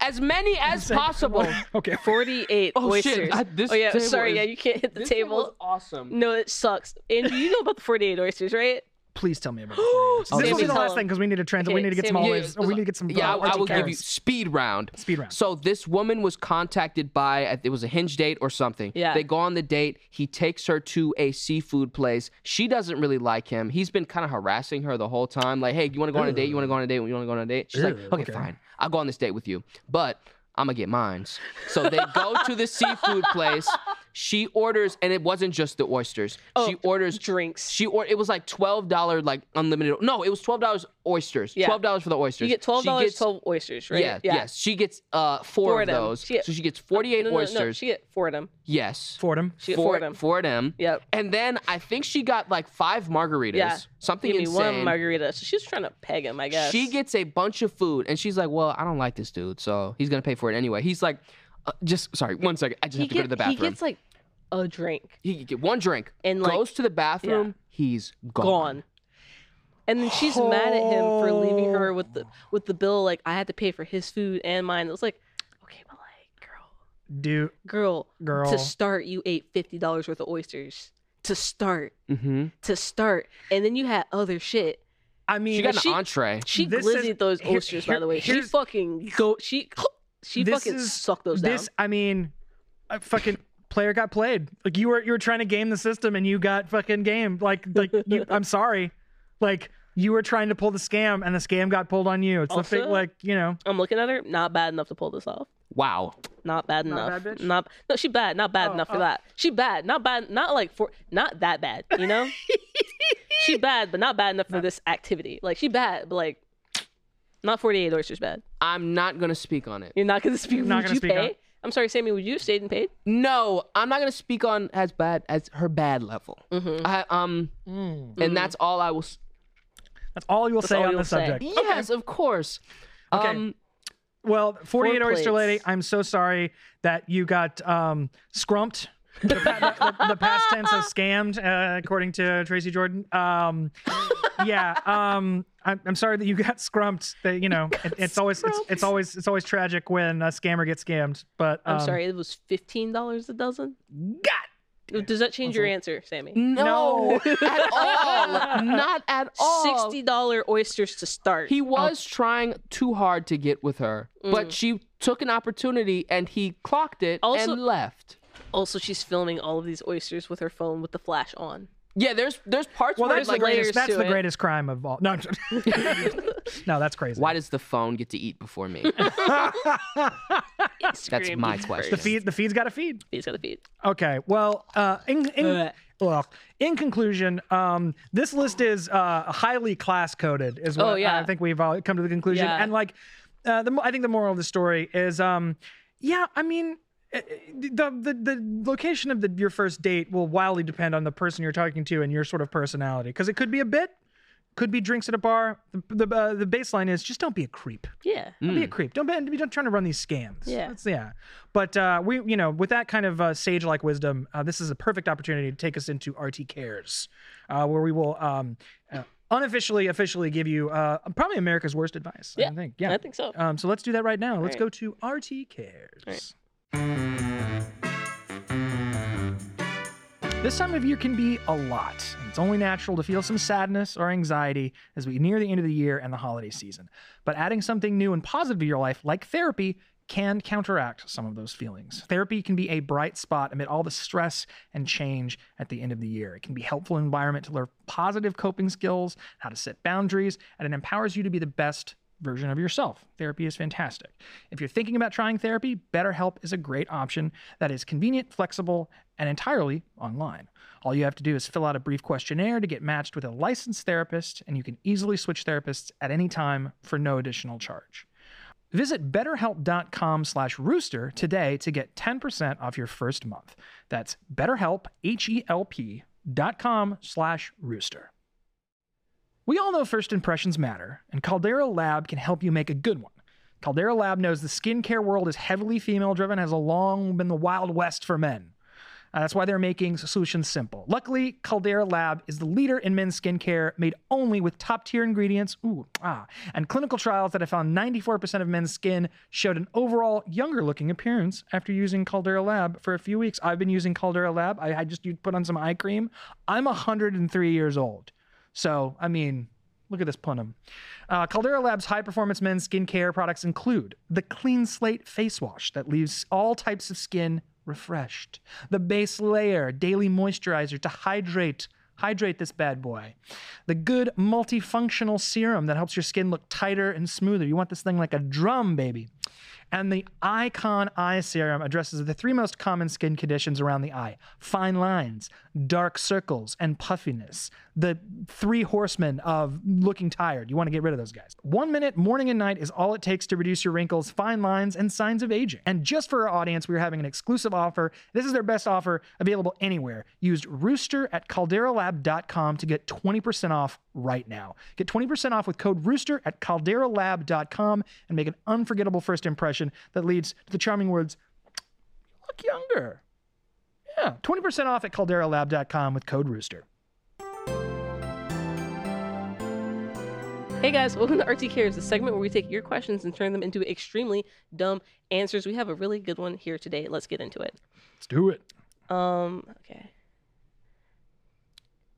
Speaker 3: as many
Speaker 4: <laughs>
Speaker 3: as possible
Speaker 2: Okay.
Speaker 4: 48
Speaker 3: Oh, shit.
Speaker 4: oysters.
Speaker 3: I- this
Speaker 4: oh yeah,
Speaker 3: table
Speaker 4: sorry,
Speaker 3: is-
Speaker 4: yeah, you can't hit the
Speaker 3: This
Speaker 4: table.
Speaker 3: was awesome
Speaker 4: No, it sucks. Andrew, you know about the 48 oysters, right?
Speaker 2: Please tell me
Speaker 3: <gasps>
Speaker 2: about it.
Speaker 3: Oh,
Speaker 2: this will
Speaker 3: Sammy,
Speaker 2: be the
Speaker 4: tell
Speaker 2: last
Speaker 4: him.
Speaker 2: thing because we need to transit. we
Speaker 4: Okay,
Speaker 2: need to get some
Speaker 4: Sammy,
Speaker 3: yeah,
Speaker 2: olives. or we need to get some.
Speaker 3: yeah
Speaker 2: uh,
Speaker 3: I, I
Speaker 2: RTKs.
Speaker 3: will give you speed round
Speaker 2: Speed round.
Speaker 3: so this woman was contacted by it was a hinge date or something
Speaker 4: Yeah.
Speaker 3: they go on the date he takes her to a seafood place she doesn't really like him he's been kind of harassing her the whole time like hey you want to go on a date you want to go on a date you want to go on a date she's like
Speaker 2: Ew,
Speaker 3: okay,
Speaker 2: okay.
Speaker 3: fine i'll go on this date with you but i'm gonna get mines so they go to the seafood place she orders and it wasn't just the oysters she orders
Speaker 4: Oh, Drinks.
Speaker 3: she or it was like twelve dollar like unlimited. No, it was twelve dollars oysters.
Speaker 4: Yeah.
Speaker 3: Twelve dollars for the oysters.
Speaker 4: You get
Speaker 3: She
Speaker 4: $12,
Speaker 3: gets-
Speaker 4: 12 oysters, right?
Speaker 3: yeah, Yes. She gets uh four,
Speaker 4: Four
Speaker 3: of
Speaker 4: of them.
Speaker 3: those.
Speaker 4: She get- Oh,
Speaker 3: so she gets 48
Speaker 4: No, no, no,
Speaker 3: oysters.
Speaker 4: she get four of them.
Speaker 3: yes.
Speaker 2: Fordham.
Speaker 4: She get four,
Speaker 3: Four,
Speaker 4: of them.
Speaker 3: four of them.
Speaker 4: Yep.
Speaker 3: And then I think she got like five margaritas.
Speaker 4: Yeah.
Speaker 3: Something
Speaker 4: Give me
Speaker 3: insane.
Speaker 4: one margarita. So she's trying to peg him, I guess.
Speaker 3: She gets a bunch of food and she's like, "Well, I don't like this dude, so he's gonna pay for it anyway." He's like, uh, "Just sorry, one second. I just
Speaker 4: he
Speaker 3: have to go to
Speaker 4: get-
Speaker 3: the bathroom."
Speaker 4: He gets like a drink
Speaker 3: He can get one drink
Speaker 4: And, like-
Speaker 3: goes to the bathroom. He's gone.
Speaker 4: gone. And then she's mad at him for leaving her with
Speaker 2: Oh.
Speaker 4: the with the bill like I had to pay for his food and mine. It was like, okay, but like girl,
Speaker 2: Do
Speaker 4: girl,
Speaker 2: Girl.
Speaker 4: to start you ate fifty dollars worth of oysters to start
Speaker 3: Mm-hmm.
Speaker 4: to start and then you had other shit
Speaker 2: I mean?
Speaker 3: She got an
Speaker 4: she-
Speaker 3: entree.
Speaker 4: she
Speaker 2: This
Speaker 4: glizzied
Speaker 2: is-
Speaker 4: those
Speaker 2: here-
Speaker 4: oysters by
Speaker 2: here-
Speaker 4: the way she
Speaker 2: here's-
Speaker 4: fucking go she she
Speaker 2: This
Speaker 4: fucking
Speaker 2: is-
Speaker 4: sucked those
Speaker 2: this. I mean, a fucking player got played. Like you were you were trying to game the system and you got fucking gamed. Like like you,
Speaker 4: <laughs>
Speaker 2: I'm sorry, like you were trying to pull the scam and the scam got pulled on you. It's the thing,
Speaker 4: Also-
Speaker 2: like you know.
Speaker 4: down i'm looking at her not bad enough to pull this off
Speaker 3: Wow.
Speaker 4: not bad
Speaker 2: Not
Speaker 4: enough
Speaker 2: bad, bitch?
Speaker 4: not no she bad not bad
Speaker 2: Oh,
Speaker 4: enough for
Speaker 2: oh.
Speaker 4: that she bad not bad not like for not that bad
Speaker 2: <laughs>
Speaker 4: you know she bad but not bad enough for this activity like she bad but like not 48 oysters bad
Speaker 3: I'm not gonna speak on it.
Speaker 4: You're not gonna speak.
Speaker 2: Not
Speaker 4: would
Speaker 2: gonna
Speaker 4: you
Speaker 2: speak
Speaker 4: pay?
Speaker 2: on-
Speaker 4: I'm sorry, Sammy. Would you have stayed and paid?
Speaker 3: No, I'm not gonna speak on as bad as her bad level.
Speaker 4: Mm-hmm.
Speaker 3: I, um,
Speaker 2: Mm.
Speaker 3: and that's all I will. s-
Speaker 2: That's all you'll
Speaker 4: That's
Speaker 2: say
Speaker 4: all
Speaker 2: on
Speaker 4: you'll
Speaker 2: the
Speaker 4: say.
Speaker 2: subject.
Speaker 3: Yes, of course.
Speaker 2: Okay.
Speaker 3: Um,
Speaker 2: Well, 48
Speaker 4: Four
Speaker 2: Oyster Lady,
Speaker 4: plates.
Speaker 2: I'm so sorry that you got um, scrumped. the, pa- the, the past tense of scammed, uh, according to Tracy Jordan. Um, yeah, um, I'm, I'm sorry that you got scrumped. That you know, it, it's always it's, it's
Speaker 4: scrumped.
Speaker 2: always it's always tragic when a scammer gets scammed. But
Speaker 4: I'm
Speaker 2: um,
Speaker 4: sorry. It was fifteen dollars a dozen.
Speaker 3: God
Speaker 4: Does that change your answer, Sammy?
Speaker 3: no, <laughs> at all, not at
Speaker 2: oh.
Speaker 3: all.
Speaker 4: Sixty dollar oysters to start.
Speaker 3: He was trying too hard to get with her, but she took an opportunity and he clocked it
Speaker 4: Also-
Speaker 3: and left.
Speaker 4: also, she's filming all of these oysters with her phone with the flash on.
Speaker 3: Yeah, there's there's parts
Speaker 2: Well,
Speaker 3: where
Speaker 2: that's
Speaker 4: there's
Speaker 3: it's
Speaker 2: the
Speaker 3: like,
Speaker 4: layers
Speaker 2: greatest. That's
Speaker 4: to
Speaker 2: the
Speaker 4: it.
Speaker 2: greatest crime of all. No, I'm <laughs> just- no, that's crazy.
Speaker 3: why does the phone get to eat before <laughs> me?
Speaker 2: Ah,
Speaker 4: Instagram
Speaker 3: my
Speaker 4: needs
Speaker 3: question.
Speaker 2: the
Speaker 4: first.
Speaker 2: feed? The feed's got to feed.
Speaker 4: He's got a feed.
Speaker 2: Okay. Well, uh, in in,
Speaker 4: Ugh.
Speaker 2: ugh. in conclusion, um, this list is uh, highly class coded. Is what
Speaker 4: Oh, yeah.
Speaker 2: I think we've all come to the conclusion.
Speaker 4: Yeah.
Speaker 2: And like, uh, the mo- I think the moral of the story is, um, yeah, I mean. eh, eh, The, the the location of the, your first date will wildly depend on the person you're talking to and your sort of personality because it could be a bit, could be drinks at a bar. The the, uh, the baseline is just don't be a creep.
Speaker 4: Yeah.
Speaker 2: Don't be a creep. Don't be, don't trying to run these scams.
Speaker 4: Mm. Yeah.
Speaker 2: That's- yeah. But uh, we, you know, with that kind of uh, sage-like wisdom, uh, this is a perfect opportunity to take us into RT Cares, uh, where we will um, uh, unofficially, officially give you uh, probably America's worst advice. I
Speaker 4: Yeah,
Speaker 2: think. Yeah.
Speaker 4: I think so.
Speaker 2: Um, so let's do that right now. Let's
Speaker 4: Alright.
Speaker 2: go to RT Cares. This time of year can be a lot, and it's only natural to feel some sadness or anxiety as we near the end of the year and the holiday season. But adding something new and positive to your life, like therapy, can counteract some of those feelings. Therapy can be a bright spot amid all the stress and change at the end of the year. It can be a helpful environment to learn positive coping skills, how to set boundaries, and it empowers you to be the best version of yourself. Therapy is fantastic. If you're thinking about trying therapy, BetterHelp is a great option that is convenient, flexible, and entirely online. All you have to do is fill out a brief questionnaire to get matched with a licensed therapist, and you can easily switch therapists at any time for no additional charge. Visit betterhelp.com slash rooster today to get 10% off your first month. That's betterhelp, H-E-L-P dot com slash rooster. We all know first impressions matter, and Caldera Lab can help you make a good one. Caldera Lab knows the skincare world is heavily female driven, has long been the wild west for men. Uh, that's why they're making solutions simple. Luckily, Caldera Lab is the leader in men's skincare made only with top tier ingredients. Ooh, ah. And clinical trials that have found 94% of men's skin showed an overall younger looking appearance after using Caldera Lab for a few weeks. I've been using Caldera Lab. I, I just you put on some eye cream. I'm 103 years old. So, I mean, look at this plenum. Uh, Caldera Lab's high performance men's skincare products include the Clean Slate Face Wash that leaves all types of skin refreshed, the Base Layer Daily Moisturizer to hydrate. Hydrate this bad boy. The good multifunctional serum that helps your skin look tighter and smoother. You want this thing like a drum, baby. And the Icon Eye Serum addresses the three most common skin conditions around the eye fine lines, dark circles, and puffiness. The three horsemen of looking tired. You want to get rid of those guys. One minute, morning and night, is all it takes to reduce your wrinkles, fine lines, and signs of aging. And just for our audience, we're having an exclusive offer. This is their best offer available anywhere. Use rooster at calderalab.com to get 20% off right now. Get 20% off with code rooster at calderalab.com and make an unforgettable first impression that leads to the charming words, "You look younger. Yeah, 20% off at calderalab.com with code rooster.
Speaker 4: Hey guys, welcome to RT Cares, the segment where we take your questions and turn them into extremely dumb answers. We have a really good one here today. Let's get into it.
Speaker 2: Let's do it.
Speaker 4: Um, okay.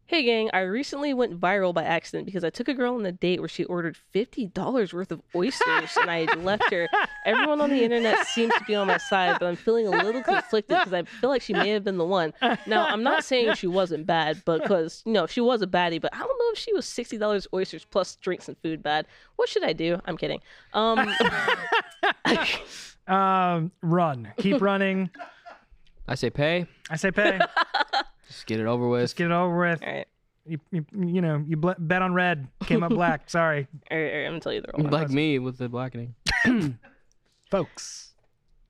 Speaker 4: Hey gang, I recently went viral by accident because I took a girl on a date where she ordered $50 worth of oysters and I left her. Everyone on the internet seems to be on my side, but I'm feeling a little conflicted because I feel like she may have been the one. Now, I'm not saying she wasn't bad, but because, you know, she was a baddie, but I don't know if she was $60 oysters plus drinks and food bad. What should I do? I'm kidding. Um, <laughs>
Speaker 2: Um, run. <laughs> Keep running.
Speaker 3: I say pay,
Speaker 2: I say pay.
Speaker 3: just get it over with.
Speaker 2: Just get it over <laughs> with.
Speaker 4: all right.
Speaker 2: You, you, you know, you ble- bet on red, came up black. Sorry.
Speaker 4: All right, all right, I'm gonna tell you the wrong one.
Speaker 3: like me with the blackening.
Speaker 2: folks.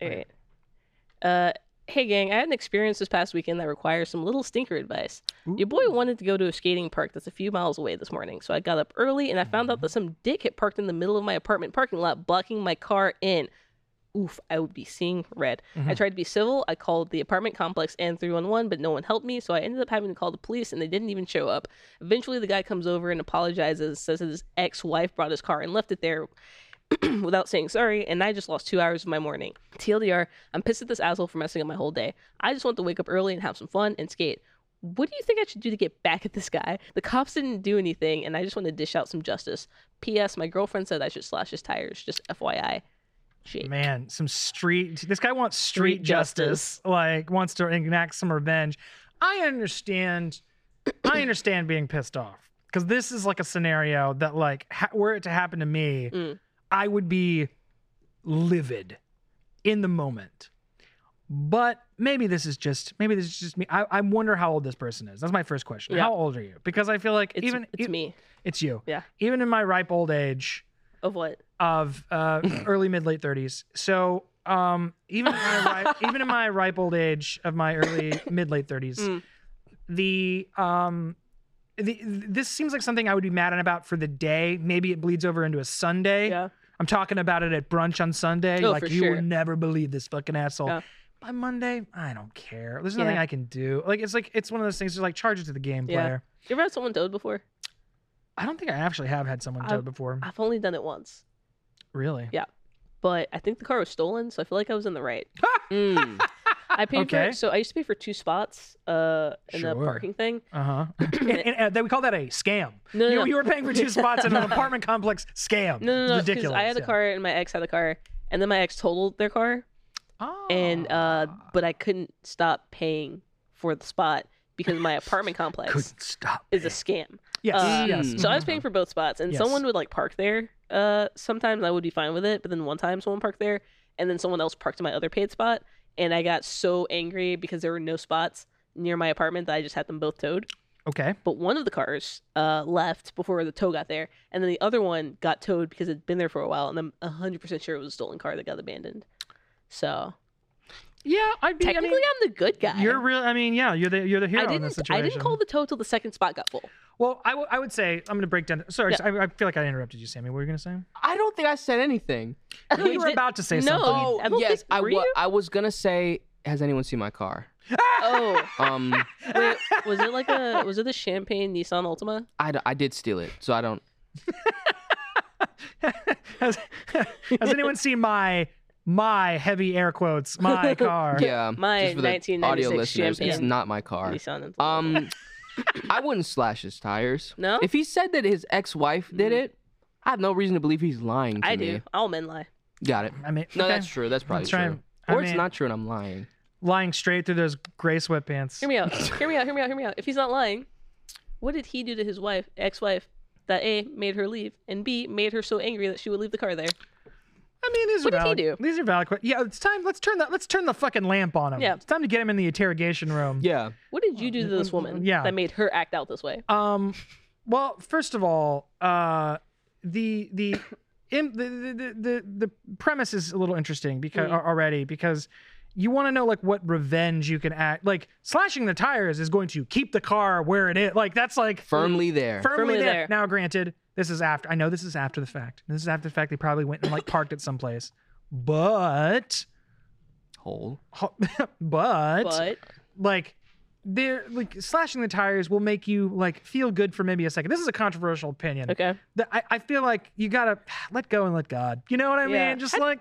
Speaker 4: All right. Uh, hey, gang, I had an experience this past weekend that requires some little stinker advice. Your boy wanted to go to a skating park that's a few miles away this morning, so I got up early and I found out that some dick had parked in the middle of my apartment parking lot, blocking my car in. Oof, I would be seeing red. I tried to be civil. I called the apartment complex and 311, but no one helped me, so I ended up having to call the police and they didn't even show up. Eventually, the guy comes over and apologizes, says that his ex wife brought his car and left it there <clears throat> without saying sorry, and I just lost two hours of my morning. TLDR, I'm pissed at this asshole for messing up my whole day. I just want to wake up early and have some fun and skate. What do you think I should do to get back at this guy? The cops didn't do anything, and I just want to dish out some justice. P.S. My girlfriend said I should slash his tires. Just FYI. Shit.
Speaker 2: Man, some street. This guy wants street,
Speaker 4: Street
Speaker 2: justice, Like wants to enact some revenge. I understand. I understand being pissed off because this is like a scenario that, like, ha- were it to happen to me,
Speaker 4: Mm.
Speaker 2: I would be livid in the moment. But maybe this is just maybe this is just me. I, I wonder how old this person is. That's my first question.
Speaker 4: Yeah.
Speaker 2: How old are you? Because I feel like
Speaker 4: It's,
Speaker 2: even
Speaker 4: it's
Speaker 2: e-
Speaker 4: me.
Speaker 2: it's you.
Speaker 4: Yeah.
Speaker 2: Even in my ripe old age,
Speaker 4: Of what?
Speaker 2: of
Speaker 4: <laughs>
Speaker 2: uh, early mid late thirties. So um, even in my ripe,
Speaker 4: <laughs>
Speaker 2: even in my ripe old age of my early mid late thirties,
Speaker 4: Mm.
Speaker 2: the um, the this seems like something I would be mad at about for the day. Maybe it bleeds over into a Sunday.
Speaker 4: Yeah.
Speaker 2: I'm talking about it at brunch on Sunday.
Speaker 4: Oh,
Speaker 2: like
Speaker 4: for
Speaker 2: you
Speaker 4: sure.
Speaker 2: will never believe this fucking asshole.
Speaker 4: Yeah.
Speaker 2: By Monday, I don't care. There's nothing
Speaker 4: Yeah.
Speaker 2: I can do. Like it's like it's one of those things. Just like charge it to the game
Speaker 4: Yeah.
Speaker 2: player.
Speaker 4: You ever had someone toad before?
Speaker 2: I don't think I actually have had someone
Speaker 4: I-
Speaker 2: do it before.
Speaker 4: I've only done it once,
Speaker 2: really?
Speaker 4: but I think the car was stolen, so I feel like I was in the right.
Speaker 3: Mm.
Speaker 4: I paid
Speaker 2: Okay.
Speaker 4: for so I used to pay for two spots uh, in the
Speaker 2: Sure.
Speaker 4: parking thing.
Speaker 2: Uh
Speaker 4: <coughs>
Speaker 2: huh. and, and, uh, that- we call that a scam.
Speaker 4: No, no,
Speaker 2: you,
Speaker 4: no.
Speaker 2: you were paying for two spots
Speaker 4: <laughs>
Speaker 2: in an apartment complex scam.
Speaker 4: No, no, no.
Speaker 2: It's
Speaker 4: 'cause
Speaker 2: ridiculous.
Speaker 4: I had a
Speaker 2: yeah.
Speaker 4: car and my ex had a car, and then my ex totaled their car, and uh,
Speaker 2: Ah.
Speaker 4: but I couldn't stop paying for the spot because my apartment complex
Speaker 2: couldn't stop.
Speaker 4: is a
Speaker 2: me.
Speaker 4: scam.
Speaker 2: yes,
Speaker 4: uh,
Speaker 2: yes.
Speaker 3: Mm.
Speaker 4: So I was
Speaker 2: mhm.
Speaker 4: paying for both spots, and
Speaker 2: Yes.
Speaker 4: someone would like park there. Uh, sometimes I would be fine with it, but then one time someone parked there, and then someone else parked in my other paid spot, and I got so angry because there were no spots near my apartment that I just had them both towed.
Speaker 2: Mm-hmm. Okay.
Speaker 4: But one of the cars uh, left before the tow got there, and then the other one got towed because it'd been there for a while, and I'm 100% sure it was a stolen car that got abandoned. So
Speaker 2: Yeah, I'd be. I
Speaker 4: technically,
Speaker 2: mean,
Speaker 4: I am the good guy.
Speaker 2: you're real. I mean, yeah, you're the you're the hero
Speaker 4: I
Speaker 2: in this
Speaker 4: didn't. I
Speaker 2: situation.
Speaker 4: didn't call the tow till the second spot got full.
Speaker 2: Well, I, w- I would say I'm going to break down. Sorry,
Speaker 4: Yeah.
Speaker 2: I, I feel like I interrupted you, Sammy. What were you going to say?
Speaker 3: I don't think I said anything.
Speaker 2: No, you were
Speaker 4: did-
Speaker 2: about to say
Speaker 4: no.
Speaker 2: something.
Speaker 4: I don't
Speaker 3: Oh, yes,
Speaker 4: think-
Speaker 3: I,
Speaker 4: were
Speaker 3: wa-
Speaker 4: you?
Speaker 3: I was gonna say, has anyone seen my car?
Speaker 4: Oh,
Speaker 3: Um, <laughs>
Speaker 4: wait, was it like a was it the champagne Nissan Altima?
Speaker 3: I, d- I did steal it, so I don't.
Speaker 2: has, <laughs> has anyone seen my my heavy air quotes?
Speaker 4: <laughs>
Speaker 2: My car.
Speaker 3: <laughs> Yeah,
Speaker 4: My
Speaker 3: just for the
Speaker 4: 1996
Speaker 3: audio listeners, it's
Speaker 4: champagne.
Speaker 3: not my car.
Speaker 4: Nissan Altima.
Speaker 3: Um, I wouldn't slash his tires.
Speaker 4: no,
Speaker 3: If he said that his ex-wife did
Speaker 2: Mm-hmm.
Speaker 4: Mm.
Speaker 3: it, I have no reason to believe he's lying to
Speaker 4: I
Speaker 3: me.
Speaker 4: do. All men lie.
Speaker 3: Got it.
Speaker 2: I mean,
Speaker 3: No,
Speaker 2: okay.
Speaker 3: that's true. That's probably
Speaker 2: That's
Speaker 3: true.
Speaker 2: right. I
Speaker 3: Or
Speaker 2: mean-
Speaker 3: it's not true, and I'm lying.
Speaker 2: lying straight through those gray sweatpants.
Speaker 4: Hear
Speaker 2: <laughs>
Speaker 4: me out. Hear me out. Hear me out. Hear me out. If he's not lying, what did he do to his wife, ex-wife, that a made her leave, and b made her so angry that she would leave the car there?
Speaker 2: I mean, these
Speaker 4: What
Speaker 2: are
Speaker 4: did he
Speaker 2: valid.
Speaker 4: do?
Speaker 2: These are valid questions. Yeah, it's time. Let's turn that. Let's turn the fucking lamp on him.
Speaker 4: Yeah.
Speaker 2: it's time to get him in the interrogation room.
Speaker 3: Yeah.
Speaker 4: What did you do to this woman
Speaker 2: Uh, yeah.
Speaker 4: that made her act out this way?
Speaker 2: Um. Well, first of all, uh, the the. im the, the, the, the the premise is a little interesting because
Speaker 4: Mm.
Speaker 2: already because you want to know like what revenge you can act like slashing the tires is going to keep the car where it is like that's like
Speaker 3: Firmly there.
Speaker 2: firmly,
Speaker 4: Firmly
Speaker 2: there.
Speaker 4: there.
Speaker 2: Now, granted, this is after. I know this is after the fact. This is after the fact. They probably went and like parked it someplace, but,
Speaker 3: Hole.
Speaker 2: ho- <laughs> but,
Speaker 4: But
Speaker 2: like, they're like slashing the tires will make you like feel good for maybe a second. This is a controversial opinion.
Speaker 4: okay,
Speaker 2: The- I, I feel like you gotta <sighs> let go and let God. You know what I
Speaker 4: Yeah.
Speaker 2: mean? Just like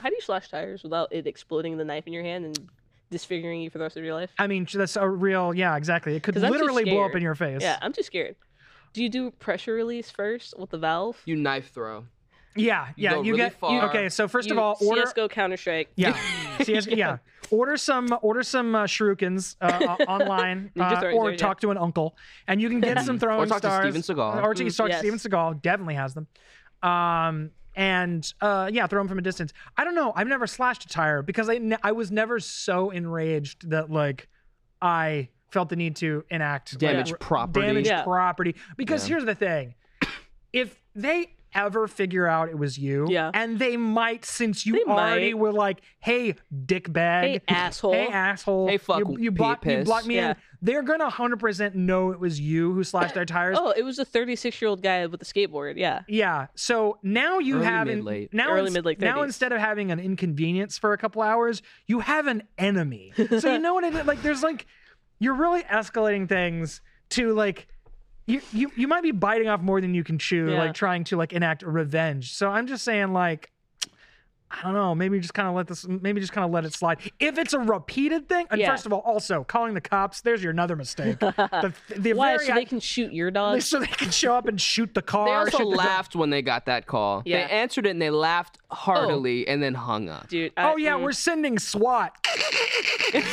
Speaker 4: how do you slash tires without it exploding the knife in your hand and disfiguring you for the rest of your life?
Speaker 2: I mean, that's a real yeah, exactly. It could
Speaker 4: 'Cause I'm too
Speaker 2: literally blow up
Speaker 4: scared.
Speaker 2: in your face.
Speaker 4: Yeah, I'm too scared. Do you do pressure release first with the valve?
Speaker 3: You knife throw.
Speaker 2: yeah,
Speaker 3: You
Speaker 2: yeah.
Speaker 3: go
Speaker 2: You
Speaker 3: really
Speaker 2: get
Speaker 3: far.
Speaker 2: okay. So first of
Speaker 4: You
Speaker 2: all, order
Speaker 4: CS:GO Counter Strike.
Speaker 2: Yeah.
Speaker 4: <laughs>
Speaker 2: CS, yeah. Order some order some uh, shurikens
Speaker 4: <laughs>
Speaker 2: uh, uh, online
Speaker 4: Ninja
Speaker 2: uh,
Speaker 4: throwing
Speaker 2: or
Speaker 4: stars,
Speaker 2: talk to an uncle, and you can get
Speaker 4: <laughs>
Speaker 2: some throwing
Speaker 3: Or talk to
Speaker 2: stars.
Speaker 3: Steven Seagal.
Speaker 2: Or to,
Speaker 4: Mm,
Speaker 2: talk
Speaker 4: yes.
Speaker 2: to Steven Seagal. Definitely has them. Um, and uh, yeah, throw them from a distance. I don't know. I've never slashed a tire because I ne- I was never so enraged that like I felt the need to enact like,
Speaker 3: Damage
Speaker 2: r-
Speaker 3: property.
Speaker 2: Damage
Speaker 4: Yeah.
Speaker 2: property. Because
Speaker 3: Yeah.
Speaker 2: here's the thing: if they ever figure out it was you.
Speaker 4: Yeah.
Speaker 2: And they might, since you
Speaker 4: They
Speaker 2: already
Speaker 4: might.
Speaker 2: were like, hey, dickbag.
Speaker 4: Hey,
Speaker 2: <laughs>
Speaker 4: asshole.
Speaker 2: Hey, asshole.
Speaker 3: Hey, fuck,
Speaker 2: You, you,
Speaker 3: pee
Speaker 2: blocked, you
Speaker 3: piss."
Speaker 2: blocked me
Speaker 4: Yeah.
Speaker 2: in. They're going to 100% know it was you who slashed their tires.
Speaker 4: Oh, it was a 36 year old guy with a skateboard. Yeah.
Speaker 2: Yeah. So now you
Speaker 3: Early,
Speaker 2: have
Speaker 3: mid,
Speaker 2: an-
Speaker 3: late.
Speaker 2: now
Speaker 4: Early,
Speaker 2: ins-
Speaker 4: mid, late
Speaker 2: now
Speaker 4: 30s.
Speaker 2: instead of having an inconvenience for a couple hours, you have an
Speaker 4: <laughs>
Speaker 2: enemy. So you know what I mean? Like there's like you're really escalating things to like you you you might be biting off more than you can chew,
Speaker 4: Yeah.
Speaker 2: like trying to like enact revenge. So I'm just saying like. I don't know. Maybe just kind of let this. Maybe just kind of let it slide. If it's a repeated thing, and
Speaker 4: Yeah.
Speaker 2: first of all, also calling the cops. There's your another
Speaker 4: <laughs>
Speaker 2: mistake. The, the
Speaker 4: Why?
Speaker 2: very
Speaker 4: So they can shoot your dog?
Speaker 2: <laughs> so they can show up and shoot the car.
Speaker 3: They also
Speaker 2: shoot the dog.
Speaker 3: laughed when they got that call.
Speaker 4: Yeah. Oh.
Speaker 3: They answered it and they laughed heartily and then hung up.
Speaker 4: Dude. I-
Speaker 2: Oh yeah,
Speaker 4: mm.
Speaker 2: we're sending <laughs> SWAT.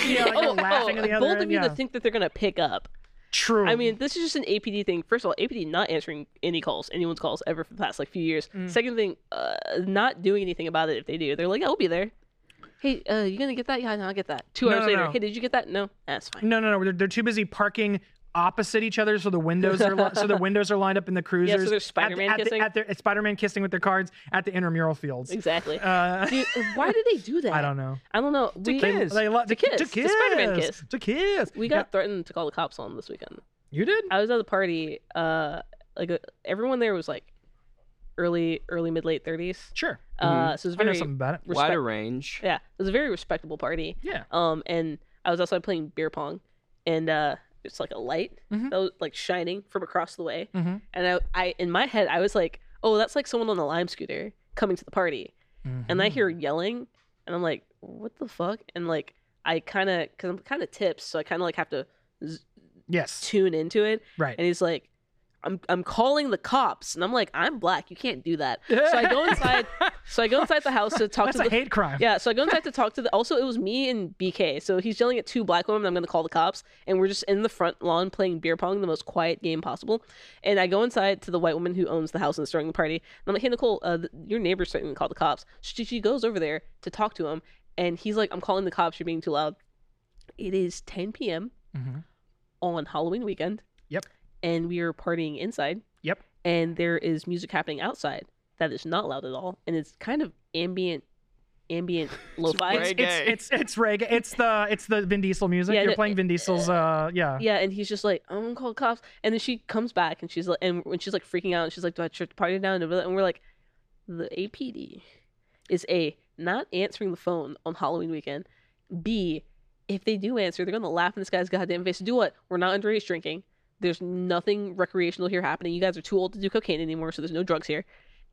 Speaker 2: you know, like you're laughing at the other
Speaker 4: bold
Speaker 2: end.
Speaker 4: oh, of you
Speaker 2: yeah.
Speaker 4: to think that they're gonna pick up.
Speaker 2: True.
Speaker 4: I mean, this is just an APD thing. First of all, APD not answering any calls, anyone's calls ever for the past like few years.
Speaker 2: Mm.
Speaker 4: Second thing, uh, not doing anything about it if they do. They're like, I'll be there. Hey, uh, you gonna get that? Yeah, no, I'll get that. Two
Speaker 2: No,
Speaker 4: hours
Speaker 2: no,
Speaker 4: later,
Speaker 2: no.
Speaker 4: hey, did you get that? No,
Speaker 2: <laughs>
Speaker 4: that's fine.
Speaker 2: no, no, no. They're, they're too busy parking opposite each other, so the windows are li-
Speaker 4: <laughs>
Speaker 2: so the windows are lined up in the cruisers.
Speaker 4: they're
Speaker 2: at the-
Speaker 4: Spider-Man
Speaker 2: at the-
Speaker 4: kissing?
Speaker 2: at their Spider-Man kissing with their cards at the intramural fields.
Speaker 4: Exactly.
Speaker 2: Uh,
Speaker 4: Dude, why do they do
Speaker 2: <laughs>
Speaker 4: that?
Speaker 2: I don't know.
Speaker 4: I don't know. We,
Speaker 3: kiss.
Speaker 2: They love
Speaker 4: To kiss.
Speaker 2: To
Speaker 4: To
Speaker 2: kiss.
Speaker 4: Spider-Man kiss.
Speaker 2: To kiss.
Speaker 4: we
Speaker 2: Yeah,
Speaker 4: got threatened to call the cops on this weekend.
Speaker 2: you did.
Speaker 4: I was at the party. Uh, like uh, everyone there was like early, early mid late thirties.
Speaker 2: Sure.
Speaker 4: Uh, so it was
Speaker 2: Mm-hmm. I know
Speaker 4: very
Speaker 2: something about it.
Speaker 4: respect-
Speaker 3: Wider range.
Speaker 4: Yeah, it was a very respectable party.
Speaker 2: Yeah.
Speaker 4: Um, and I was outside playing beer pong, and uh, it's like a light
Speaker 2: Mhm.
Speaker 4: that was like shining from across the way.
Speaker 2: Mhm.
Speaker 4: And I, I, in my head, I was like, "Oh, that's like someone on a lime scooter coming to the party." And I
Speaker 2: Mhm.
Speaker 4: hear yelling, and I'm like, "What the fuck?" And like, I kind of, cause I'm kind of tipped, so I kind of like have to
Speaker 2: Yes.
Speaker 4: tune into it.
Speaker 2: Right.
Speaker 4: <laughs> And he's like, "I'm, I'm calling the cops," and I'm like, "I'm black. You can't do that." So I go inside. so I go inside the house to
Speaker 2: <laughs>
Speaker 4: talk
Speaker 2: That's
Speaker 4: to
Speaker 2: a
Speaker 4: the
Speaker 2: hate crime.
Speaker 4: yeah, so I go inside to talk to the. Also, it was me and BK. So he's yelling at two black women. I'm going to call the cops, and we're just in the front lawn playing beer pong, the most quiet game possible. And I go inside to the white woman who owns the house and is throwing the party. And I'm like, "Hey Nicole, uh, th- your neighbor's threatening to call the cops." She, she goes over there to talk to him, and he's like, "I'm calling the cops. You're being too loud." It is 10 p.m.
Speaker 2: Mhm.
Speaker 4: on Halloween weekend.
Speaker 2: Yep.
Speaker 4: And we are partying inside.
Speaker 2: Yep.
Speaker 4: And there is music happening outside that is not loud at all, and it's kind of ambient,
Speaker 2: <laughs>
Speaker 4: ambient lo-fi.
Speaker 3: Reggae.
Speaker 2: It's, it's it's reggae. It's the it's the Vin Diesel music.
Speaker 4: Yeah,
Speaker 2: You're
Speaker 4: no,
Speaker 2: playing Vin Diesel's. Uh, yeah.
Speaker 4: Yeah, and he's just like, I'm gonna call the cops. And then she comes back and she's like, and when she's like freaking out, and she's like, Do I shut the party down? And we're like, the APD is a not answering the phone on Halloween weekend. B, if they do answer, they're gonna laugh in this guy's goddamn face. Do what? We're not underage drinking. There's nothing recreational here happening. You guys are too old to do cocaine anymore, so there's no drugs here.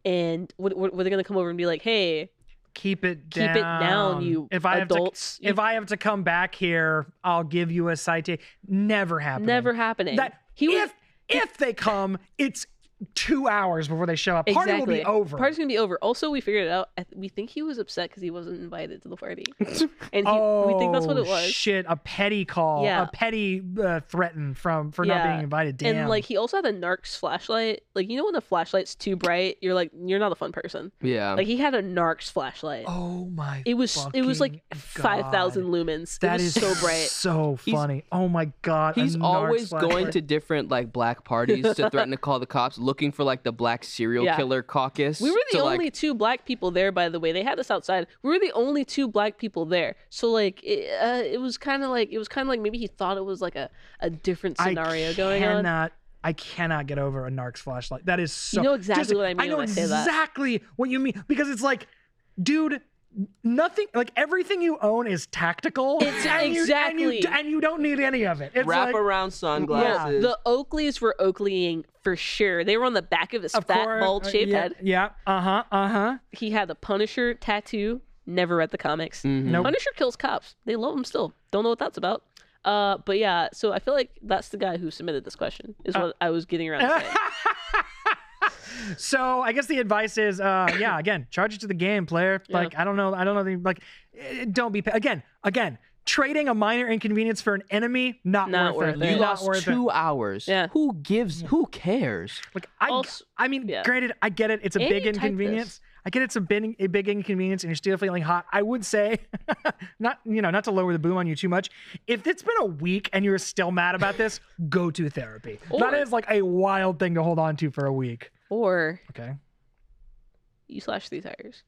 Speaker 4: And what, what, were they gonna come over and be like, Hey,
Speaker 2: keep it
Speaker 4: keep
Speaker 2: down.
Speaker 4: it down, you
Speaker 2: if I
Speaker 4: adults.
Speaker 2: have to, if I have to come back here, I'll give you a citation. Never happened.
Speaker 4: never happening.
Speaker 2: That
Speaker 4: he was
Speaker 2: if if they come, it's two hours before they show up. Party will be
Speaker 4: Exactly.
Speaker 2: over.
Speaker 4: Party's gonna be over. Also, we figured it out. I th- We think he was upset because he wasn't invited to
Speaker 2: <laughs>
Speaker 4: the party, and he,
Speaker 2: oh
Speaker 4: we think that's what it was.
Speaker 2: shit! A petty call.
Speaker 4: Yeah.
Speaker 2: A petty uh, threaten from for not
Speaker 4: Yeah.
Speaker 2: being invited. Damn.
Speaker 4: And like he also had a Narcs flashlight. Like you know when the flashlight's too bright, you're like you're not a fun person.
Speaker 3: Yeah.
Speaker 4: Like he had a Narcs flashlight.
Speaker 2: oh my.
Speaker 4: it was it was like
Speaker 2: fucking
Speaker 4: five thousand
Speaker 2: God.
Speaker 4: lumens.
Speaker 2: That
Speaker 4: it
Speaker 2: is
Speaker 4: was
Speaker 2: <laughs>
Speaker 4: so bright.
Speaker 2: So
Speaker 3: He's-
Speaker 2: funny. oh my god. a
Speaker 3: He's
Speaker 2: narc
Speaker 3: always
Speaker 2: slash
Speaker 3: going
Speaker 2: like-
Speaker 3: to different like black parties to threaten to call the cops, looking for like the black serial
Speaker 4: Yeah.
Speaker 3: killer caucus.
Speaker 4: We were the
Speaker 3: to, like,
Speaker 4: only two black people there, by the way. They had us outside. We were the only two black people there. So like, it, uh, it was kind of like it was kind of like maybe he thought it was like a, a different scenario
Speaker 2: I
Speaker 4: going on.
Speaker 2: Cannot, I cannot get over a narcs flashlight. That is so.
Speaker 4: You know exactly
Speaker 2: just-
Speaker 4: what I mean
Speaker 2: know
Speaker 4: when I say that.
Speaker 2: exactly what you mean because it's like, dude. Nothing like everything you own is tactical. and
Speaker 4: It's-
Speaker 2: you- and you,
Speaker 4: exactly.
Speaker 2: and you don't need any of it. It's
Speaker 3: wrap
Speaker 2: like,
Speaker 3: around sunglasses.
Speaker 4: The Oakleys were Oakleying for sure. They were on the back of his
Speaker 2: of
Speaker 4: fat,
Speaker 2: course,
Speaker 4: bald,
Speaker 2: uh,
Speaker 4: shaved
Speaker 2: yeah,
Speaker 4: head.
Speaker 2: Yeah. Uh huh. Uh huh.
Speaker 4: He had the Punisher tattoo. Never read the comics.
Speaker 3: Mhm.
Speaker 2: Nope.
Speaker 4: Punisher kills cops. They love him still. Don't know what that's about. Uh, but yeah, so I feel like that's the guy who submitted this question. Is
Speaker 2: Uh.
Speaker 4: what I was getting around to saying.
Speaker 2: <laughs> So I guess the advice is, uh, yeah, again, charge it to the game, player.
Speaker 4: Yeah.
Speaker 2: Like I don't know, I don't know, the, like eh, don't be pa- again, again, trading a minor inconvenience for an enemy, not,
Speaker 4: Not
Speaker 2: worth,
Speaker 4: worth
Speaker 2: it.
Speaker 4: it.
Speaker 2: Not
Speaker 3: You lost
Speaker 2: worth it.
Speaker 3: two hours.
Speaker 4: Yeah.
Speaker 3: Who gives? Who cares?
Speaker 2: Like I,
Speaker 4: Also-
Speaker 2: I mean,
Speaker 4: yeah.
Speaker 2: granted, I get it. It's a <laughs>
Speaker 4: And
Speaker 2: big
Speaker 4: you typed
Speaker 2: inconvenience.
Speaker 4: this.
Speaker 2: I get it's a big, a big inconvenience, and you're still feeling hot. I would say, <laughs> not you know, not to lower the boom on you too much. If it's been a week and you're still mad about this, go to therapy.
Speaker 4: Or-
Speaker 2: that is like a wild thing to hold on to for a week.
Speaker 4: Or
Speaker 2: Okay.
Speaker 4: you slash three tires.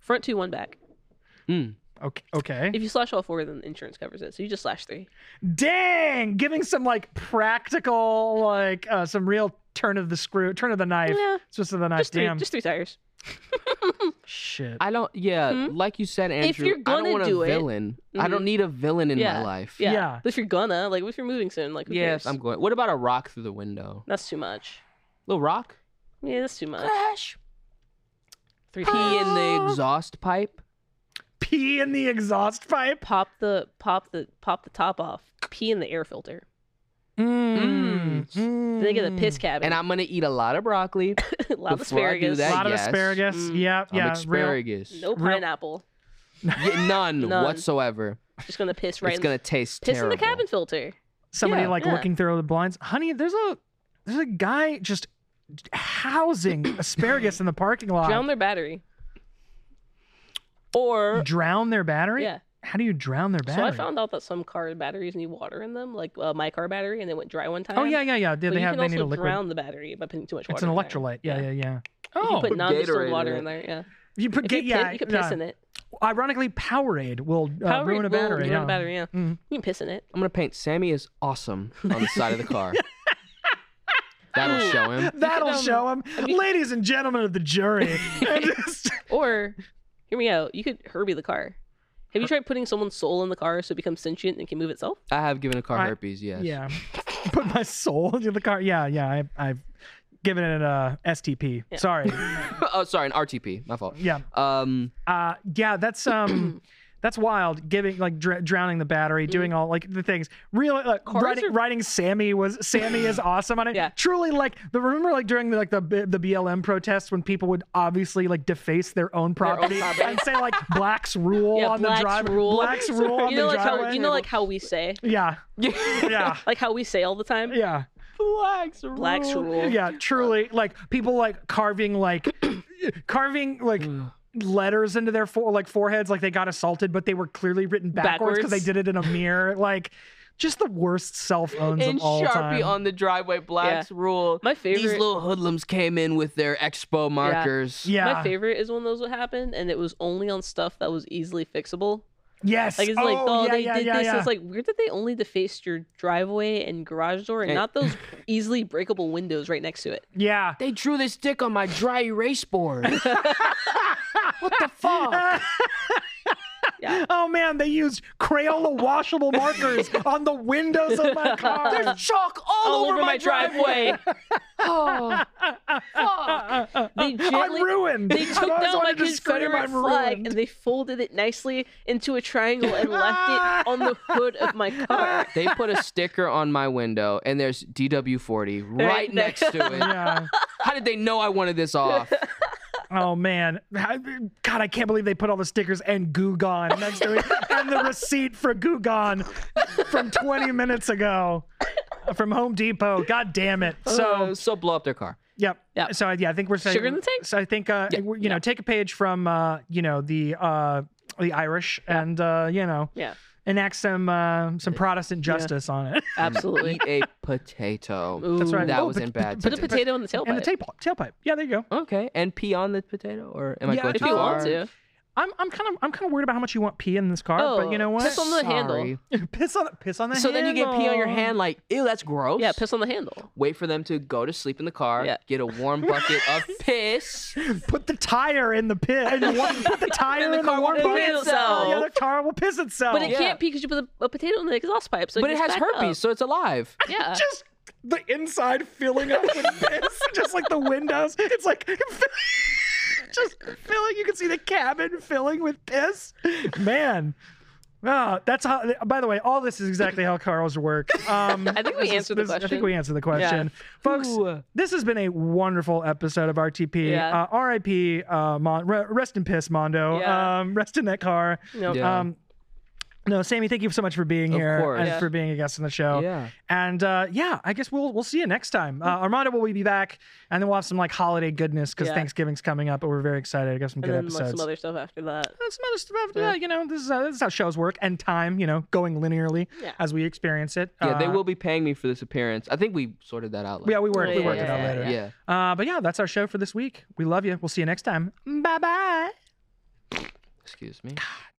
Speaker 4: Front two, one back.
Speaker 2: Okay. Okay.
Speaker 4: If you slash all four, then insurance covers it. So you just slash three.
Speaker 2: Dang! Giving some like practical, like uh, some real turn of the screw, turn of the knife,
Speaker 4: yeah,
Speaker 2: twist of the knife.
Speaker 4: just three,
Speaker 2: Ah, Damn.
Speaker 4: just three tires.
Speaker 2: Shit.
Speaker 3: I don't. Yeah,
Speaker 4: Hmm?
Speaker 3: like you said, Andrew.
Speaker 4: If you're
Speaker 3: I
Speaker 4: gonna
Speaker 3: don't want
Speaker 4: do
Speaker 3: a
Speaker 4: it-
Speaker 3: villain. I
Speaker 4: Mhm.
Speaker 3: don't need a villain in
Speaker 4: Yeah,
Speaker 3: my life.
Speaker 4: Yeah.
Speaker 2: Yeah.
Speaker 4: But if you're gonna, like, if you're moving soon, like, who
Speaker 3: Yes,
Speaker 4: yes,
Speaker 3: I'm going. What about a rock through the window?
Speaker 4: That's too much.
Speaker 3: Little rock.
Speaker 4: Yeah, that's too much.
Speaker 3: Crash.
Speaker 4: Three
Speaker 3: Pee
Speaker 4: tires.
Speaker 3: in the exhaust pipe.
Speaker 2: Pee in the exhaust pipe.
Speaker 4: Pop the pop the pop the top off. Pee in the air filter.
Speaker 2: Mm. Mm.
Speaker 3: Mm.
Speaker 4: Then they get the piss cabin. <laughs>
Speaker 3: And I'm gonna eat a lot of broccoli.
Speaker 4: a lot of
Speaker 3: before I do
Speaker 4: asparagus.
Speaker 2: A
Speaker 3: that,
Speaker 2: lot of
Speaker 3: yes.
Speaker 2: asparagus.
Speaker 4: Mm.
Speaker 2: Yeah.
Speaker 3: I'm
Speaker 2: Yeah. Real.
Speaker 3: asparagus.
Speaker 4: No
Speaker 2: Real-
Speaker 4: pineapple.
Speaker 3: Yeah, none,
Speaker 4: <laughs> None.
Speaker 3: whatsoever.
Speaker 4: Just gonna piss right.
Speaker 3: It's
Speaker 4: in-
Speaker 3: gonna taste
Speaker 4: piss
Speaker 3: terrible.
Speaker 4: in the cabin filter.
Speaker 2: Somebody
Speaker 3: Yeah,
Speaker 2: like
Speaker 4: yeah.
Speaker 2: looking through the blinds. Honey, there's a there's a guy just
Speaker 4: <coughs>
Speaker 2: housing asparagus in the parking lot.
Speaker 4: Drown their battery. Or
Speaker 2: Drown their battery.
Speaker 4: yeah.
Speaker 2: How do you drown their battery?
Speaker 4: So I found out that some car batteries need water in them, like uh, my car battery, and they went dry one time.
Speaker 2: Oh yeah, yeah, yeah. They,
Speaker 4: But
Speaker 2: they
Speaker 4: you
Speaker 2: have
Speaker 4: can
Speaker 2: they
Speaker 4: also
Speaker 2: need a liquid.
Speaker 4: drown the battery by putting too much water.
Speaker 2: it's an
Speaker 4: in there.
Speaker 2: electrolyte. Yeah, yeah, yeah.
Speaker 4: You
Speaker 2: Oh,
Speaker 4: can put non-distilled
Speaker 3: Gatorade
Speaker 4: water
Speaker 3: in
Speaker 4: in there. Yeah.
Speaker 2: you put
Speaker 4: If
Speaker 2: ga-
Speaker 4: you,
Speaker 2: yeah,
Speaker 4: piss, you could piss
Speaker 2: yeah.
Speaker 4: in it.
Speaker 2: Ironically, Powerade will uh,
Speaker 4: Powerade
Speaker 2: ruin a
Speaker 4: will
Speaker 2: battery.
Speaker 4: Ruin
Speaker 2: yeah.
Speaker 4: a battery. Yeah.
Speaker 2: Mm.
Speaker 4: You can piss in it.
Speaker 3: I'm gonna paint Sammy as awesome on the side of the
Speaker 4: <laughs>
Speaker 3: car. That'll show him.
Speaker 2: <laughs> That'll
Speaker 4: could, um,
Speaker 2: show him, ladies and gentlemen of the
Speaker 4: <laughs>
Speaker 2: jury. and just-
Speaker 4: Or, hear me out. You could Herbie the car. Have you tried putting someone's soul in the car so it becomes sentient and can move itself?
Speaker 3: I have given a car
Speaker 2: I-
Speaker 3: herpes. Yes.
Speaker 2: yeah, put my soul into the car. Yeah, yeah. I, I've given it uh, a STP.
Speaker 4: Yeah. <laughs>
Speaker 2: Sorry.
Speaker 3: <laughs> oh, sorry, an RTP. My fault.
Speaker 2: Yeah,
Speaker 3: Um,
Speaker 2: uh, yeah. That's
Speaker 4: <clears throat>
Speaker 2: um. That's wild. Giving like dr- drowning the battery,
Speaker 4: Mm.
Speaker 2: doing all like the things. Real like,
Speaker 4: Cars
Speaker 2: writing,
Speaker 4: are-
Speaker 2: writing Sammy was Sammy
Speaker 4: <clears throat>
Speaker 2: is awesome on it.
Speaker 4: Yeah.
Speaker 2: Truly like the remember like during the, like the B- the BLM protests when people would obviously like deface their own
Speaker 4: own
Speaker 2: property,
Speaker 4: property.
Speaker 2: and say like
Speaker 4: <laughs>
Speaker 2: blacks rule
Speaker 4: yeah,
Speaker 2: on
Speaker 4: Black's
Speaker 2: the drive.
Speaker 4: rule. <laughs>
Speaker 2: Blacks rule on
Speaker 4: you know,
Speaker 2: the
Speaker 4: like
Speaker 2: driveway.
Speaker 4: how you know, like how we say, <laughs>
Speaker 2: yeah,
Speaker 3: blacks
Speaker 2: yeah,
Speaker 4: like how we say all the time.
Speaker 2: yeah.
Speaker 3: rule.
Speaker 4: Blacks
Speaker 2: <laughs>
Speaker 4: rule.
Speaker 2: Yeah, truly, like people like carving like <clears throat> carving like letters into their fore, like foreheads, like they got assaulted, but they were clearly written backwards because they
Speaker 4: Backwards.
Speaker 2: did it in a mirror. Like, just the worst self owns
Speaker 3: And
Speaker 2: of all
Speaker 3: Sharpie
Speaker 2: time.
Speaker 3: on the driveway. Blacks rule.
Speaker 4: My favorite.
Speaker 3: These little hoodlums came in with their expo markers.
Speaker 2: yeah.
Speaker 4: My favorite is when those would happen, and it was only on stuff that was easily fixable.
Speaker 2: Yes.
Speaker 4: Like it's like,
Speaker 2: oh
Speaker 4: oh,
Speaker 2: yeah,
Speaker 4: they
Speaker 2: yeah,
Speaker 4: did
Speaker 2: yeah,
Speaker 4: this.
Speaker 2: yeah.
Speaker 4: It's like weird that they only defaced your driveway and garage door, and
Speaker 3: Hey.
Speaker 4: not those easily breakable windows right next to it.
Speaker 2: yeah.
Speaker 3: They drew this dick on my dry
Speaker 4: <laughs>
Speaker 3: erase board. what the fuck?
Speaker 2: <laughs>
Speaker 4: Yeah.
Speaker 2: Oh man, they used Crayola washable markers on the windows of
Speaker 4: <laughs>
Speaker 2: my car.
Speaker 3: There's chalk all,
Speaker 4: All over my driveway. <laughs>
Speaker 3: Oh, fuck.
Speaker 4: They
Speaker 2: <laughs> I'm
Speaker 4: gently-
Speaker 2: ruined. <laughs>
Speaker 4: They
Speaker 2: I've
Speaker 4: took
Speaker 2: always
Speaker 4: down my
Speaker 2: wanted to scream,
Speaker 4: Confederate
Speaker 2: "I'm
Speaker 4: flag
Speaker 2: ruined."
Speaker 4: and they folded it nicely into a triangle and left
Speaker 2: <laughs>
Speaker 4: it on the hood of my car.
Speaker 3: they put a sticker on my window and there's DW40 right
Speaker 4: Right
Speaker 3: next to it.
Speaker 2: Yeah.
Speaker 3: How did they know I wanted this off?
Speaker 2: Oh man, I- God, I can't believe they put all the stickers and Gugon next to it, and the receipt for Gugon from 20 minutes ago from Home Depot. God damn it! So
Speaker 3: Uh, so blow up their car.
Speaker 2: yep.
Speaker 4: Yep.
Speaker 2: So yeah, I think we're saying
Speaker 4: Sugar in the tank?
Speaker 2: So I think uh,
Speaker 3: Yeah,
Speaker 2: you know, take a page from uh, you know the uh, the Irish and uh, you know
Speaker 4: Yeah,
Speaker 2: enact some uh, some Protestant justice on it.
Speaker 4: absolutely.
Speaker 2: Mm.
Speaker 3: Eat a potato.
Speaker 2: That's
Speaker 4: Ooh.
Speaker 2: right.
Speaker 3: That
Speaker 2: Oh,
Speaker 3: was
Speaker 2: but-
Speaker 3: in bad
Speaker 4: Put a
Speaker 3: taste.
Speaker 4: potato in the tailpipe.
Speaker 2: And the tailpipe. Tailpipe. Yeah, there you go.
Speaker 3: Okay, and pee on the potato, or am
Speaker 2: Yeah,
Speaker 3: I going
Speaker 2: if
Speaker 3: too
Speaker 4: if you
Speaker 3: far?
Speaker 4: want to.
Speaker 2: I'm I'm kind of I'm kind of worried about how much you want pee in this car,
Speaker 4: Oh,
Speaker 2: but you know what?
Speaker 4: piss on the handle.
Speaker 3: Sorry.
Speaker 2: piss on piss on the
Speaker 3: So then you get pee on your
Speaker 2: handle.
Speaker 3: hand, like ew, that's gross.
Speaker 4: Yeah, piss on the handle.
Speaker 3: Wait for them to go to sleep in the car.
Speaker 4: Yeah.
Speaker 3: Get a warm bucket of piss.
Speaker 2: put the tire in the pit. <laughs> And you want- put the tire
Speaker 3: And the
Speaker 2: in the
Speaker 3: car
Speaker 2: warm
Speaker 3: will
Speaker 4: pee
Speaker 2: bucket.
Speaker 4: itself.
Speaker 2: The other car will piss itself.
Speaker 4: But it
Speaker 3: Yeah.
Speaker 4: can't pee because you put a, a potato in the exhaust pipe. So
Speaker 3: But it
Speaker 4: gets
Speaker 3: has
Speaker 4: back up.
Speaker 3: herpes, so it's alive.
Speaker 2: <laughs>
Speaker 4: Yeah.
Speaker 2: just the inside filling up <laughs> with piss, just like the windows. It's like <laughs> just filling. You can see the cabin filling with piss. Man. Ah, that's how. By the way, all this is exactly how cars work. Um,
Speaker 4: I think we
Speaker 2: this is-
Speaker 4: answered the
Speaker 2: this- <laughs> I think
Speaker 4: question.
Speaker 2: we answered the question, folks.
Speaker 3: Ooh.
Speaker 2: This has been a wonderful episode of RTP.
Speaker 4: Yeah.
Speaker 2: Uh, R.I.P. Uh, Mon- re- rest in piss, Mondo.
Speaker 4: Yeah.
Speaker 2: Um, rest in that car.
Speaker 4: No.
Speaker 3: Yeah.
Speaker 2: Um, No, Sammy, thank you so much for being
Speaker 3: Of
Speaker 2: here
Speaker 3: course.
Speaker 2: and
Speaker 4: Yeah.
Speaker 2: for being a guest on the show.
Speaker 3: Yeah.
Speaker 2: And uh, yeah, I guess we'll we'll see you next time. Uh, Armando will be back, and then we'll have some like holiday goodness because
Speaker 4: Yeah.
Speaker 2: Thanksgiving's coming up, but we're very excited. I got some
Speaker 4: and
Speaker 2: good
Speaker 4: then like
Speaker 2: episodes.
Speaker 4: some other stuff after that.
Speaker 2: Uh, some other stuff.
Speaker 3: Yeah.
Speaker 2: Yeah. you know, this is uh, this is how shows work and time. You know, going linearly
Speaker 4: Yeah.
Speaker 2: as we experience it.
Speaker 3: Yeah, they
Speaker 2: Uh,
Speaker 3: will be paying me for this appearance. I think we sorted that out.
Speaker 2: Yeah, we worked. we
Speaker 4: Yeah,
Speaker 2: worked
Speaker 4: yeah,
Speaker 2: it out
Speaker 4: yeah,
Speaker 2: later.
Speaker 3: Yeah. yeah.
Speaker 2: Uh, but yeah, that's our show for this week. We love you. We'll see you next time. Bye bye.
Speaker 3: Excuse me.